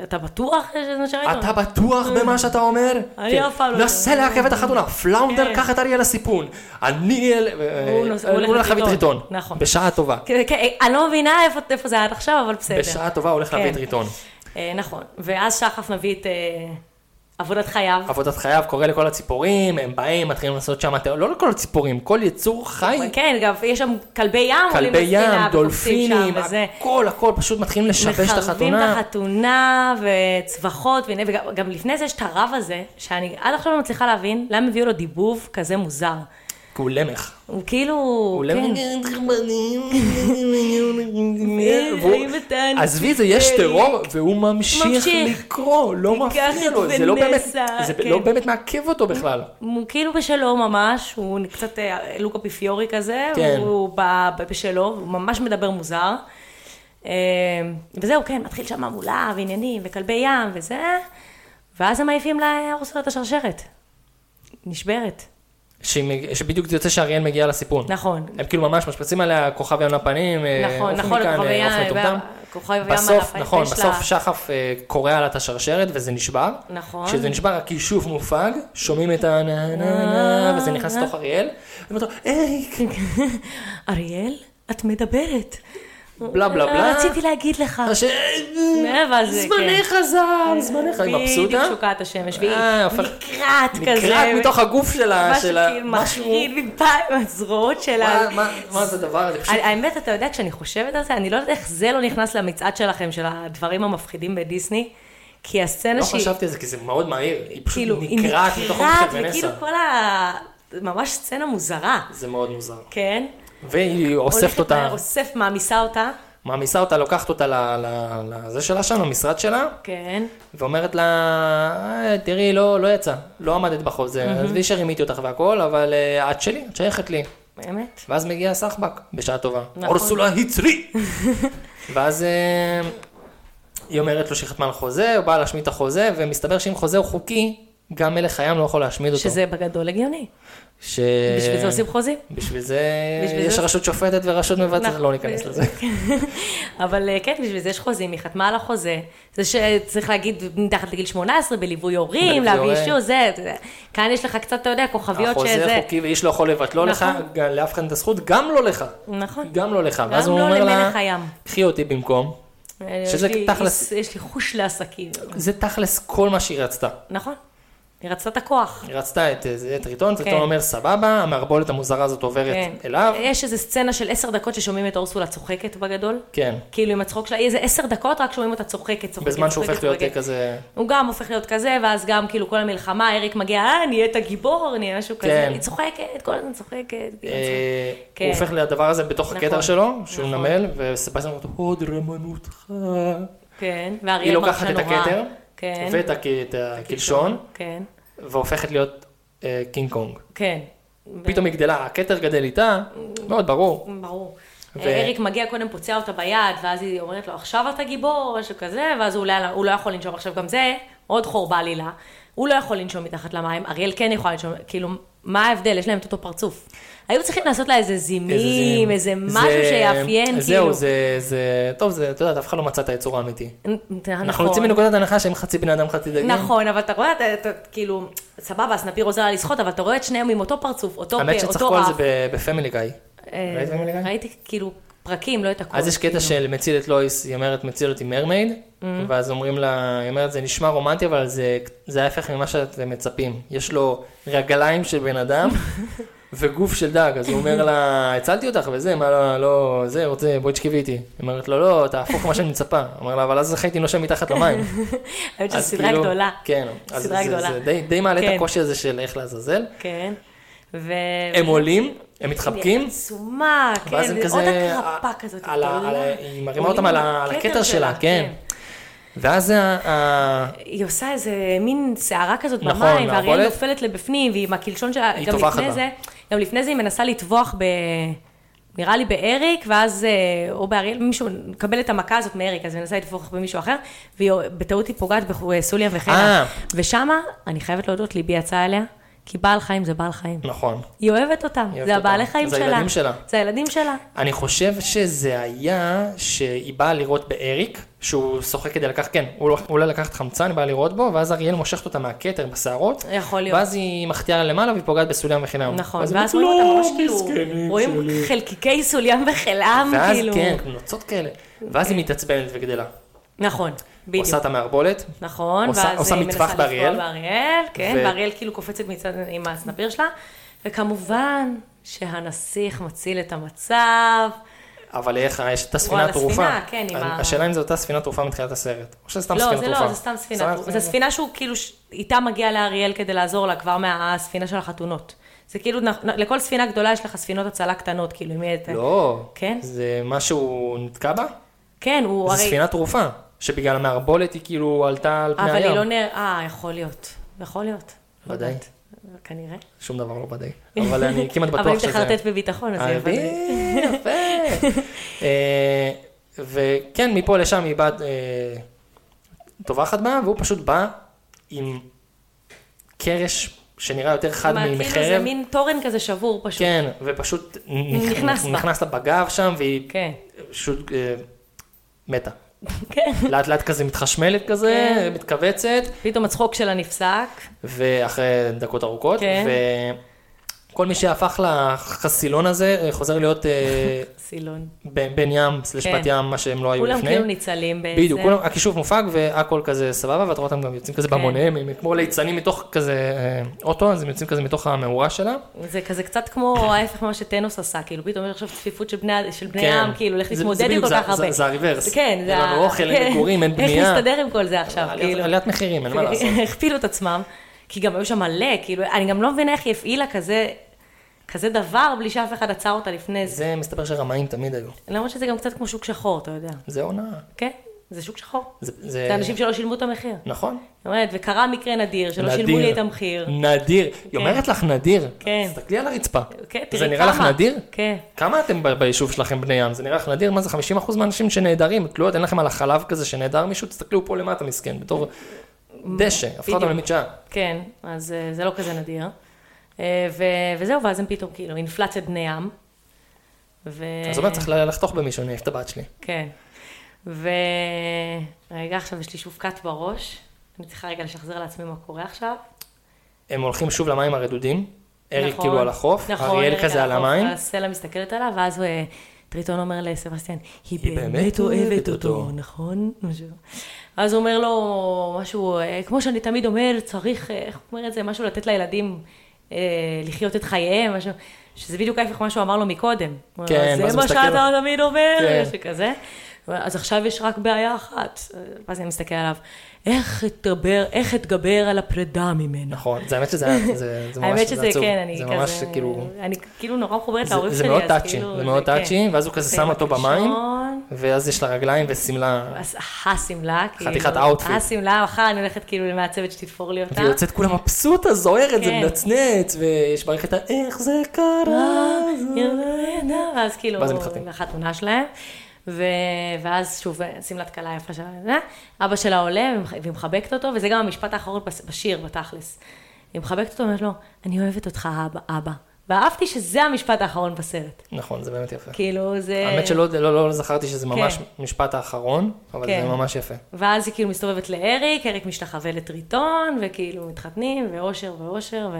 [SPEAKER 3] אתה בטוח שזה מה שראית?
[SPEAKER 2] אתה בטוח במה שאתה אומר?
[SPEAKER 3] Mm. אני
[SPEAKER 2] כן.
[SPEAKER 3] אף פעם לא-
[SPEAKER 2] נסה לעכב את החתונה, פלאונדר,
[SPEAKER 3] כן.
[SPEAKER 2] קח את אריאל לסיפון. אני אל...
[SPEAKER 3] הוא נוס-
[SPEAKER 2] אה,
[SPEAKER 3] הוא הולך
[SPEAKER 2] להביא
[SPEAKER 3] לטריטון.
[SPEAKER 2] טריטון.
[SPEAKER 3] נכון.
[SPEAKER 2] בשעה טובה.
[SPEAKER 3] כן, כן, אני לא מבינה איפה- איפה זה היה עד עכשיו, אבל בסדר.
[SPEAKER 2] בשעה טובה הוא הולך להביא
[SPEAKER 3] כן.
[SPEAKER 2] טריטון.
[SPEAKER 3] אה, נכון, ואז שחף מביא את אה, עבודת חייו.
[SPEAKER 2] עבודת חייו קורה לכל הציפורים, הם באים, מתחילים לעשות שם, תא- לא לכל הציפורים, כל יצור חי,
[SPEAKER 3] כן, גם יש שם כלבי ים, עולים
[SPEAKER 2] כלבי ים,
[SPEAKER 3] לספינה וקופצים
[SPEAKER 2] דולפינים,
[SPEAKER 3] שם, וזה.
[SPEAKER 2] הכל, הכל, פשוט מתחילים לשבש את
[SPEAKER 3] מחרבים את
[SPEAKER 2] החתונה.
[SPEAKER 3] החתונה וצווחות, והנה, וגם גם לפני זה יש את הרב הזה, שאני עד עכשיו לא מצליחה להבין למה הביאו לו דיבוב כזה מוזר.
[SPEAKER 2] כי הוא למך.
[SPEAKER 3] הוא כאילו,
[SPEAKER 2] הוא
[SPEAKER 3] כן,
[SPEAKER 2] למך. והוא-
[SPEAKER 3] רואים את האנשים
[SPEAKER 2] עזבי זה, יש
[SPEAKER 3] האלה.
[SPEAKER 2] טרור, והוא ממשיך
[SPEAKER 3] אה, ממשיך.
[SPEAKER 2] לקרוא, לא
[SPEAKER 3] תיקח
[SPEAKER 2] מפריע
[SPEAKER 3] את
[SPEAKER 2] לו, זה לא באמת,
[SPEAKER 3] ונסה,
[SPEAKER 2] זה
[SPEAKER 3] כן.
[SPEAKER 2] לא באמת מעכב אותו בכלל.
[SPEAKER 3] הוא כאילו בשלו ממש, הוא קצת אה, לוקה פיפיורי כזה,
[SPEAKER 2] כן.
[SPEAKER 3] הוא ב- ב- בשלו, הוא ממש מדבר מוזר. אה, וזהו, כן, מתחיל שם מולה ועניינים וכלבי ים וזה, ואז הם מעיפים אה, לאורסולת השרשרת. נשברת,
[SPEAKER 2] שהיא- שבדיוק זה יוצא שאריאל מגיעה לסיפון.
[SPEAKER 3] נכון.
[SPEAKER 2] הם כאילו ממש משפצים עליה, כוכב ים לפנים, אה,
[SPEAKER 3] נכון,
[SPEAKER 2] עוף
[SPEAKER 3] נכון,
[SPEAKER 2] מכאן,
[SPEAKER 3] כוכב
[SPEAKER 2] אה,
[SPEAKER 3] ים,
[SPEAKER 2] עוף מטומטם.
[SPEAKER 3] כוכב ים על
[SPEAKER 2] בסוף,
[SPEAKER 3] הפנים
[SPEAKER 2] נכון,
[SPEAKER 3] שלה.
[SPEAKER 2] בסוף שחף אה, קורע לה את השרשרת וזה נשבר.
[SPEAKER 3] נכון.
[SPEAKER 2] כשזה נשבר, הכישוף מופג, שומעים את ה... נה נה נה, וזה נכנס לתוך אריאל. ואומר לו, היי,
[SPEAKER 3] אריאל, את מדברת.
[SPEAKER 2] בלה, בלה, בלה.
[SPEAKER 3] רציתי להגיד לך.
[SPEAKER 2] ש-
[SPEAKER 3] מאיפה זה, כן.
[SPEAKER 2] זמנך זמן, זמנך, היא מבסוטה.
[SPEAKER 3] בדיוק שוקעת השמש, והיא
[SPEAKER 2] אה, הופך-
[SPEAKER 3] נקרעת כזה.
[SPEAKER 2] נקרעת מתוך הגוף שלה,
[SPEAKER 3] משהו
[SPEAKER 2] של ה-
[SPEAKER 3] כאילו
[SPEAKER 2] משהו-
[SPEAKER 3] מחריד מפעם, הזרועות שלה.
[SPEAKER 2] מה- מה- מה זה הדבר הזה? פשוט- לא
[SPEAKER 3] האמת, אתה יודע, כשאני חושבת על זה, אני לא יודעת איך זה לא נכנס למצעד שלכם, של הדברים המפחידים בדיסני, כי הסצנה
[SPEAKER 2] לא
[SPEAKER 3] שהיא,
[SPEAKER 2] חשבתי על זה, כי זה מאוד מהיר. היא פשוט
[SPEAKER 3] כאילו, היא
[SPEAKER 2] נקרעת מתוך הגוף
[SPEAKER 3] נקרעת,
[SPEAKER 2] של
[SPEAKER 3] וכאילו
[SPEAKER 2] ונסה.
[SPEAKER 3] כל ה... ממש סצנה מוזרה,
[SPEAKER 2] זה מאוד מוזר.
[SPEAKER 3] כן?
[SPEAKER 2] והיא אוספת
[SPEAKER 3] הולכת
[SPEAKER 2] אותה,
[SPEAKER 3] מה- אוסף, מעמיסה אותה,
[SPEAKER 2] מעמיסה אותה, לוקחת אותה ל- ל- לזה שלה שם, למשרד שלה,
[SPEAKER 3] כן.
[SPEAKER 2] ואומרת לה, "אה, תראי, לא, לא יצא, לא עמדת בחוזה, עזבי שרימיתי אותך והכל, אבל אה, את שלי, את שייכת לי.
[SPEAKER 3] באמת?
[SPEAKER 2] ואז מגיע סחבק בשעה טובה.
[SPEAKER 3] נכון.
[SPEAKER 2] אורסולה הצרי! ואז אה, היא אומרת לו שהיא חתמה על חוזה, הוא בא להשמיד את החוזה, ומסתבר שאם חוזה הוא חוקי, גם מלך הים לא יכול להשמיד אותו. אה,
[SPEAKER 3] שזה בגדול הגיוני.
[SPEAKER 2] ש...
[SPEAKER 3] בשביל זה עושים חוזים.
[SPEAKER 2] בשביל זה
[SPEAKER 3] בשביל
[SPEAKER 2] יש
[SPEAKER 3] זה-
[SPEAKER 2] רשות שופטת ורשות מבצעת,
[SPEAKER 3] נכון.
[SPEAKER 2] לא ניכנס לזה.
[SPEAKER 3] אבל אה, כן, בשביל זה יש חוזים, היא חתמה על החוזה. זה שצריך להגיד מתחת לגיל 18, בליווי הורים,
[SPEAKER 2] בליווי
[SPEAKER 3] להביא
[SPEAKER 2] הורים.
[SPEAKER 3] אישור, זה, אתה יודע. כאן יש לך קצת, אתה יודע, כוכביות
[SPEAKER 2] החוזה
[SPEAKER 3] שזה.
[SPEAKER 2] חוקי ואיש לא יכול לבטלו לך,
[SPEAKER 3] נכון.
[SPEAKER 2] גם- לאף אחד אין את הזכות, גם לא לך.
[SPEAKER 3] נכון.
[SPEAKER 2] גם לא לך. ואז הוא
[SPEAKER 3] לא
[SPEAKER 2] אומר לה,
[SPEAKER 3] למלך הים.
[SPEAKER 2] קחי אותי במקום. שזה
[SPEAKER 3] יש לי-
[SPEAKER 2] תכלס-
[SPEAKER 3] יש לי חוש לעסקים.
[SPEAKER 2] זה תכלס כל מה שהיא רצתה.
[SPEAKER 3] נכון. היא רצתה את הכוח.
[SPEAKER 2] היא רצתה את, אה, זה- את ריטון, זה
[SPEAKER 3] כן.
[SPEAKER 2] ריטון אומר סבבה, המערבולת המוזרה הזאת עוברת
[SPEAKER 3] כן.
[SPEAKER 2] אליו.
[SPEAKER 3] יש איזו סצנה של עשר דקות ששומעים את אורסולה צוחקת בגדול.
[SPEAKER 2] כן.
[SPEAKER 3] כאילו עם הצחוק שלה, איזה עשר דקות רק שומעים אותה צוחקת, צוחקת,
[SPEAKER 2] בזמן שהוא
[SPEAKER 3] צוחקת,
[SPEAKER 2] הופך להיות אה,
[SPEAKER 3] צוחקת.
[SPEAKER 2] כזה,
[SPEAKER 3] הוא גם הופך להיות כזה, ואז גם כאילו כל המלחמה, אריק מגיע, אה, נהיית גיבור, נהיה משהו כזה,
[SPEAKER 2] כן.
[SPEAKER 3] היא צוחקת, כל הזמן צוחקת. כאילו,
[SPEAKER 2] אה,
[SPEAKER 3] כן.
[SPEAKER 2] הוא הופך לדבר הזה בתוך
[SPEAKER 3] נכון.
[SPEAKER 2] הקטע שלו, שהוא
[SPEAKER 3] נכון.
[SPEAKER 2] נמל, וסבסטיאן אומר, הוד רמנותך.
[SPEAKER 3] צוחקת. כן, ואריאל
[SPEAKER 2] היא לוקחת
[SPEAKER 3] מרגישה
[SPEAKER 2] את
[SPEAKER 3] נורא.
[SPEAKER 2] הכתר,
[SPEAKER 3] כן,
[SPEAKER 2] ואת הק- את הקלשון,
[SPEAKER 3] כן,
[SPEAKER 2] והופכת להיות אה, קינג קונג.
[SPEAKER 3] כן,
[SPEAKER 2] פתאום היא גדלה, הכתר גדל איתה, מאוד ברור.
[SPEAKER 3] ברור.
[SPEAKER 2] ו-
[SPEAKER 3] אריק מגיע קודם, פוצע אותה ביד, ואז היא אומרת לו, עכשיו אתה גיבור, או משהו כזה, ואז הוא לא, הוא לא יכול לנשום. עכשיו גם זה, עוד חור בעלילה. הוא לא יכול לנשום מתחת למים, אריאל כן יכול לנשום, כאילו, מה ההבדל? יש להם את אותו פרצוף. היו צריכים לעשות לה איזה זימים, איזה
[SPEAKER 2] זה- אה,
[SPEAKER 3] משהו שיאפיין, כאילו.
[SPEAKER 2] זהו, זה, זה, טוב, זה, את יודעת, אף אחד לא מצא את היצור האמיתי. אנחנו
[SPEAKER 3] נכון.
[SPEAKER 2] יוצאים מנקודת הנחה שהם חצי בני אדם, חצי דגים.
[SPEAKER 3] נכון, אבל אתה רואה, אתה, אתה, כאילו, סבבה, הסנפיר עוזר לה לשחות, אבל אתה רואה את שניהם עם אותו פרצוף, אותו פה, אותו רף.
[SPEAKER 2] האמת שצחקו על זה ב- בפמילי גיא.
[SPEAKER 3] אה,
[SPEAKER 2] ראית פמילי גיא?
[SPEAKER 3] ראיתי כאילו פרקים, לא את הכול.
[SPEAKER 2] אז יש קטע של מציל את לואיס, היא אומרת מציל אותי מרמייד,
[SPEAKER 3] Mm.
[SPEAKER 2] ואז אומרים לה, היא אומרת זה נשמע רומנטי, אבל זה זה ההפך ממה שאתם מצפים. יש לו רגליים של בן אדם וגוף של דג, אז הוא אומר לה, הצלתי אותך וזה, מה לא, לא, זה, רוצה, בואי תשכבי איתי. היא אומרת לו, לא, תהפוך מה שאני מצפה. אומר לה, אבל אז איך הייתי נושם מתחת למים.
[SPEAKER 3] האמת שזו
[SPEAKER 2] אז
[SPEAKER 3] סדרה
[SPEAKER 2] כאילו-
[SPEAKER 3] גדולה.
[SPEAKER 2] כן, אז
[SPEAKER 3] סדרה
[SPEAKER 2] זה- זה-
[SPEAKER 3] גדולה.
[SPEAKER 2] זה די- די מעלה את
[SPEAKER 3] כן.
[SPEAKER 2] הקושי הזה של איך לעזאזל.
[SPEAKER 3] כן. ו...
[SPEAKER 2] הם עולים, הם מתחבקים,
[SPEAKER 3] עצומה, כן,
[SPEAKER 2] ואז הם
[SPEAKER 3] זה
[SPEAKER 2] כזה...
[SPEAKER 3] עוד הקרפה כזאת.
[SPEAKER 2] על ה-
[SPEAKER 3] גדולה.
[SPEAKER 2] על ה- היא מרימה
[SPEAKER 3] עולים
[SPEAKER 2] אותם על ה- על הכתר שלה, כן. ואז ה- ה-
[SPEAKER 3] היא עושה איזה מין סערה כזאת
[SPEAKER 2] נכון,
[SPEAKER 3] במים, ואריאל
[SPEAKER 2] מערבולת.
[SPEAKER 3] נופלת לבפנים, והיא עם הקלשון שלה,
[SPEAKER 2] היא
[SPEAKER 3] גם
[SPEAKER 2] טובחת
[SPEAKER 3] לפני
[SPEAKER 2] בה.
[SPEAKER 3] זה, גם לפני זה היא מנסה לטבוח ב... נראה לי באריק, ואז, אה, או באריאל, מישהו מקבל את המכה הזאת מאריק, אז היא מנסה לטבוח במישהו אחר, והיא בטעות היא פוגעת בסוליה
[SPEAKER 2] אה.
[SPEAKER 3] וחנה. ושמה, אני חייבת להודות, ליבי יצא אליה, כי בעל חיים זה בעל חיים.
[SPEAKER 2] נכון.
[SPEAKER 3] היא אוהבת אותם,
[SPEAKER 2] היא אוהבת
[SPEAKER 3] זה הבעלי
[SPEAKER 2] אותם.
[SPEAKER 3] חיים
[SPEAKER 2] זה
[SPEAKER 3] שלה.
[SPEAKER 2] הילדים שלה.
[SPEAKER 3] זה הילדים שלה.
[SPEAKER 2] אני חושב שזה היה שהיא באה לראות באריק, שהוא שוחק כדי לקחת, כן, הוא לא- הוא עולה לקחת חמצן, היא באה לראות בו, ואז אריאל מושכת אותה מהכתר בשערות,
[SPEAKER 3] יכול להיות.
[SPEAKER 2] ואז היא מחטיאה למעלה והיא פוגעת בסולם וחינם.
[SPEAKER 3] נכון,
[SPEAKER 2] אז היא
[SPEAKER 3] ואז
[SPEAKER 2] אומרת,
[SPEAKER 3] רואים אותם
[SPEAKER 2] "לא,
[SPEAKER 3] ממש כאילו,
[SPEAKER 2] מסכנים
[SPEAKER 3] רואים
[SPEAKER 2] שלי."
[SPEAKER 3] חלקיקי סוליים וחלם,
[SPEAKER 2] ואז
[SPEAKER 3] כאילו.
[SPEAKER 2] כן, נוצות כאלה. ואז היא מתעצבנת וגדלה.
[SPEAKER 3] נכון,
[SPEAKER 2] הוא
[SPEAKER 3] בדיוק.
[SPEAKER 2] עשה את המערבולת,
[SPEAKER 3] נכון,
[SPEAKER 2] עושה-
[SPEAKER 3] ואז
[SPEAKER 2] עושה
[SPEAKER 3] היא
[SPEAKER 2] מטווח
[SPEAKER 3] מנסה
[SPEAKER 2] באריאל.
[SPEAKER 3] לפגוע באריאל, כן,
[SPEAKER 2] ו-
[SPEAKER 3] ואריאל כאילו קופצת מצד עם הסנפיר שלה, וכמובן שהנסיך מציל את המצב,
[SPEAKER 2] אבל איך, יש את הספינה
[SPEAKER 3] וואלה,
[SPEAKER 2] התרופה.
[SPEAKER 3] ספינה, כן, עם ה-
[SPEAKER 2] השאלה אם זו אותה ספינה תרופה מתחילת הסרט, או שזה סתם
[SPEAKER 3] לא,
[SPEAKER 2] ספינה
[SPEAKER 3] זה
[SPEAKER 2] תרופה.
[SPEAKER 3] לא, זה סתם ספינה. זו ספינה שהוא כאילו, ש- איתה מגיע לאריאל כדי לעזור לה כבר מהספינה של החתונות. זה כאילו, נ- נ- לכל ספינה גדולה יש לך ספינות הצלה קטנות, כאילו, אם יהיה את...
[SPEAKER 2] לא,
[SPEAKER 3] כן?
[SPEAKER 2] זה מה שהוא נתקע בה?
[SPEAKER 3] כן, הוא
[SPEAKER 2] זו
[SPEAKER 3] הרי...
[SPEAKER 2] ספינה תרופה, שבגלל המערבולת היא כאילו עלתה על פני
[SPEAKER 3] אבל היא לא
[SPEAKER 2] הים.
[SPEAKER 3] נר... אה, יכול להיות. יכול להיות. לא
[SPEAKER 2] ודאי.
[SPEAKER 3] יודעת. כנראה.
[SPEAKER 2] שום דבר לא בדי, אבל אני כמעט
[SPEAKER 3] אבל אם
[SPEAKER 2] בטוח שזה...
[SPEAKER 3] תחרטט בביטחון, אז יהיה
[SPEAKER 2] אה,
[SPEAKER 3] ודאי.
[SPEAKER 2] יפה. אה, וכן, מפה לשם היא באה אה, טובחת בה, והוא פשוט בא עם קרש שנראה יותר חד
[SPEAKER 3] מה, כאילו זה
[SPEAKER 2] ממחרב.
[SPEAKER 3] מין תורן כזה שבור פשוט.
[SPEAKER 2] כן, ופשוט נכ-
[SPEAKER 3] נכנס בה.
[SPEAKER 2] נכנס לה בגב שם, והיא
[SPEAKER 3] כן.
[SPEAKER 2] פשוט אה, מתה.
[SPEAKER 3] כן.
[SPEAKER 2] לאט לאט כזה מתחשמלת כזה,
[SPEAKER 3] כן.
[SPEAKER 2] מתכווצת,
[SPEAKER 3] פתאום הצחוק שלה נפסק.
[SPEAKER 2] ואחרי דקות ארוכות,
[SPEAKER 3] כן.
[SPEAKER 2] וכל מי שהפך לחסילון הזה אה, חוזר להיות אה,
[SPEAKER 3] סילון.
[SPEAKER 2] ב- בן ים, סלש
[SPEAKER 3] כן.
[SPEAKER 2] בת ים, מה שהם לא היו
[SPEAKER 3] כולם
[SPEAKER 2] לפני.
[SPEAKER 3] כאילו ניצלים באיזה...
[SPEAKER 2] בדיוק, כולם, הכישוף מופק והכל כזה סבבה, ואתה רואה אותם גם יוצאים כזה
[SPEAKER 3] כן.
[SPEAKER 2] בהמוניהם, הם כמו ליצנים מתוך כזה אה, אוטו, אז הם יוצאים כזה מתוך המאורה שלה.
[SPEAKER 3] זה כזה קצת כמו ההפך ממה שטנוס עשה, כאילו פתאום יש עכשיו צפיפות של בני, של בני
[SPEAKER 2] כן.
[SPEAKER 3] ים, כאילו, לך
[SPEAKER 2] זה-
[SPEAKER 3] תתמודד
[SPEAKER 2] זה
[SPEAKER 3] עם
[SPEAKER 2] בדיוק,
[SPEAKER 3] כל
[SPEAKER 2] זה-
[SPEAKER 3] כך
[SPEAKER 2] זה-
[SPEAKER 3] הרבה.
[SPEAKER 2] זה הריברס.
[SPEAKER 3] כן,
[SPEAKER 2] אין
[SPEAKER 3] זה... ה-
[SPEAKER 2] לנו אוכל, אין
[SPEAKER 3] כן.
[SPEAKER 2] מגורים, אין בנייה.
[SPEAKER 3] איך נסתדר עם כל זה עכשיו,
[SPEAKER 2] עליית-
[SPEAKER 3] כאילו?
[SPEAKER 2] עליית מחירים, אין מה לעשות.
[SPEAKER 3] הכפילו את עצמם, כי גם היו שם מלא, כאילו, אני גם לא מבינה איך היא הפעילה כזה, כזה דבר בלי שאף אחד עצר אותה לפני זה.
[SPEAKER 2] זה מסתבר שרמאים תמיד היו.
[SPEAKER 3] למרות שזה גם קצת כמו שוק שחור, אתה יודע.
[SPEAKER 2] זה הונאה.
[SPEAKER 3] כן, זה שוק שחור.
[SPEAKER 2] זה-
[SPEAKER 3] זה אנשים שלא שילמו את המחיר.
[SPEAKER 2] נכון.
[SPEAKER 3] זאת אומרת, וקרה מקרה נדיר, שלא
[SPEAKER 2] נדיר. Mm.
[SPEAKER 3] שילמו לי את המחיר.
[SPEAKER 2] נדיר. היא אומרת לך נדיר.
[SPEAKER 3] כן.
[SPEAKER 2] תסתכלי על הרצפה.
[SPEAKER 3] כן,
[SPEAKER 2] זה
[SPEAKER 3] תראי
[SPEAKER 2] נראה לך
[SPEAKER 3] כמה.
[SPEAKER 2] נדיר?
[SPEAKER 3] כן.
[SPEAKER 2] כמה אתם ב- ביישוב שלכם בני ים? זה נראה לך נדיר? מה זה 50% מהאנשים שנעדרים? תלויות, אין לכם על החלב כזה שנעדר מישהו? תסתכלו פה למטה מסכן, בתור דשא, הפכה אותם
[SPEAKER 3] בדיוק.
[SPEAKER 2] למדשאה.
[SPEAKER 3] כן, אז אה, זה לא כזה נדיר. אה, ו- וזהו, ואז הם פתאום, כאילו, אינפלציית בני ים. ו...
[SPEAKER 2] אז אומר,
[SPEAKER 3] אה.
[SPEAKER 2] צריך ל- לחתוך במישהו, אני אעיף את הבת שלי.
[SPEAKER 3] כן. ו... רגע, עכשיו יש לי שוב קאט בראש. אני צריכה רגע לשחזר לעצמי מה קורה עכשיו.
[SPEAKER 2] הם הולכים שוב למים הרדודים, אריק
[SPEAKER 3] נכון.
[SPEAKER 2] כאילו על החוף,
[SPEAKER 3] נכון,
[SPEAKER 2] אריאל
[SPEAKER 3] אריק
[SPEAKER 2] כזה על
[SPEAKER 3] החוף,
[SPEAKER 2] המים.
[SPEAKER 3] הסלע מסתכלת עליו, ואז הוא, אה, טריטון אומר לסבסטיאן, היא
[SPEAKER 2] היא באמת
[SPEAKER 3] באמת
[SPEAKER 2] אוהבת
[SPEAKER 3] אוהבת
[SPEAKER 2] אותו."
[SPEAKER 3] אותו, נכון? משהו. אז הוא אומר לו משהו, אה, כמו שאני תמיד אומר, צריך, אה, איך הוא אומר את זה, משהו לתת לילדים אה, לחיות את חייהם, משהו, שזה בדיוק ההפך ממה שהוא אמר לו מקודם. הוא אומר,
[SPEAKER 2] כן, ואז
[SPEAKER 3] זה
[SPEAKER 2] הוא
[SPEAKER 3] מה
[SPEAKER 2] מסתכל
[SPEAKER 3] שאתה תמיד אומר,
[SPEAKER 2] כן.
[SPEAKER 3] משהו כזה. אז עכשיו יש רק בעיה אחת. אה, ואז אני מסתכל עליו, איך אתגבר, איך אתגבר על הפרידה ממנה.
[SPEAKER 2] נכון, זה האמת שזה היה- זה- זה ממש
[SPEAKER 3] האמת שזה
[SPEAKER 2] עצוב.
[SPEAKER 3] כן, אני
[SPEAKER 2] זה
[SPEAKER 3] כזה...
[SPEAKER 2] ממש כאילו...
[SPEAKER 3] אני כאילו נורא מחוברת
[SPEAKER 2] זה-
[SPEAKER 3] להורים
[SPEAKER 2] זה
[SPEAKER 3] שלי,
[SPEAKER 2] מאוד
[SPEAKER 3] אז
[SPEAKER 2] טאצ'י,
[SPEAKER 3] כאילו,
[SPEAKER 2] זה מאוד
[SPEAKER 3] כן. כאילו
[SPEAKER 2] טאצ'י, ואז הוא כזה שם אותו במים,
[SPEAKER 3] הקישון,
[SPEAKER 2] ואז יש לה רגליים ושמלה,
[SPEAKER 3] אז השמלה, כאילו.
[SPEAKER 2] חתיכת outfit.
[SPEAKER 3] השמלה, מחר אני הולכת כאילו למעצבת שתתפור לי אותה.
[SPEAKER 2] והיא יוצאת כולה מבסוטה, זוהרת, זה
[SPEAKER 3] כן.
[SPEAKER 2] מנצנץ, ויש מערכת ה- איך זה קרה.
[SPEAKER 3] אה, ואז כאילו,
[SPEAKER 2] ואז הם מתחתנים.
[SPEAKER 3] לחתונה שלהם. ו... ואז שוב, שמלת כלה יפה שלה, זה. אבא שלה עולה ומח- והיא מחבקת אותו, וזה גם המשפט האחרון בס- בשיר, בתכלס. היא מחבקת אותו ואומרת לו, אני אוהבת אותך, אבא, אבא. ואהבתי שזה המשפט האחרון בסרט.
[SPEAKER 2] נכון, זה באמת יפה.
[SPEAKER 3] כאילו, זה...
[SPEAKER 2] האמת שלא לא- לא זכרתי שזה ממש
[SPEAKER 3] כן. כן.
[SPEAKER 2] משפט האחרון, אבל זה
[SPEAKER 3] כן.
[SPEAKER 2] ממש יפה.
[SPEAKER 3] ואז היא כאילו מסתובבת לאריק, אריק משתחווה לטריטון, וכאילו מתחתנים, ואושר ואושר, ו...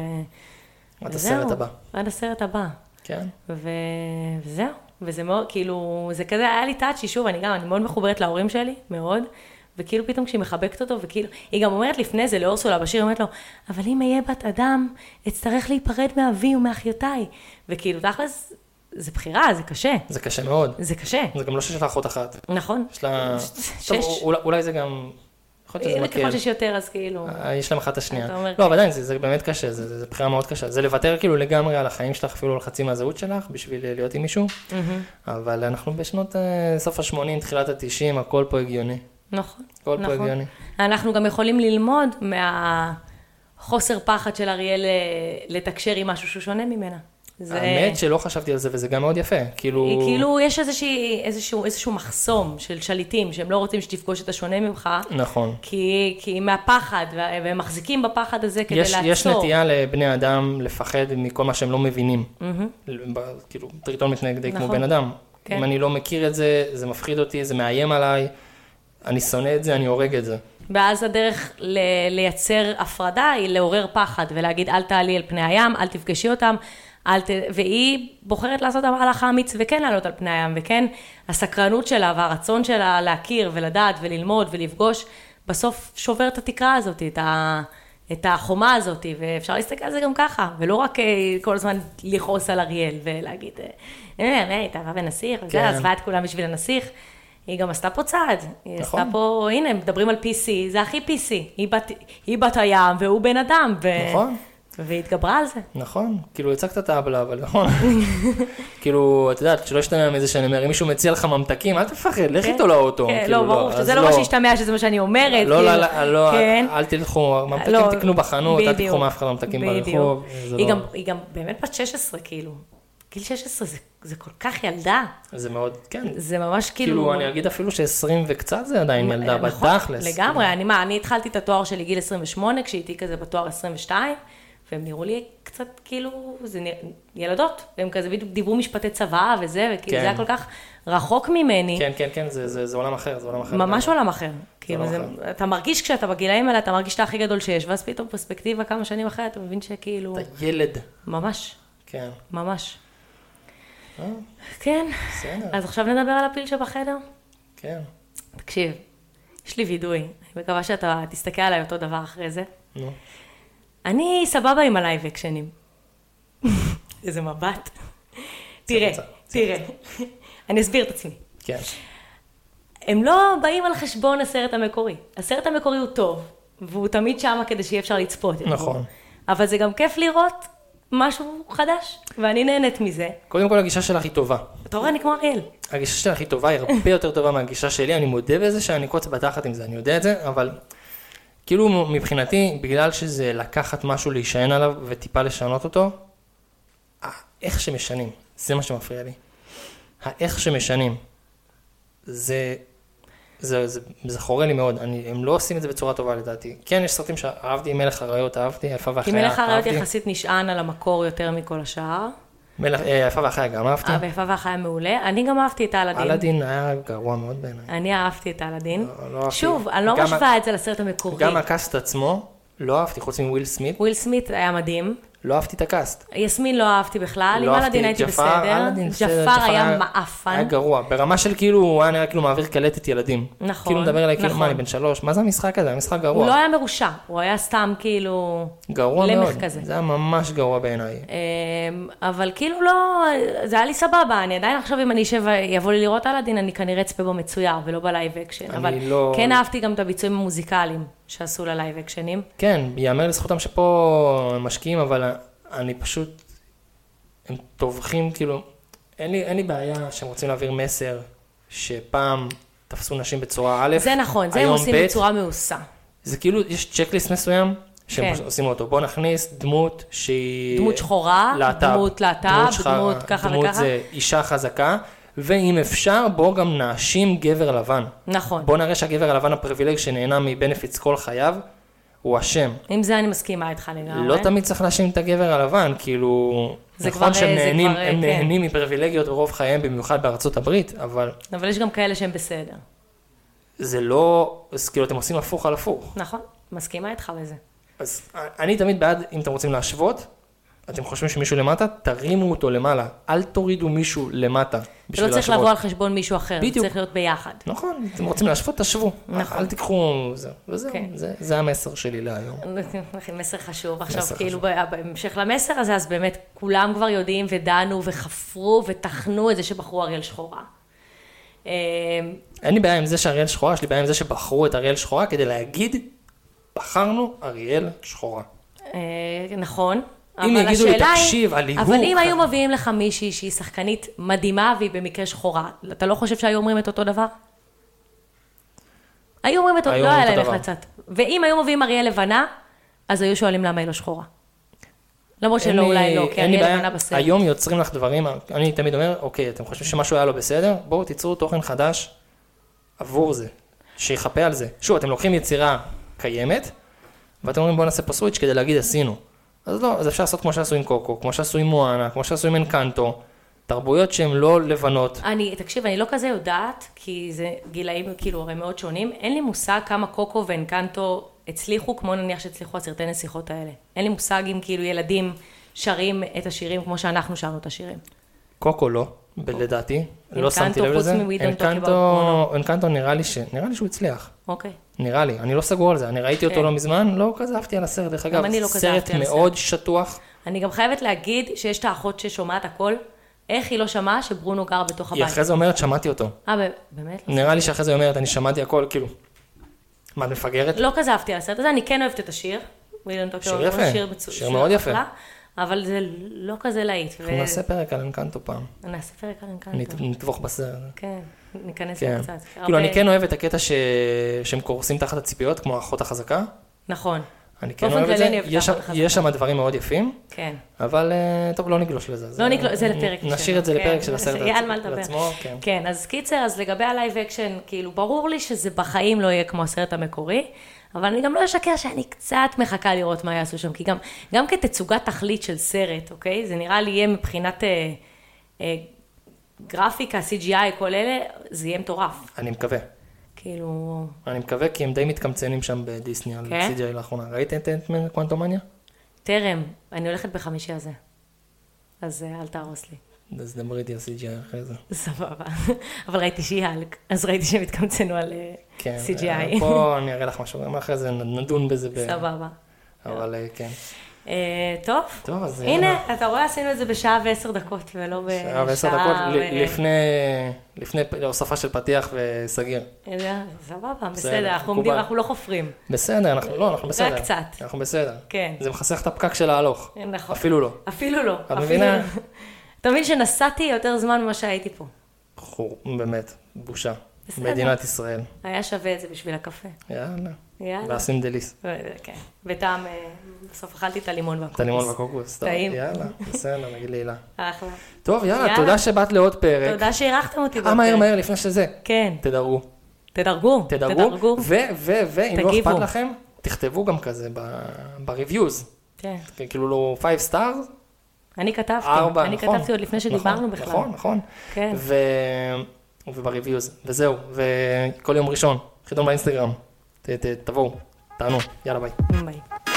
[SPEAKER 2] עד
[SPEAKER 3] וזהו.
[SPEAKER 2] הסרט הבא.
[SPEAKER 3] עד הסרט הבא.
[SPEAKER 2] כן.
[SPEAKER 3] ו... וזהו. וזה מאוד, כאילו, זה כזה, היה לי טאצ'י, שוב, אני גם, אני מאוד מחוברת להורים שלי, מאוד. וכאילו פתאום כשהיא מחבקת אותו, וכאילו, היא גם אומרת לפני זה לאורסולה בשיר, היא אומרת לו, אבל אם אהיה בת אדם, אצטרך להיפרד מאבי ומאחיותיי. וכאילו, תכלס, זה בחירה, זה קשה.
[SPEAKER 2] זה קשה מאוד.
[SPEAKER 3] זה קשה,
[SPEAKER 2] זה גם לא שיש לה אחות אחת.
[SPEAKER 3] נכון?
[SPEAKER 2] יש לה...
[SPEAKER 3] שש.
[SPEAKER 2] טוב, אולי- אולי זה גם... יכול להיות שזה
[SPEAKER 3] אה, ככל
[SPEAKER 2] מקל.
[SPEAKER 3] שיש יותר, אז כאילו...
[SPEAKER 2] אה, יש להם אחת את השנייה.
[SPEAKER 3] אתה אומר- כן.
[SPEAKER 2] לא, אבל עדיין, זה- זה באמת קשה, זה- זה זה בחירה מאוד קשה. זה לוותר כאילו לגמרי על החיים שלך, אפילו על חצי מהזהות שלך, בשביל אה, להיות עם מישהו. אבל אנחנו בשנות אה, סוף ה-80, תחילת ה-90, הכל פה הגיוני.
[SPEAKER 3] נכון.
[SPEAKER 2] הכל פה
[SPEAKER 3] נכון.
[SPEAKER 2] הגיוני.
[SPEAKER 3] אנחנו גם יכולים ללמוד מהחוסר פחד של אריאל אה, לתקשר עם משהו שהוא שונה ממנה. זה...
[SPEAKER 2] האמת שלא חשבתי על זה, וזה גם מאוד יפה. כאילו...
[SPEAKER 3] היא כאילו, יש איזושהי, איזשהו, איזשהו מחסום של שליטים, שהם לא רוצים שתפגוש את השונה ממך,
[SPEAKER 2] נכון. כי...
[SPEAKER 3] כי, כי מהפחד, וה- והם מחזיקים בפחד הזה כדי
[SPEAKER 2] יש,
[SPEAKER 3] לעצור.
[SPEAKER 2] יש נטייה לבני אדם לפחד מכל מה שהם לא מבינים. ב- כאילו, טריטון מתנהג די כמו
[SPEAKER 3] נכון.
[SPEAKER 2] בן אדם.
[SPEAKER 3] כן.
[SPEAKER 2] אם אני לא מכיר את זה, זה מפחיד אותי, זה מאיים עליי, אני שונא את זה, אני הורג את זה.
[SPEAKER 3] ואז הדרך ל- לייצר הפרדה היא לעורר פחד ולהגיד אל תעלי אל פני הים, אל תפגשי אותם, אל ת... והיא בוחרת לעשות המהלך האמיץ וכן לעלות על פני הים, וכן הסקרנות שלה והרצון שלה להכיר ולדעת וללמוד ולפגוש, בסוף שובר את התקרה הזאת, את, ה... את החומה הזאת, ואפשר להסתכל על זה גם ככה, ולא רק אה, כל הזמן לכעוס על אריאל ולהגיד, אה, אה, אה, התאהבה בנסיך,
[SPEAKER 2] כן.
[SPEAKER 3] וזה, עזבה את כולם בשביל הנסיך. היא גם עשתה פה צעד, היא
[SPEAKER 2] נכון.
[SPEAKER 3] עשתה פה, הנה, מדברים על PC, זה הכי PC, היא בת, היא בת הים והוא בן אדם, ו...
[SPEAKER 2] נכון.
[SPEAKER 3] והיא התגברה על זה.
[SPEAKER 2] נכון, כאילו הצגת את העוולה, אבל נכון. כאילו, את יודעת, שלא ישתמע מזה שאני אומר, אם מישהו מציע לך ממתקים, אל תפחד, לך איתו לאוטו.
[SPEAKER 3] כן,
[SPEAKER 2] כאילו,
[SPEAKER 3] לא, ברור,
[SPEAKER 2] אז
[SPEAKER 3] שזה לא מה שהשתמע, שזה מה שאני אומרת.
[SPEAKER 2] לא,
[SPEAKER 3] כאילו.
[SPEAKER 2] לא, לא, לא,
[SPEAKER 3] כן.
[SPEAKER 2] אל תלכו, ממתקים
[SPEAKER 3] לא,
[SPEAKER 2] תקנו בחנות, אל
[SPEAKER 3] בדיוק,
[SPEAKER 2] תיקחו מאף אחד ממתקים
[SPEAKER 3] בדיוק.
[SPEAKER 2] ברחוב. זה
[SPEAKER 3] היא
[SPEAKER 2] לא-
[SPEAKER 3] גם- היא גם באמת בת 16, כאילו. גיל 16 זה- זה כל כך ילדה.
[SPEAKER 2] זה מאוד, כן.
[SPEAKER 3] זה ממש כאילו...
[SPEAKER 2] כאילו, אני אגיד אפילו ש-20 וקצת זה עדיין ילדה, כאילו.
[SPEAKER 3] נכון,
[SPEAKER 2] בתכלס.
[SPEAKER 3] לגמרי, אני מה, אני התחלתי את התואר שלי גיל 28, כשהייתי כזה בתואר 22, והם נראו לי קצת כאילו, זה נרא... ילדות, והם כזה בדיוק דיברו משפטי צבא וזה, וכאילו
[SPEAKER 2] כן.
[SPEAKER 3] זה היה כל כך רחוק ממני.
[SPEAKER 2] כן, נכון, כן, כן, זה- זה זה עולם אחר, זה עולם אחר.
[SPEAKER 3] ממש עולם אחר. כאילו,
[SPEAKER 2] עולם
[SPEAKER 3] זה, אתה מרגיש כשאתה בגילאים האלה, אתה מרגיש שאתה הכי גדול שיש, ואז פתאום פרספקטיבה כמה שנים אחרי, אתה מבין שכאילו,
[SPEAKER 2] אתה ילד,
[SPEAKER 3] ממש,
[SPEAKER 2] כן.
[SPEAKER 3] ממש. כן,
[SPEAKER 2] אה. בסדר,
[SPEAKER 3] אז עכשיו נדבר על הפיל שבחדר.
[SPEAKER 2] כן.
[SPEAKER 3] תקשיב, יש לי וידוי, אני מקווה שאתה תסתכל עליי אותו דבר אחרי זה.
[SPEAKER 2] נו.
[SPEAKER 3] אני סבבה עם הלייב אקשנים. איזה מבט. תראה,
[SPEAKER 2] מצב,
[SPEAKER 3] תראה, אני אסביר את עצמי.
[SPEAKER 2] כן.
[SPEAKER 3] הם לא באים על חשבון הסרט המקורי. הסרט המקורי הוא טוב, והוא תמיד שמה כדי שיהיה אפשר לצפות. יותר.
[SPEAKER 2] נכון.
[SPEAKER 3] אבל זה גם כיף לראות משהו חדש, ואני נהנית מזה.
[SPEAKER 2] קודם כל, הגישה שלך היא טובה.
[SPEAKER 3] אתה רואה, אני כמו אריאל.
[SPEAKER 2] הגישה שלך היא טובה, היא הרבה יותר טובה מהגישה שלי, אני מודה בזה שאני קוץ בתחת עם זה, אני יודע את זה, אבל כאילו מבחינתי, בגלל שזה לקחת משהו להישען עליו וטיפה לשנות אותו, ה- איך שמשנים, זה מה שמפריע לי. האיך שמשנים, זה, זה, זה, זה חורה לי מאוד, אני, הם לא עושים את זה בצורה טובה לדעתי. כן, יש סרטים שאהבתי, מלך האריות אהבתי, היפה
[SPEAKER 3] כי
[SPEAKER 2] והחיה
[SPEAKER 3] מלך האריות
[SPEAKER 2] אהבתי,
[SPEAKER 3] יחסית נשען על המקור יותר מכל השאר.
[SPEAKER 2] מלך- אה, היפה והחיה גם אהבתי,
[SPEAKER 3] אה, ויפה והחיה מעולה. אני גם אהבתי את אלאדין.
[SPEAKER 2] אלאדין היה גרוע מאוד בעיניי.
[SPEAKER 3] אני אהבתי את אלאדין.
[SPEAKER 2] לא, לא אהבתי.
[SPEAKER 3] שוב, אני לא
[SPEAKER 2] גם-
[SPEAKER 3] משווה את זה לסרט המקורי.
[SPEAKER 2] גם הקאסט עצמו, לא אהבתי, חוץ מוויל סמית,
[SPEAKER 3] וויל סמית היה מדהים.
[SPEAKER 2] לא אהבתי את הקאסט.
[SPEAKER 3] יסמין לא אהבתי בכלל,
[SPEAKER 2] לא
[SPEAKER 3] עם אלאדין
[SPEAKER 2] אהבתי את
[SPEAKER 3] הייתי
[SPEAKER 2] ג'פר,
[SPEAKER 3] בסדר.
[SPEAKER 2] אלאדין בסדר,
[SPEAKER 3] ג'פר היה מעפן.
[SPEAKER 2] היה גרוע, ברמה של כאילו, הוא היה נראה כאילו מעביר קלטת ילדים.
[SPEAKER 3] נכון,
[SPEAKER 2] כאילו מדבר אליי, כאילו,
[SPEAKER 3] נכון.
[SPEAKER 2] מה, אני בן שלוש? מה זה המשחק הזה? המשחק
[SPEAKER 3] הוא לא
[SPEAKER 2] גרוע.
[SPEAKER 3] היה מרושע, הוא היה סתם כאילו...
[SPEAKER 2] גרוע
[SPEAKER 3] למח
[SPEAKER 2] מאוד.
[SPEAKER 3] כזה.
[SPEAKER 2] זה היה ממש גרוע בעיניי.
[SPEAKER 3] אמ, אבל כאילו לא, זה היה לי סבבה, אני עדיין עכשיו אם אני אשב, יבוא לי לראות אלאדין, אני כנראה אצפה בו מצויר ולא בלייב אקשן.
[SPEAKER 2] אני
[SPEAKER 3] אבל
[SPEAKER 2] לא-
[SPEAKER 3] כן אהבתי גם את הביצועים המוזיקליים שעשו ללייב אקשנים.
[SPEAKER 2] כן, ייאמר לזכותם שפה הם משקיעים, אבל אני פשוט, הם טובחים, כאילו, אין לי, אין לי בעיה שהם רוצים להעביר מסר שפעם תפסו נשים בצורה א',
[SPEAKER 3] זה נכון, זה הם
[SPEAKER 2] היום
[SPEAKER 3] עושים
[SPEAKER 2] ב',
[SPEAKER 3] בצורה מעושה.
[SPEAKER 2] זה כאילו, יש צ'קליסט מסוים, שהם
[SPEAKER 3] כן.
[SPEAKER 2] פשוט עושים אותו. בוא נכניס דמות שהיא...
[SPEAKER 3] דמות שחורה,
[SPEAKER 2] אה, להט"ב.
[SPEAKER 3] דמות להט"ב,
[SPEAKER 2] שחרה,
[SPEAKER 3] דמות ככה
[SPEAKER 2] דמות
[SPEAKER 3] וככה.
[SPEAKER 2] זה אישה חזקה, ואם אפשר, בוא גם נאשים גבר לבן.
[SPEAKER 3] נכון.
[SPEAKER 2] בוא נראה שהגבר הלבן הפריבילג שנהנה מבנפיץ כל חייו, הוא אשם.
[SPEAKER 3] עם זה אני מסכימה איתך לגמרי.
[SPEAKER 2] לא תמיד צריך להאשים את הגבר הלבן, כאילו...
[SPEAKER 3] זה
[SPEAKER 2] נכון
[SPEAKER 3] כבר,
[SPEAKER 2] שהם
[SPEAKER 3] אה, זה
[SPEAKER 2] נהנים,
[SPEAKER 3] כבר, אה,
[SPEAKER 2] הם
[SPEAKER 3] כן.
[SPEAKER 2] נהנים מפריבילגיות ברוב חייהם, במיוחד בארצות הברית, אבל
[SPEAKER 3] אבל יש גם כאלה שהם בסדר.
[SPEAKER 2] זה לא... אז כאילו, אתם עושים הפוך על הפוך.
[SPEAKER 3] נכון, מסכימה איתך בזה.
[SPEAKER 2] אז אני תמיד בעד, אם אתם רוצים להשוות, אתם חושבים שמישהו למטה, תרימו אותו למעלה. אל תורידו מישהו למטה
[SPEAKER 3] זה לא
[SPEAKER 2] בשביל
[SPEAKER 3] צריך
[SPEAKER 2] להשוות.
[SPEAKER 3] לבוא על חשבון מישהו אחר, זה
[SPEAKER 2] בדיוק.
[SPEAKER 3] צריך להיות ביחד.
[SPEAKER 2] נכון, אתם רוצים להשוות, תשוו.
[SPEAKER 3] נכון.
[SPEAKER 2] אל תיקחו... זה- וזהו,
[SPEAKER 3] כן.
[SPEAKER 2] זה- זה המסר שלי להיום.
[SPEAKER 3] מסר חשוב. עכשיו,
[SPEAKER 2] מסר
[SPEAKER 3] כאילו, ב- בהמשך למסר הזה, אז באמת כולם כבר יודעים ודנו וחפרו וטחנו את זה שבחרו אריאל שחורה. אה,
[SPEAKER 2] אין לי בעיה עם זה שאריאל שחורה, יש לי בעיה עם זה שבחרו את אריאל שחורה כדי להגיד, בחרנו אריאל שחורה.
[SPEAKER 3] אה, נכון.
[SPEAKER 2] אם
[SPEAKER 3] אבל
[SPEAKER 2] יגידו לי,
[SPEAKER 3] השאלה היא-
[SPEAKER 2] "תקשיב, הליהוק
[SPEAKER 3] אבל אם
[SPEAKER 2] כאן."
[SPEAKER 3] היו מביאים לך מישהי שהיא שחקנית מדהימה והיא במקרה שחורה, אתה לא חושב שהיו אומרים את אותו דבר? היו אומרים את אותו,
[SPEAKER 2] היו
[SPEAKER 3] לא
[SPEAKER 2] אומרים
[SPEAKER 3] היה
[SPEAKER 2] אותו
[SPEAKER 3] להם איך
[SPEAKER 2] דבר.
[SPEAKER 3] לצאת. ואם היו מביאים אריאל לבנה, אז היו שואלים למה היא לא שחורה. למרות
[SPEAKER 2] אין
[SPEAKER 3] שלא,
[SPEAKER 2] לי-
[SPEAKER 3] אולי לא, כי
[SPEAKER 2] אין לי
[SPEAKER 3] אריאל
[SPEAKER 2] בעיה.
[SPEAKER 3] לבנה בסרט.
[SPEAKER 2] היום יוצרים לך דברים, אני תמיד אומר, אוקיי, אתם חושבים שמשהו היה לא בסדר? בואו תיצרו תוכן חדש עבור זה, שיחפה על זה. שוב, אתם לוקחים יצירה קיימת, ואתם אומרים בואו נעשה פה סוויץ' כדי להגיד עשינו. אז לא, אז אפשר לעשות כמו שעשו עם קוקו, כמו שעשו עם מואנה, כמו שעשו עם אנקנטו, תרבויות שהן לא לבנות.
[SPEAKER 3] אני, תקשיב, אני לא כזה יודעת, כי זה גילאים כאילו הרי מאוד שונים, אין לי מושג כמה קוקו ואנקנטו הצליחו, כמו נניח שהצליחו הסרטי נסיכות האלה. אין לי מושג אם כאילו ילדים שרים את השירים כמו שאנחנו שרנו את השירים.
[SPEAKER 2] קוקו לא, לדעתי, לא
[SPEAKER 3] אינקנטו,
[SPEAKER 2] שמתי לב
[SPEAKER 3] חוץ
[SPEAKER 2] לזה.
[SPEAKER 3] מ-We Don't Talk
[SPEAKER 2] אינקנטו,
[SPEAKER 3] About
[SPEAKER 2] אינקנטו נראה לי ש... נראה לי שהוא הצליח.
[SPEAKER 3] אוקיי.
[SPEAKER 2] נראה לי, אני לא סגור על זה, אני ראיתי אותו
[SPEAKER 3] כן.
[SPEAKER 2] לא מזמן, לא כזבתי על הסרט, דרך אגב,
[SPEAKER 3] אני לא כזבתי
[SPEAKER 2] סרט
[SPEAKER 3] על הסרט.
[SPEAKER 2] מאוד שטוח,
[SPEAKER 3] אני גם חייבת להגיד שיש את האחות ששומעת הכל, איך היא לא שמעה שברונו גר בתוך
[SPEAKER 2] היא
[SPEAKER 3] הבית.
[SPEAKER 2] אחרי זה אומרת, שמעתי אותו.
[SPEAKER 3] אה, ב- באמת?
[SPEAKER 2] נראה לי שאחרי זה היא אומרת, אני שמעתי הכל, כאילו, מה, את מפגרת?
[SPEAKER 3] לא כזבתי על הסרט הזה, אני כן אוהבת את השיר. We Don't Talk
[SPEAKER 2] שיר
[SPEAKER 3] About-
[SPEAKER 2] יפה,
[SPEAKER 3] מצו-
[SPEAKER 2] שיר מאוד יפה.
[SPEAKER 3] אחלה, אבל זה לא כזה להיט. ו-
[SPEAKER 2] אנחנו נעשה פרק על אינקנטו פעם,
[SPEAKER 3] נעשה פרק על אינקנטו.
[SPEAKER 2] נט- נטבוח בסרט.
[SPEAKER 3] כן, ניכנס
[SPEAKER 2] כן.
[SPEAKER 3] קצת.
[SPEAKER 2] כאילו,
[SPEAKER 3] הרבה-
[SPEAKER 2] אני כן אוהב את הקטע ש- שהם קורסים תחת הציפיות, כמו האחות החזקה.
[SPEAKER 3] נכון,
[SPEAKER 2] אני כן
[SPEAKER 3] באופן
[SPEAKER 2] אוהב את
[SPEAKER 3] כללי
[SPEAKER 2] זה.
[SPEAKER 3] אני אוהבת
[SPEAKER 2] יש שם-
[SPEAKER 3] האחות החזקה.
[SPEAKER 2] יש שם דברים מאוד יפים,
[SPEAKER 3] כן.
[SPEAKER 2] אבל אה, טוב, לא נגלוש לזה.
[SPEAKER 3] לא נקלוט, זה לפרק.
[SPEAKER 2] נשאיר
[SPEAKER 3] שלנו,
[SPEAKER 2] את זה לפרק
[SPEAKER 3] כן.
[SPEAKER 2] של הסרט
[SPEAKER 3] יהיה על מה לדבר.
[SPEAKER 2] לעצמו, כן.
[SPEAKER 3] כן, אז קיצר, אז לגבי הלייב אקשן, כאילו, ברור לי שזה בחיים לא יהיה כמו הסרט המקורי, אבל אני גם לא אשקר שאני קצת מחכה לראות מה יעשו שם, כי גם, גם כתצוגת תכלית של סרט, אוקיי? זה נראה לי יהיה מבחינת אה, אה, גרפיקה, CGI, כל אלה, זה יהיה מטורף.
[SPEAKER 2] אני מקווה.
[SPEAKER 3] כאילו,
[SPEAKER 2] אני מקווה, כי הם די מתקמצנים שם בדיסני על
[SPEAKER 3] כן?
[SPEAKER 2] CGI לאחרונה. ראית את אנטמן קוונטומניה?
[SPEAKER 3] טרם, אני הולכת בחמישי הזה, אז אה, אל תהרוס לי.
[SPEAKER 2] אז דברי איתי על CGI אחרי זה.
[SPEAKER 3] סבבה, אבל ראיתי שיהלק, אז ראיתי שהם התקמצנו על אה,
[SPEAKER 2] כן. אה,
[SPEAKER 3] CGI.
[SPEAKER 2] פה אה. אני אראה לך משהו, גם אחרי זה נדון בזה. ב-
[SPEAKER 3] סבבה.
[SPEAKER 2] אבל אה, כן.
[SPEAKER 3] אה, טוב,
[SPEAKER 2] טוב, אז... יאללה.
[SPEAKER 3] הנה, אתה רואה, עשינו את זה בשעה ועשר דקות, ולא בשעה... אה,
[SPEAKER 2] שעה ועשר אה, דקות ל-
[SPEAKER 3] ו-
[SPEAKER 2] לפני- לפני פ- הוספה של פתיח וסגיר.
[SPEAKER 3] אה, סבבה,
[SPEAKER 2] בסדר,
[SPEAKER 3] בסדר, אנחנו עומדים,
[SPEAKER 2] מקובל.
[SPEAKER 3] אנחנו לא חופרים.
[SPEAKER 2] בסדר, אנחנו לא, אנחנו בסדר.
[SPEAKER 3] רק קצת.
[SPEAKER 2] אנחנו בסדר.
[SPEAKER 3] כן.
[SPEAKER 2] זה מכסח את הפקק של ההלוך.
[SPEAKER 3] נכון.
[SPEAKER 2] אפילו לא.
[SPEAKER 3] אפילו לא. אפילו
[SPEAKER 2] מבינה?
[SPEAKER 3] לא. אתה מבין שנסעתי יותר זמן ממה שהייתי פה.
[SPEAKER 2] חור, באמת, בושה.
[SPEAKER 3] בסדר.
[SPEAKER 2] מדינת ישראל.
[SPEAKER 3] היה שווה את זה בשביל הקפה.
[SPEAKER 2] יאללה.
[SPEAKER 3] יאללה.
[SPEAKER 2] ועשים דליס.
[SPEAKER 3] ו- כן. וטעם, אה, בסוף אכלתי את הלימון והקוקוס.
[SPEAKER 2] את הלימון והקוקוס. טוב,
[SPEAKER 3] טעים.
[SPEAKER 2] יאללה, בסדר, נגיד לעילה.
[SPEAKER 3] אחלה.
[SPEAKER 2] טוב, יאללה,
[SPEAKER 3] יאללה.
[SPEAKER 2] תודה שבאת לעוד פרק.
[SPEAKER 3] תודה שאירחתם אותי.
[SPEAKER 2] אה, מהר,
[SPEAKER 3] בפרק.
[SPEAKER 2] מהר, לפני שזה.
[SPEAKER 3] כן.
[SPEAKER 2] תדרגו.
[SPEAKER 3] תדרגו.
[SPEAKER 2] תדרגו. ו, ו, ו, אם לא
[SPEAKER 3] תגיבו.
[SPEAKER 2] אכפת לכם, תכתבו גם כזה ב- ב-reviews.
[SPEAKER 3] כן.
[SPEAKER 2] כאילו לא 5 stars,
[SPEAKER 3] אני כתבתי.
[SPEAKER 2] ארבע,
[SPEAKER 3] אני
[SPEAKER 2] נכון.
[SPEAKER 3] כתבתי עוד לפני שדיברנו
[SPEAKER 2] נכון,
[SPEAKER 3] בכלל.
[SPEAKER 2] נכון, נכון.
[SPEAKER 3] כן.
[SPEAKER 2] ו... ובריוויוז, וזהו, וכל יום ראשון, חידון באינסטגרם, ת, ת, תבואו, תענו, יאללה ביי.
[SPEAKER 3] ביי.